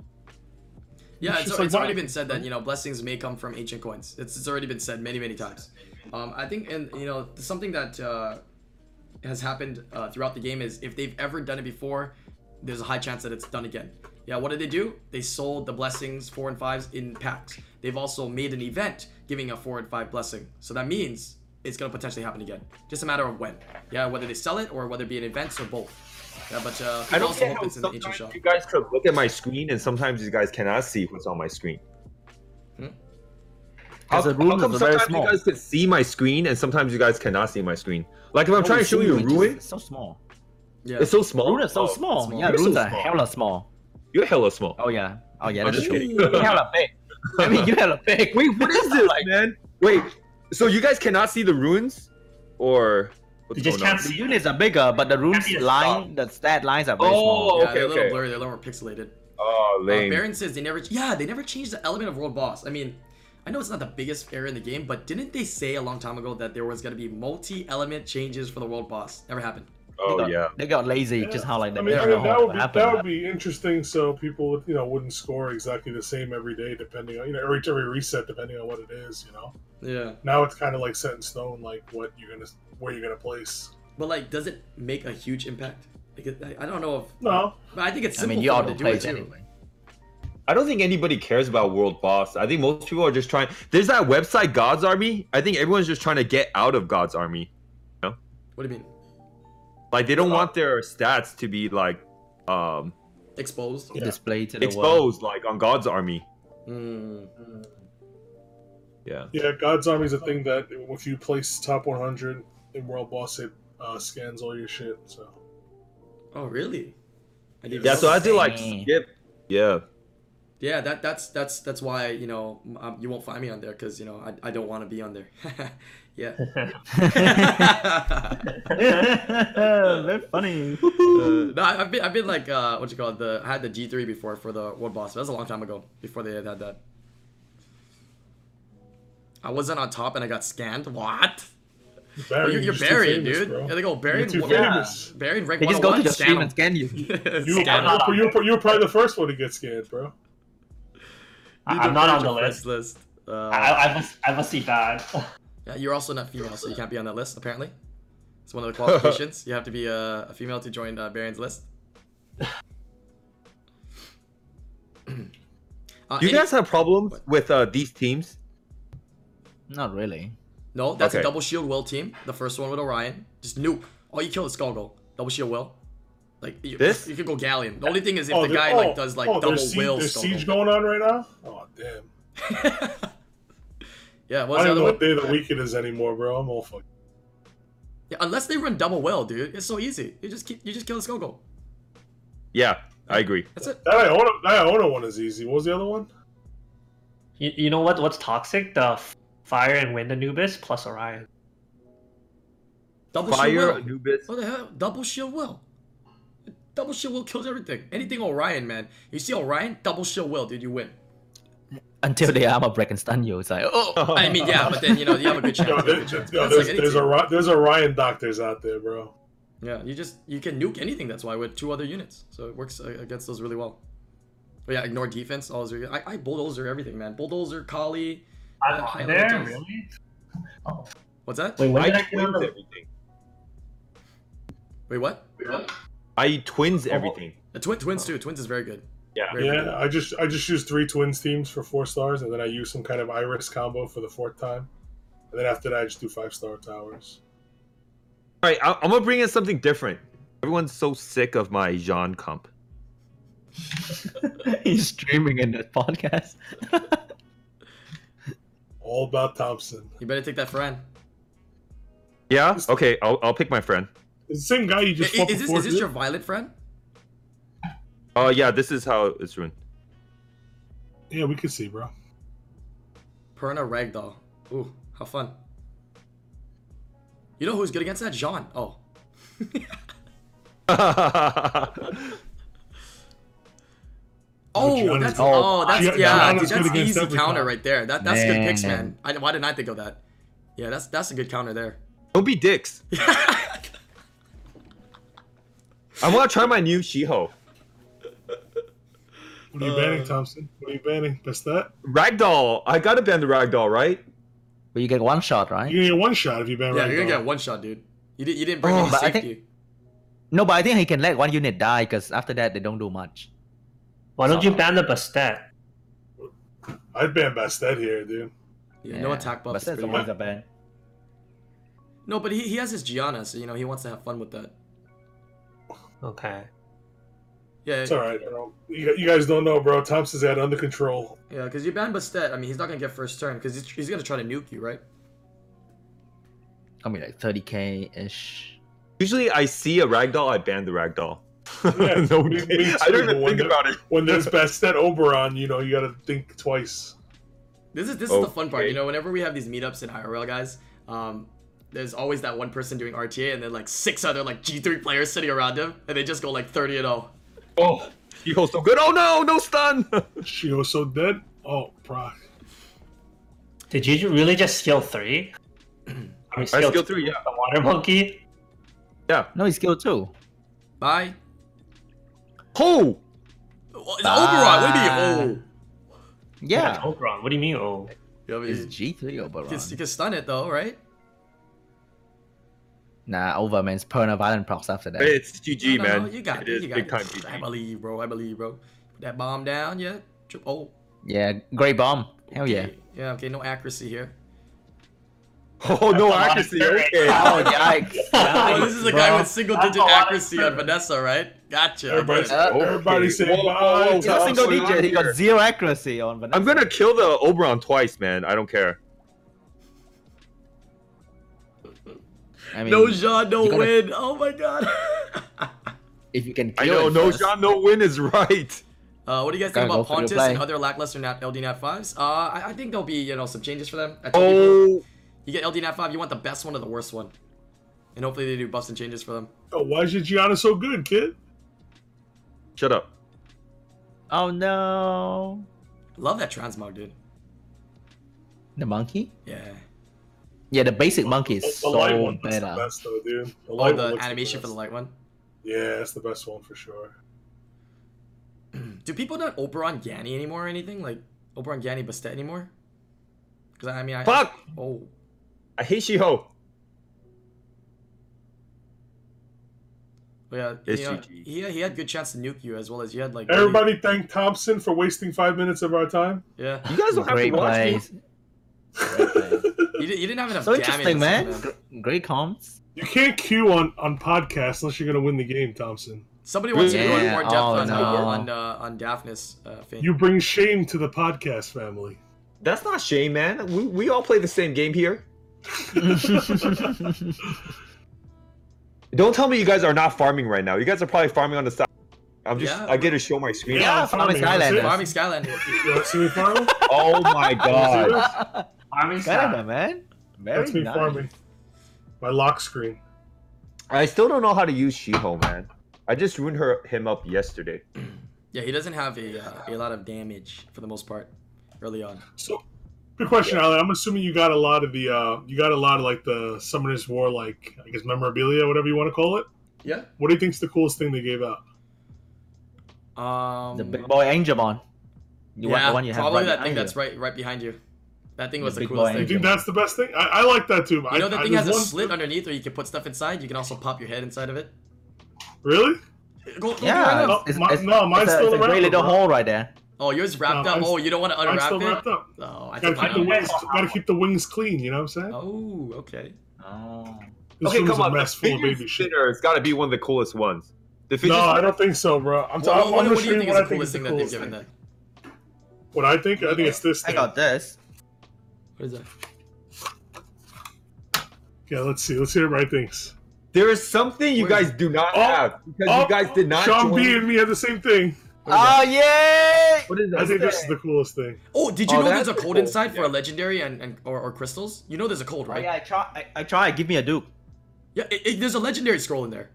Speaker 1: Yeah,
Speaker 3: It's
Speaker 1: it's,
Speaker 3: just
Speaker 1: it's,
Speaker 3: like, why-
Speaker 1: already been said that you know blessings may come from ancient coins. It's, it's already been said many many times. Um, I think and you know something that uh, has happened uh, throughout the game is if they've ever done it before, there's a high chance that it's done again. Yeah, what did they do? They sold the blessings four and fives in packs. They've also made an event giving a four and five blessing. So that means it's gonna potentially happen again. Just a matter of when. Yeah, whether they sell it or whether it be an event or both. Yeah, but uh,
Speaker 4: I don't
Speaker 1: also
Speaker 4: care
Speaker 1: hope
Speaker 4: how
Speaker 1: it's in the ancient
Speaker 4: sometimes
Speaker 1: shop.
Speaker 4: you guys could look at my screen and sometimes you guys cannot see what's on my screen.
Speaker 1: Hmm?
Speaker 4: How,
Speaker 2: Because the
Speaker 4: how
Speaker 2: ruins
Speaker 4: come
Speaker 2: are very
Speaker 4: sometimes
Speaker 2: small.
Speaker 4: you guys could see my screen and sometimes you guys cannot see my screen? Like if I'm trying to show you a ruin,
Speaker 2: It's so small.
Speaker 1: Yeah.
Speaker 4: it's so small.
Speaker 2: Ruins are so
Speaker 4: Oh,
Speaker 2: small.
Speaker 1: small.
Speaker 2: Yeah,
Speaker 4: You're so
Speaker 2: ruins are
Speaker 4: small.
Speaker 2: hella small.
Speaker 4: You're hella small.
Speaker 2: Oh yeah. Oh yeah.
Speaker 4: I'm
Speaker 2: That's
Speaker 4: just
Speaker 2: true.
Speaker 4: *laughs* kidding.
Speaker 2: You hella big. I mean, you hella big.
Speaker 4: Wait, what is this, man? Wait, so you guys cannot see the ruins, or what's
Speaker 5: You just
Speaker 4: going on?
Speaker 5: can't
Speaker 2: The units are bigger, but the runes
Speaker 5: Happy to
Speaker 2: line, the stat lines are very
Speaker 4: Oh,
Speaker 2: small.
Speaker 1: yeah,
Speaker 4: okay,
Speaker 1: they're a little
Speaker 4: okay.
Speaker 1: blurry. They're a little more pixelated.
Speaker 4: Oh,
Speaker 1: Uh,
Speaker 4: lame.
Speaker 1: Baron says they never. Yeah, they never changed the element of world boss. I mean, I know it's not the biggest error in the game, but didn't they say a long time ago that there was gonna be multi-element changes for the world boss? Never happened.
Speaker 2: They
Speaker 4: oh
Speaker 2: got-
Speaker 4: yeah.
Speaker 2: They got lazy,
Speaker 3: Yeah.
Speaker 2: just how like
Speaker 3: I
Speaker 2: they
Speaker 3: mean, I
Speaker 2: never know
Speaker 3: mean, that
Speaker 2: what
Speaker 3: would be
Speaker 2: happened.
Speaker 3: that would be interesting. So people, would, you know, wouldn't score exactly the same every day, depending on you know every every reset, depending on what it is. You know,
Speaker 1: Yeah.
Speaker 3: now it's kind of like set in stone, like what you're gonna where you're gonna place.
Speaker 1: But like, does it make a huge impact? Like, it- I, I don't know if.
Speaker 3: No,
Speaker 1: But I think it's
Speaker 2: I
Speaker 1: simple
Speaker 2: mean, you
Speaker 1: for
Speaker 2: all
Speaker 1: them
Speaker 2: don't
Speaker 1: to do
Speaker 2: play
Speaker 1: it
Speaker 2: it
Speaker 1: too.
Speaker 2: anyway.
Speaker 4: I don't think anybody cares about World Boss. I think most people are just trying. There's that website God's Army. I think everyone's just trying to get out of God's Army.
Speaker 1: What do you mean?
Speaker 4: Like they don't want their stats to be like um
Speaker 1: Exposed.
Speaker 3: Yeah.
Speaker 2: Displayed to the world.
Speaker 4: exposed like on God's Army.
Speaker 1: Mm.
Speaker 4: Yeah.
Speaker 3: yeah, God's Army is a thing that if you place top 100 in World Boss, it uh, scans all your shit. So
Speaker 1: Oh really? I didn't
Speaker 4: Yeah. So I
Speaker 1: notice.
Speaker 4: did like
Speaker 2: Dang.
Speaker 4: skip. Yeah.
Speaker 1: Yeah, that that's that's that's why you know um, you won't find me on there because you know I, I don't want to be on there. *laughs* yeah.
Speaker 2: *laughs* Very funny.
Speaker 1: Uh, no, I- I've been, I've been like, uh, what you call it? The I had the G three before for the world boss. But that was a long time ago before they had had that. I wasn't on top and I got scanned. What? Oh, you're,
Speaker 3: Baron,
Speaker 1: you're
Speaker 3: just too
Speaker 1: Baron,
Speaker 3: famous,
Speaker 1: dude.
Speaker 3: bro.
Speaker 1: Yeah, they go
Speaker 3: You're
Speaker 1: Baron.
Speaker 3: too
Speaker 1: one-
Speaker 3: famous.
Speaker 1: Baron rank
Speaker 2: They just go to
Speaker 1: 101,
Speaker 2: the stream and
Speaker 1: scan
Speaker 2: scan you.
Speaker 1: *laughs* him.
Speaker 3: You,
Speaker 1: Scan
Speaker 5: I'm
Speaker 1: him.
Speaker 5: not
Speaker 3: were,
Speaker 5: on
Speaker 3: you, were, you were probably the first one to get scanned, bro.
Speaker 1: You
Speaker 5: I'm not
Speaker 1: diverge
Speaker 5: on the
Speaker 1: first
Speaker 5: list.
Speaker 1: list. Uh,
Speaker 5: I, I must I must be bad. *laughs*
Speaker 1: yeah, you're also not female, so you can't be on that list. Apparently, it's one of the qualifications. you have to be uh, a female to join uh, Baron's list. Uh,
Speaker 4: Do you
Speaker 1: any-
Speaker 4: guys have problems with uh these teams?
Speaker 2: Not really.
Speaker 1: No, that's a
Speaker 4: Okay.
Speaker 1: double shield will team. The first one with Orion. Just nuke. All you kill is skull goal. Double shield will. Like you,
Speaker 4: This?
Speaker 1: you could go galleon. The only thing is if
Speaker 3: Oh,
Speaker 1: the
Speaker 3: there-
Speaker 1: guy
Speaker 3: oh,
Speaker 1: like does like
Speaker 3: oh,
Speaker 1: double
Speaker 3: there's siege,
Speaker 1: will
Speaker 3: There's
Speaker 1: skull
Speaker 3: siege
Speaker 1: goal.
Speaker 3: going on right now. Oh damn!
Speaker 1: yeah, what's
Speaker 3: I
Speaker 1: the
Speaker 3: don't
Speaker 1: other
Speaker 3: know
Speaker 1: one?
Speaker 3: what day of the week it is anymore, bro. I'm all fucked.
Speaker 1: Yeah, unless they run double will, dude. It's so easy. You just keep, you just kill the skull goal.
Speaker 4: Yeah, I agree.
Speaker 1: That's it.
Speaker 3: That Iona, that Iona one is easy. What was the
Speaker 1: *laughs*
Speaker 3: other one?
Speaker 5: you, you know what? What's toxic? The f- fire and wind Anubis plus Orion.
Speaker 1: Double
Speaker 4: Fire
Speaker 1: shield will.
Speaker 4: Anubis.
Speaker 1: What the hell? Double shield will. Double shield will kills everything. Anything Orion, man. You see Orion, double shield will, dude. You
Speaker 4: *laughs*
Speaker 1: win.
Speaker 2: Until they armor break and stun you, it's like, oh, *laughs*
Speaker 1: I
Speaker 4: *laughs*
Speaker 1: mean, yeah, but then you know you have a good chance. You have a
Speaker 3: *laughs* Yo, there,
Speaker 1: good chance.
Speaker 3: yo,
Speaker 1: That's like
Speaker 3: there's,
Speaker 1: any
Speaker 3: there's,
Speaker 1: team.
Speaker 3: Ori- there's Orion doctors out there, bro.
Speaker 1: Yeah, you just you can nuke anything. That's why with two other units, so it works uh, against those really well. But yeah, ignore defense. All your, I, I bulldozer everything, man. Bulldozer, Kali.
Speaker 5: I'm
Speaker 1: uh,
Speaker 5: on
Speaker 1: highlight
Speaker 5: there,
Speaker 1: those.
Speaker 5: really?
Speaker 1: What's that?
Speaker 5: Wait, when
Speaker 4: I
Speaker 5: did I get on
Speaker 4: twins
Speaker 5: the
Speaker 4: everything.
Speaker 1: Wait, what?
Speaker 4: I twins everything.
Speaker 1: The twin twins too. Twins is very good.
Speaker 4: Yeah.
Speaker 1: Very good.
Speaker 3: Yeah, I just I just used three twins teams for four stars, and then I use some kind of Iris combo for the fourth time, and then after that I just do five star towers.
Speaker 4: All right, I- I'm gonna bring in something different. Everyone's so sick of my Jean comp.
Speaker 2: he's streaming in the podcast.
Speaker 3: All about Thompson.
Speaker 1: You better take that friend.
Speaker 4: Yeah. Okay, I'll, I'll pick my friend.
Speaker 3: It's the same guy you just
Speaker 1: Is,
Speaker 3: fought
Speaker 1: is this
Speaker 3: before,
Speaker 1: is this
Speaker 3: dude.
Speaker 1: your violet friend?
Speaker 4: Oh uh, yeah, this is how it's ruined. *laughs*
Speaker 3: Yeah, we can see, bro.
Speaker 1: Perna Ragdoll. Ooh, how fun. You know who's good against that? Jean. Oh,
Speaker 3: Gian
Speaker 1: Oh,
Speaker 3: is
Speaker 1: that's
Speaker 3: good.
Speaker 1: oh, that's
Speaker 3: Gian-
Speaker 1: yeah,
Speaker 3: Gian
Speaker 1: dude,
Speaker 3: is good
Speaker 1: that's
Speaker 3: against
Speaker 1: easy
Speaker 3: every
Speaker 1: counter
Speaker 3: card.
Speaker 1: right there. That that's good picks,
Speaker 2: Man.
Speaker 1: man. I, why didn't I think of that? Yeah, that's that's a good counter there. *laughs*
Speaker 4: Don't be dicks. I want to try my new Shiho.
Speaker 3: What are you banning, Thompson? What are you banning? That's that.
Speaker 4: Ragdoll. I gotta ban the ragdoll, right?
Speaker 2: But you get one shot, right?
Speaker 3: You're gonna get one shot if you ban.
Speaker 1: Yeah,
Speaker 3: Ragdoll.
Speaker 1: you're gonna get one shot, dude. You, did, you didn't bring
Speaker 2: Oh,
Speaker 1: any
Speaker 2: but I
Speaker 1: safety.
Speaker 2: think- No, but I think he can let one unit die because after that they don't do much.
Speaker 5: Why don't you ban the Bastet?
Speaker 3: I'd ban Bastet here, dude.
Speaker 1: yeah, No attack buffs.
Speaker 2: But
Speaker 1: is
Speaker 2: that's
Speaker 1: pretty
Speaker 2: always
Speaker 1: good.
Speaker 2: a ban.
Speaker 1: No, but he, he has his Gianna, so you know he wants to have fun with that.
Speaker 5: Okay.
Speaker 1: Yeah,
Speaker 3: It's all right, bro. You, you guys don't know, bro. Thompson's at under control.
Speaker 1: yeah, because you ban Bastet. I mean, he's not gonna get first turn because he's, he's gonna try to nuke you, right?
Speaker 2: I mean, like 30k ish.
Speaker 4: Usually, I see a ragdoll, I ban the ragdoll.
Speaker 3: Yeah,
Speaker 4: *laughs* no,
Speaker 3: me- me
Speaker 4: I
Speaker 3: too,
Speaker 4: don't
Speaker 3: but
Speaker 4: even
Speaker 3: when
Speaker 4: think
Speaker 3: the-
Speaker 4: about it.
Speaker 3: When there's Bastet Oberon, you know you gotta think twice.
Speaker 1: This is this is the fun part,
Speaker 4: Okay.
Speaker 1: you know. Whenever we have these meetups in IRL, guys, um, there's always that one person doing RTA, and then like six other like G3 players sitting around him, and they just go like 30 and 0.
Speaker 4: Oh, he holds so good. Oh no, no stun. *laughs*
Speaker 3: She was so dead. Oh, proc.
Speaker 5: Did you really just skill *clears throat* three? I mean, skill,
Speaker 4: skill
Speaker 5: two,
Speaker 4: three, yeah.
Speaker 5: The water monkey.
Speaker 4: yeah.
Speaker 2: No, he's skill two.
Speaker 1: Bye.
Speaker 4: Oh,
Speaker 1: Well, it's Oberon. What do you mean?
Speaker 2: Yeah,
Speaker 5: Oberon. What do you mean? Oh,
Speaker 1: Oh, Yeah, but
Speaker 2: it's
Speaker 1: you
Speaker 2: G3 Oberon.
Speaker 1: can, you can stun it though, right?
Speaker 2: Nah, Overman's perna violent procs after that.
Speaker 4: it's GG,
Speaker 1: No, no,
Speaker 4: man.
Speaker 1: no, you got it.
Speaker 4: it is
Speaker 1: you got
Speaker 4: big
Speaker 1: it.
Speaker 4: time *laughs*
Speaker 1: I
Speaker 4: GG.
Speaker 1: believe, bro. I believe, bro. Put that bomb down. Yeah. Trip. Oh.
Speaker 2: Yeah, great bomb. Hell Oh, yeah.
Speaker 1: okay. Yeah. Okay. No accuracy here.
Speaker 4: Oh no, accuracy. Okay.
Speaker 2: *laughs* Oh yikes!
Speaker 1: Oh, this is a guy
Speaker 2: Bro.
Speaker 1: with single digit accuracy on Vanessa, right? Gotcha.
Speaker 3: Everybody's,
Speaker 2: Uh,
Speaker 3: everybody
Speaker 4: okay.
Speaker 3: saying
Speaker 4: Whoa, whoa, whoa,
Speaker 3: bye.
Speaker 4: whoa,
Speaker 2: He's a
Speaker 3: Thompson.
Speaker 2: single
Speaker 4: Thompson,
Speaker 2: digit. He
Speaker 4: here.
Speaker 2: got zero accuracy on Vanessa.
Speaker 4: I'm gonna kill the Oberon twice, man. I don't care.
Speaker 2: I mean,
Speaker 1: no Jean, no
Speaker 2: you gotta-
Speaker 1: win. Oh my god. *laughs*
Speaker 2: if you can kill
Speaker 4: I know.
Speaker 2: it
Speaker 4: No
Speaker 2: first.
Speaker 4: shot, no win is *laughs* right.
Speaker 1: Uh, what do you guys
Speaker 2: Gotta
Speaker 1: think
Speaker 2: go
Speaker 1: about
Speaker 2: for your
Speaker 1: Pontus and
Speaker 2: play.
Speaker 1: other lackluster Nat LD Nat fives? Uh, I, I think there'll be you know some changes for them. I told people,
Speaker 4: Oh,
Speaker 1: you get LD Nat five, you want the best one or the worst one, and hopefully they do buffs and changes for them.
Speaker 3: Oh, why is your Gianna so good, kid?
Speaker 4: shut up.
Speaker 2: Oh no!
Speaker 1: Love that transmog, dude.
Speaker 2: The monkey?
Speaker 1: Yeah.
Speaker 2: Yeah, the basic monkey
Speaker 3: The
Speaker 2: is so
Speaker 3: light one, that's the
Speaker 2: better.
Speaker 3: best though, dude. The
Speaker 1: Oh,
Speaker 3: light one
Speaker 1: the
Speaker 3: looks
Speaker 1: animation for
Speaker 3: best.
Speaker 1: the light one.
Speaker 3: Yeah, that's the best one for sure.
Speaker 1: *clears throat* Do people not Oberon Yanni anymore or anything? Like Oberon Yanni Bastet anymore? Because I mean, I
Speaker 4: Fuck.
Speaker 1: oh
Speaker 4: I hate She-Ho.
Speaker 1: yeah,
Speaker 4: It's
Speaker 1: yeah,
Speaker 4: GG.
Speaker 1: he he had good chance to nuke you as well as you had like really-
Speaker 3: Everybody thank Thompson for wasting five minutes of our time.
Speaker 1: yeah.
Speaker 4: You guys don't have
Speaker 2: Great
Speaker 4: to watch me.
Speaker 2: plays. Great plays.
Speaker 1: You, di- you didn't have enough
Speaker 2: so
Speaker 1: damage.
Speaker 2: interesting,
Speaker 1: or
Speaker 2: man.
Speaker 1: something,
Speaker 2: Gr- Great comms.
Speaker 3: *laughs* You can't queue on on podcasts unless you're gonna win the game, Thompson.
Speaker 1: Somebody wants to go
Speaker 2: Yeah,
Speaker 1: in more depth
Speaker 2: oh,
Speaker 1: on, uh,
Speaker 2: no.
Speaker 1: on uh, on Daphnis uh, thing.
Speaker 3: You bring shame to the podcast family.
Speaker 4: That's not shame, man. We, we all play the same game here. Don't tell me you guys are not farming right now. You guys are probably farming on the side. I'm just,
Speaker 1: Yeah.
Speaker 4: I get to show my screen.
Speaker 2: Yeah,
Speaker 3: I'm
Speaker 2: Farming
Speaker 3: farming, that's
Speaker 2: Skylanders. *laughs*
Speaker 3: it.
Speaker 1: Farming Skylander.
Speaker 3: You want to see
Speaker 1: *laughs*
Speaker 3: me farming?
Speaker 4: *laughs* Oh my god.
Speaker 5: farming
Speaker 2: Canada,
Speaker 5: staff.
Speaker 2: man. Very
Speaker 3: That's me
Speaker 2: nice.
Speaker 3: farming. My lock screen.
Speaker 4: I still don't know how to use She-Ho, man. I just ruined her him up yesterday.
Speaker 1: yeah, he doesn't have a uh, a lot of damage for the most part early on.
Speaker 3: So, good question, Alan. I'm assuming you got a lot of the uh, you got a lot of like the Summoners War, like I guess memorabilia, whatever you want to call it.
Speaker 1: Yeah.
Speaker 3: What do you think's the coolest thing they gave out?
Speaker 1: Um.
Speaker 2: The big boy Angelmon. You want
Speaker 1: yeah,
Speaker 2: the one you have
Speaker 1: probably
Speaker 2: right
Speaker 1: that thing
Speaker 2: behind you.
Speaker 1: that's right right behind you. That thing
Speaker 2: The
Speaker 1: was the
Speaker 2: big
Speaker 1: coolest
Speaker 2: boy.
Speaker 1: thing.
Speaker 3: You think that's the best thing? I, I like that too. but
Speaker 1: You know
Speaker 3: I,
Speaker 1: that
Speaker 3: I,
Speaker 1: thing has a
Speaker 3: there's one-
Speaker 1: slit underneath, or you can put stuff inside. You can also pop your head inside of it.
Speaker 3: Really?
Speaker 1: Go, go
Speaker 2: Yeah,
Speaker 1: behind
Speaker 3: No,
Speaker 1: them.
Speaker 2: it's-
Speaker 3: my-
Speaker 2: it's-
Speaker 3: no, mine's
Speaker 2: it's a,
Speaker 3: still
Speaker 2: it's a great
Speaker 3: around,
Speaker 2: little
Speaker 3: bro.
Speaker 2: hole right there.
Speaker 1: Oh, yours wrapped
Speaker 3: No,
Speaker 1: up.
Speaker 3: I'm
Speaker 1: Oh, you don't want to
Speaker 3: Mine's
Speaker 1: unwrap
Speaker 3: still
Speaker 1: it.
Speaker 3: wrapped up.
Speaker 1: Oh, I
Speaker 3: Gotta
Speaker 1: think I
Speaker 3: keep the
Speaker 1: know.
Speaker 3: wings. Gotta keep the wings clean. You know what I'm saying?
Speaker 1: Oh, okay.
Speaker 2: Oh.
Speaker 3: This
Speaker 4: okay,
Speaker 3: room's
Speaker 4: come on.
Speaker 3: a mess
Speaker 4: the
Speaker 3: full of
Speaker 4: fidget
Speaker 3: baby shit.
Speaker 4: spinner has got to be one of the coolest ones. The fidget
Speaker 3: No, I
Speaker 4: spinner-
Speaker 3: don't think so, bro.
Speaker 1: Well,
Speaker 3: I'm talking.
Speaker 1: what,
Speaker 3: I'm
Speaker 1: what do you
Speaker 3: showing
Speaker 1: think is the
Speaker 3: what I think
Speaker 1: coolest
Speaker 3: is the
Speaker 1: thing that they've
Speaker 3: coolest
Speaker 1: given
Speaker 3: thing.
Speaker 1: them?
Speaker 3: What I think, I think it's this
Speaker 2: I
Speaker 3: thing.
Speaker 2: got this.
Speaker 1: What is that?
Speaker 3: Yeah, let's see. Let's hear what I thinks.
Speaker 4: There is something you
Speaker 1: Where-
Speaker 4: guys do not
Speaker 3: Oh,
Speaker 4: have because
Speaker 3: Oh,
Speaker 4: you guys did not.
Speaker 3: Sean
Speaker 4: join-
Speaker 3: B and me had the same thing.
Speaker 4: Ah!
Speaker 2: Oh yeah!
Speaker 4: What is that?
Speaker 3: I think this is the coolest thing.
Speaker 1: Oh, did you
Speaker 4: Oh,
Speaker 1: know there's
Speaker 4: that's
Speaker 1: a
Speaker 4: the
Speaker 1: code
Speaker 4: cold,
Speaker 1: inside for
Speaker 4: yeah.
Speaker 1: a legendary and, and or, or crystals? You know there's a code,
Speaker 2: Oh
Speaker 1: right?
Speaker 2: yeah, I try. I, I try. Give me a duke.
Speaker 1: Yeah, it, it- there's a legendary scroll in there.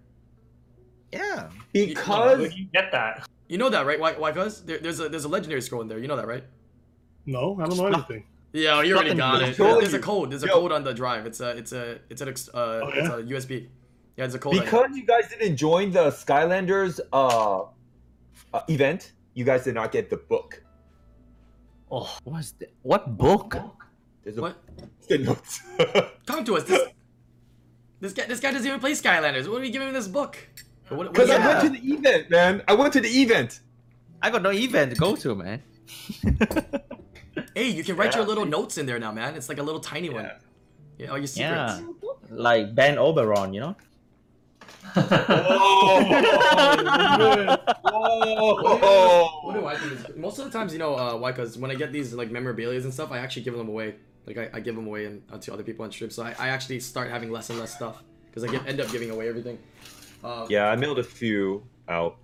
Speaker 2: Yeah.
Speaker 4: because
Speaker 5: Where'd you get that?
Speaker 1: You know that, right? Why? Why? Cause there, there's a there's a legendary scroll in there. You know that, right?
Speaker 3: No, I don't know anything.
Speaker 1: Yeah, you already
Speaker 2: Fucking
Speaker 1: got it.
Speaker 4: told
Speaker 1: There's a
Speaker 4: you.
Speaker 1: code. There's a
Speaker 4: Yo.
Speaker 1: code on the drive. It's a it's a it's an ex, uh,
Speaker 3: Oh, yeah?
Speaker 1: it's a USB. Yeah, it's a code. on it.
Speaker 4: because you guys didn't join the Skylanders uh, uh event, You guys did not get the book.
Speaker 5: Oh,
Speaker 2: What's that? What book?
Speaker 4: There's a
Speaker 1: What?
Speaker 2: *laughs*
Speaker 4: the notes. Because
Speaker 1: Talk to us. This, this guy. This guy doesn't even play Skylanders. What are we giving him this book? What- what-
Speaker 4: I went to the event, man. I went to the event.
Speaker 2: I got no event to go to, man.
Speaker 1: hey, you can write your
Speaker 5: Yeah.
Speaker 1: little notes in there now, man. It's like a little tiny one. Yeah, all your secrets.
Speaker 2: yeah, like Ben Oberon, you know.
Speaker 4: Oh,
Speaker 3: man.
Speaker 1: What do I think is most of the times, you know, uh, why? Because when I get these like memorabilia's and stuff, I actually give them away. Like I, I give them away and, uh, to other people on stream, so I, I actually start having less and less stuff because I get, end up giving away everything. Uh,
Speaker 4: *laughs* Yeah, I mailed a few out.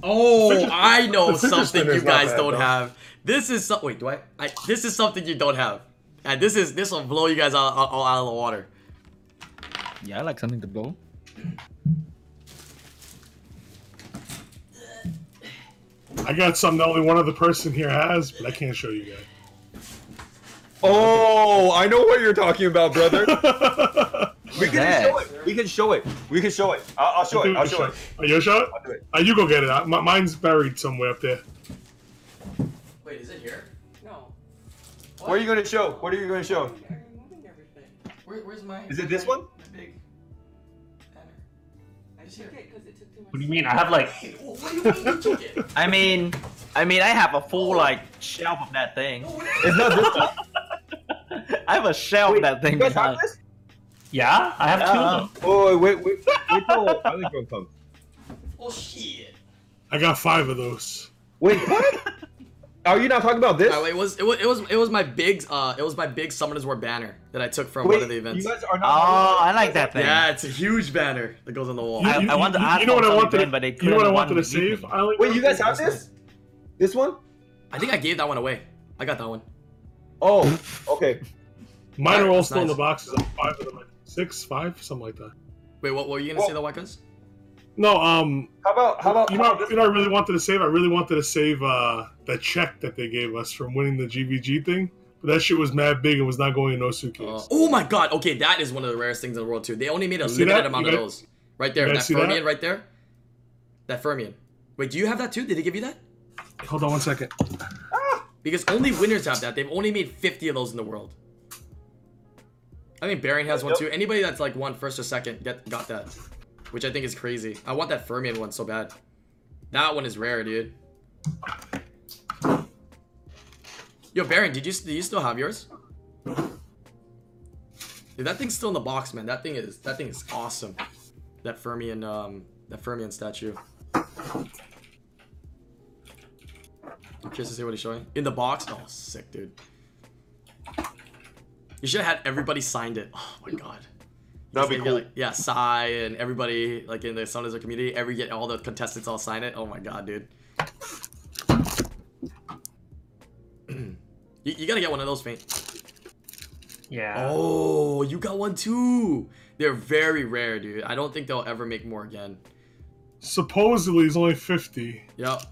Speaker 1: Oh, I know
Speaker 3: The fidget
Speaker 1: something you
Speaker 3: spinner's not
Speaker 1: guys
Speaker 3: bad,
Speaker 1: don't
Speaker 3: though.
Speaker 1: have. This is so- wait, do I, I? This is something you don't have, and this is this will blow you guys all, all, all out of the water.
Speaker 2: Yeah, I like something to blow.
Speaker 3: I got something that only one other person here has, but I can't show you
Speaker 4: Oh, I know what you're talking about,
Speaker 3: *laughs*
Speaker 4: brother.
Speaker 3: guys.
Speaker 4: we can
Speaker 2: that?
Speaker 4: show it. We can show it. We can show it. I'll, I'll show it. I'll show it.
Speaker 3: Are you show it?
Speaker 4: I'll do it.
Speaker 3: Uh, you go get it. I, my, mine's buried somewhere up there.
Speaker 1: Wait, is it here? No.
Speaker 4: What are you gonna show? What are you gonna show?
Speaker 1: Where, where's my?
Speaker 4: Is it this one?
Speaker 1: Big banner. I just here.
Speaker 5: What do you mean? I have like
Speaker 1: *laughs* What do you mean you took *laughs* it?
Speaker 2: I mean, I mean, I have a full like shelf of that thing. *laughs*
Speaker 1: Oh,
Speaker 4: It's not this one.
Speaker 2: I have a shelf of that thing.
Speaker 4: You guys have
Speaker 2: behind-
Speaker 4: this?
Speaker 5: yeah, I have two of them.
Speaker 4: Oh wait, wait, wait, wait till Electron comes.
Speaker 1: *laughs* Oh shit!
Speaker 3: I got five of those.
Speaker 4: Wait, what? Are you not talking about this?
Speaker 1: Alright, wait, it was it was it was it was my big uh it was my big Summoners War banner that I took from
Speaker 4: Wait,
Speaker 1: one of the events.
Speaker 4: you guys are not.
Speaker 2: Oh, I like that thing.
Speaker 1: Yeah, it's a huge banner that goes on the wall.
Speaker 3: You-
Speaker 2: I, I want to ask
Speaker 3: you know
Speaker 2: for
Speaker 3: what I
Speaker 2: something,
Speaker 3: wanted to,
Speaker 2: but they
Speaker 3: you know what I
Speaker 2: couldn't
Speaker 3: wanted to
Speaker 2: want me to give
Speaker 3: save?
Speaker 2: me.
Speaker 3: I only
Speaker 4: Wait, you
Speaker 3: got
Speaker 4: guys have
Speaker 3: this one.
Speaker 4: this? This one?
Speaker 1: I think I gave that one away. I got that one.
Speaker 4: Oh, okay.
Speaker 3: Mine are all still in
Speaker 1: Nice.
Speaker 3: the boxes. I have Five of them. Six, five, something like that.
Speaker 1: Wait, what, what were you gonna say the Wakas?
Speaker 3: No, um,
Speaker 4: How about how about
Speaker 3: you know,
Speaker 4: how about
Speaker 3: what- you know, what I really wanted to save. I really wanted to save uh that check that they gave us from winning the GVG thing, but that shit was mad big and was not going in no suitcase.
Speaker 1: Uh, oh my god, okay, that is one of the rarest things in the world too. They only made a
Speaker 3: You see
Speaker 1: limited
Speaker 3: that?
Speaker 1: amount
Speaker 3: You
Speaker 1: of
Speaker 3: guys-
Speaker 1: those. Right there,
Speaker 3: you
Speaker 1: that
Speaker 3: guys see that?
Speaker 1: Fermian right there. That Fermian. Wait, do you have that too? Did they give you that?
Speaker 3: Hold on one second.
Speaker 1: Because only winners have that. They've only made 50 of those in the world. I think Baron has one too. Anybody that's like won first or second get, got that, which I think is crazy. I want that Fermian one so bad. That one is rare, dude. Yo, Baron, did you do you still have yours? Dude, that thing's still in the box, man. That thing is that thing is awesome. That Fermian um that Fermian statue. I'm curious to see what he's showing. In the box? Oh, sick, dude. You should have had everybody signed it. Oh my god.
Speaker 4: that'd be
Speaker 1: Like,
Speaker 4: cool?
Speaker 1: like, yeah, Psy and everybody like in the Sundays community, every get all the contestants all sign it. Oh my god, dude. *clears throat* you, you gotta get one of those, Faint.
Speaker 5: Yeah.
Speaker 1: Oh, you got one too. They're very rare, dude. I don't think they'll ever make more again.
Speaker 3: Supposedly, it's only fifty.
Speaker 1: Yep.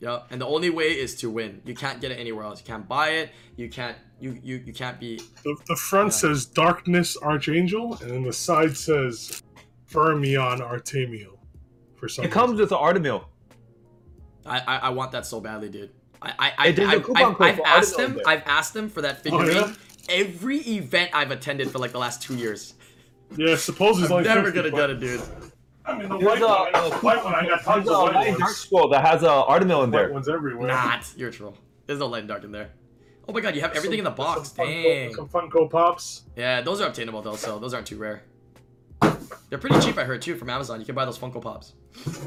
Speaker 1: Yep. And the only way is to win. You can't get it anywhere else. You can't buy it. You can't you you, you can't be
Speaker 3: The, the front
Speaker 1: Yeah.
Speaker 3: says Darkness Archangel, and then the side says Fermion Artemio. For some
Speaker 4: It comes
Speaker 3: reason.
Speaker 4: with an Artemil.
Speaker 1: I I, I want that so badly, dude. I I I,
Speaker 4: It does
Speaker 1: I,
Speaker 4: a coupon
Speaker 1: I've,
Speaker 4: code
Speaker 1: I've
Speaker 4: for
Speaker 1: asked
Speaker 4: Arsenal
Speaker 1: them
Speaker 4: there.
Speaker 1: I've asked them for that figurine
Speaker 3: yeah?
Speaker 1: every event I've attended for like the last two years.
Speaker 3: Yeah, supposedly it's
Speaker 1: I'm
Speaker 3: only
Speaker 1: never gonna
Speaker 3: 50, but-
Speaker 1: get it, dude.
Speaker 3: I mean, the
Speaker 4: There's
Speaker 3: white
Speaker 4: a-
Speaker 3: one.
Speaker 4: a-
Speaker 3: the white one. I got tons
Speaker 4: There's a
Speaker 3: of white
Speaker 4: light
Speaker 3: ones.
Speaker 4: dark scroll that has an Artemil in
Speaker 3: White
Speaker 4: there.
Speaker 3: ones everywhere.
Speaker 1: Not. You're a troll. There's no light and dark in there. Oh my god, you have everything in the box.
Speaker 3: Some Funko-
Speaker 1: Dang.
Speaker 3: Some Funko Pops.
Speaker 1: Yeah, those are obtainable though, so those aren't too rare. They're pretty cheap, I heard too, from Amazon. You can buy those Funko Pops.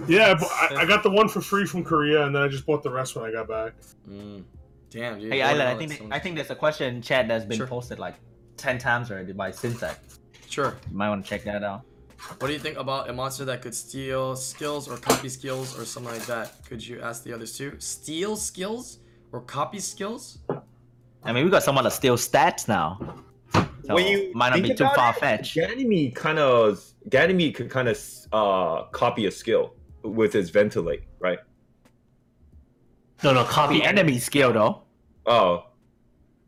Speaker 3: Yeah, but I,
Speaker 1: *laughs*
Speaker 3: I got the one for free from Korea, and then I just bought the rest when I got back.
Speaker 1: Mm. Damn, dude.
Speaker 2: Hey,
Speaker 1: Oh, no,
Speaker 2: Island, I think
Speaker 1: that's
Speaker 2: that-
Speaker 1: so-
Speaker 2: I think there's a question in chat that's been
Speaker 1: Sure.
Speaker 2: posted like ten times already by Syntax.
Speaker 1: Sure.
Speaker 2: You might want to check that out.
Speaker 1: What do you think about a monster that could steal skills or copy skills or something like that? Could you ask the others too? Steal skills or copy skills?
Speaker 2: I mean, we got someone that steals stats now. So might not
Speaker 4: think
Speaker 2: be too
Speaker 4: about it,
Speaker 2: far fetched.
Speaker 4: Ganymede kind of Ganymede could kind of uh, copy a skill with his ventilate, right?
Speaker 5: No, no, copy
Speaker 2: The enemy skill though.
Speaker 4: Oh,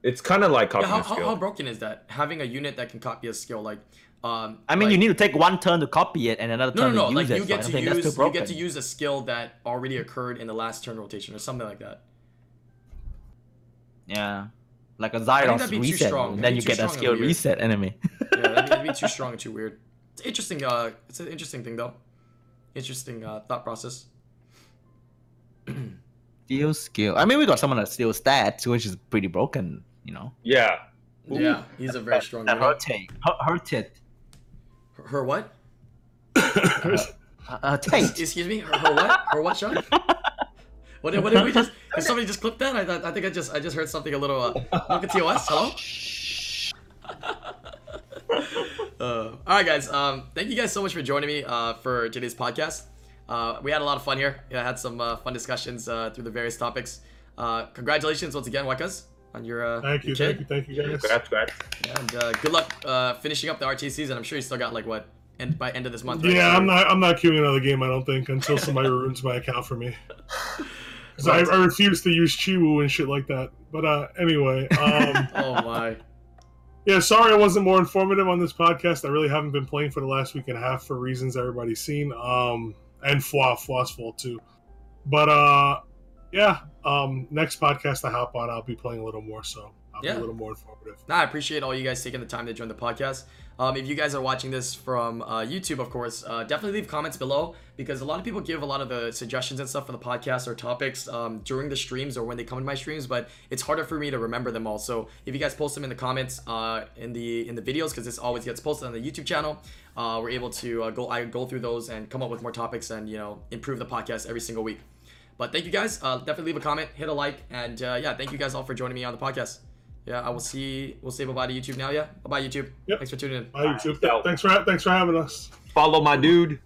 Speaker 4: It's kind of like
Speaker 1: Yeah,
Speaker 4: copying
Speaker 1: how,
Speaker 4: a
Speaker 1: how,
Speaker 4: skill.
Speaker 1: how broken is that? Having a unit that can copy a skill, like, um,
Speaker 2: I mean,
Speaker 1: like-
Speaker 2: you need to take one turn to copy it and another
Speaker 1: no,
Speaker 2: turn
Speaker 1: no, no.
Speaker 2: to
Speaker 1: Like
Speaker 2: use it.
Speaker 1: you
Speaker 2: so I
Speaker 1: get
Speaker 2: don't
Speaker 1: to
Speaker 2: think that's
Speaker 1: use
Speaker 2: too
Speaker 1: you get to
Speaker 2: broken.
Speaker 1: use a skill that already occurred in the last turn rotation or something like
Speaker 2: *laughs*
Speaker 1: that.
Speaker 2: Yeah. Like a
Speaker 1: that'd
Speaker 2: Zyros
Speaker 1: be too
Speaker 2: reset,
Speaker 1: strong. That'd
Speaker 2: then
Speaker 1: be
Speaker 2: you
Speaker 1: too
Speaker 2: get a
Speaker 1: strong and
Speaker 2: skill
Speaker 1: weird.
Speaker 2: reset enemy.
Speaker 1: Yeah, that'd, be- that'd be too strong and too weird. It's interesting. Uh, it's an interesting thing though. Interesting uh, thought process.
Speaker 2: Steal *laughs* skill. I mean, we got someone that steals stats, which is pretty broken, you know.
Speaker 4: yeah. Ooh.
Speaker 1: Yeah, he's a very strong.
Speaker 2: That
Speaker 1: unit.
Speaker 2: rotate. Her, her tit.
Speaker 1: Her, her what?
Speaker 2: Uh, uh, tate.
Speaker 1: Excuse me. Her, her what? Her what,
Speaker 3: *laughs*
Speaker 1: Sean? What did, what did we just? Did somebody just clip that? I, thought- I think I just I just heard something a little. Uh, look at TOS.
Speaker 3: *laughs*
Speaker 1: Hello. uh, all right, guys. Um, thank you guys so much for joining me uh, for today's podcast. Uh, we had a lot of fun here. I had some uh, fun discussions uh, through the various topics. Uh, congratulations once again, Wekas, on your uh,
Speaker 3: Thank you,
Speaker 1: your kid.
Speaker 3: thank you, thank you, guys.
Speaker 4: Congrats, congrats.
Speaker 1: And uh, good luck uh, finishing up the RT season. I'm sure you still got like what end by end of this month. right?
Speaker 3: Yeah, I'm not. I'm not queuing another game. I don't think until somebody ruins my account
Speaker 1: *laughs*
Speaker 3: for me. 'Cause I, I refuse to use Chiwu and shit like that. But uh, anyway, um, *laughs*
Speaker 1: Oh my.
Speaker 3: yeah. Sorry, I wasn't more informative on this podcast. I really haven't been playing for the last week and a half for reasons everybody's seen. Um, and Fwa Fwa's fault too. But uh, yeah. Um, next podcast I hop on, I'll be playing a little more. So I'll
Speaker 1: Yeah.
Speaker 3: be a little more informative.
Speaker 1: Nah, I appreciate all you guys taking the time to join the podcast. Um, if you guys are watching this from uh, YouTube, of course, uh, definitely leave comments below because a lot of people give a lot of the suggestions and stuff for the podcast or topics um, during the streams or when they come to my streams, but it's harder for me to remember them all. So if you guys post them in the comments uh, in the in the videos, because this always gets posted on the YouTube channel, uh, we're able to uh, go I go through those and come up with more topics and you know improve the podcast every single week. But thank you guys. Uh, definitely leave a comment, hit a like, and uh, yeah, thank you guys all for joining me on the podcast. Yeah, I will see. We'll say bye bye to YouTube now. Yeah, bye bye YouTube.
Speaker 3: Yep.
Speaker 1: Thanks for tuning in.
Speaker 3: Bye, YouTube.
Speaker 4: So-
Speaker 3: Thanks for ha- thanks for having us.
Speaker 4: Follow my dude.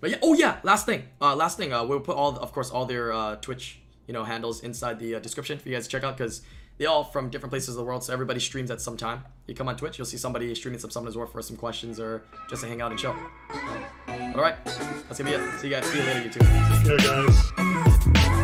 Speaker 1: But yeah, oh yeah, last thing. Uh, last thing. Uh, we'll put all, of course, all their uh, Twitch, you know, handles inside the uh, description for you guys to check out because they all from different places of the world. So everybody streams at some time. You come on Twitch, you'll see somebody streaming some Summoners War for some questions or just to hang out and chill. All right, that's gonna be it. See you guys. See you later, YouTube.
Speaker 3: Take care, guys.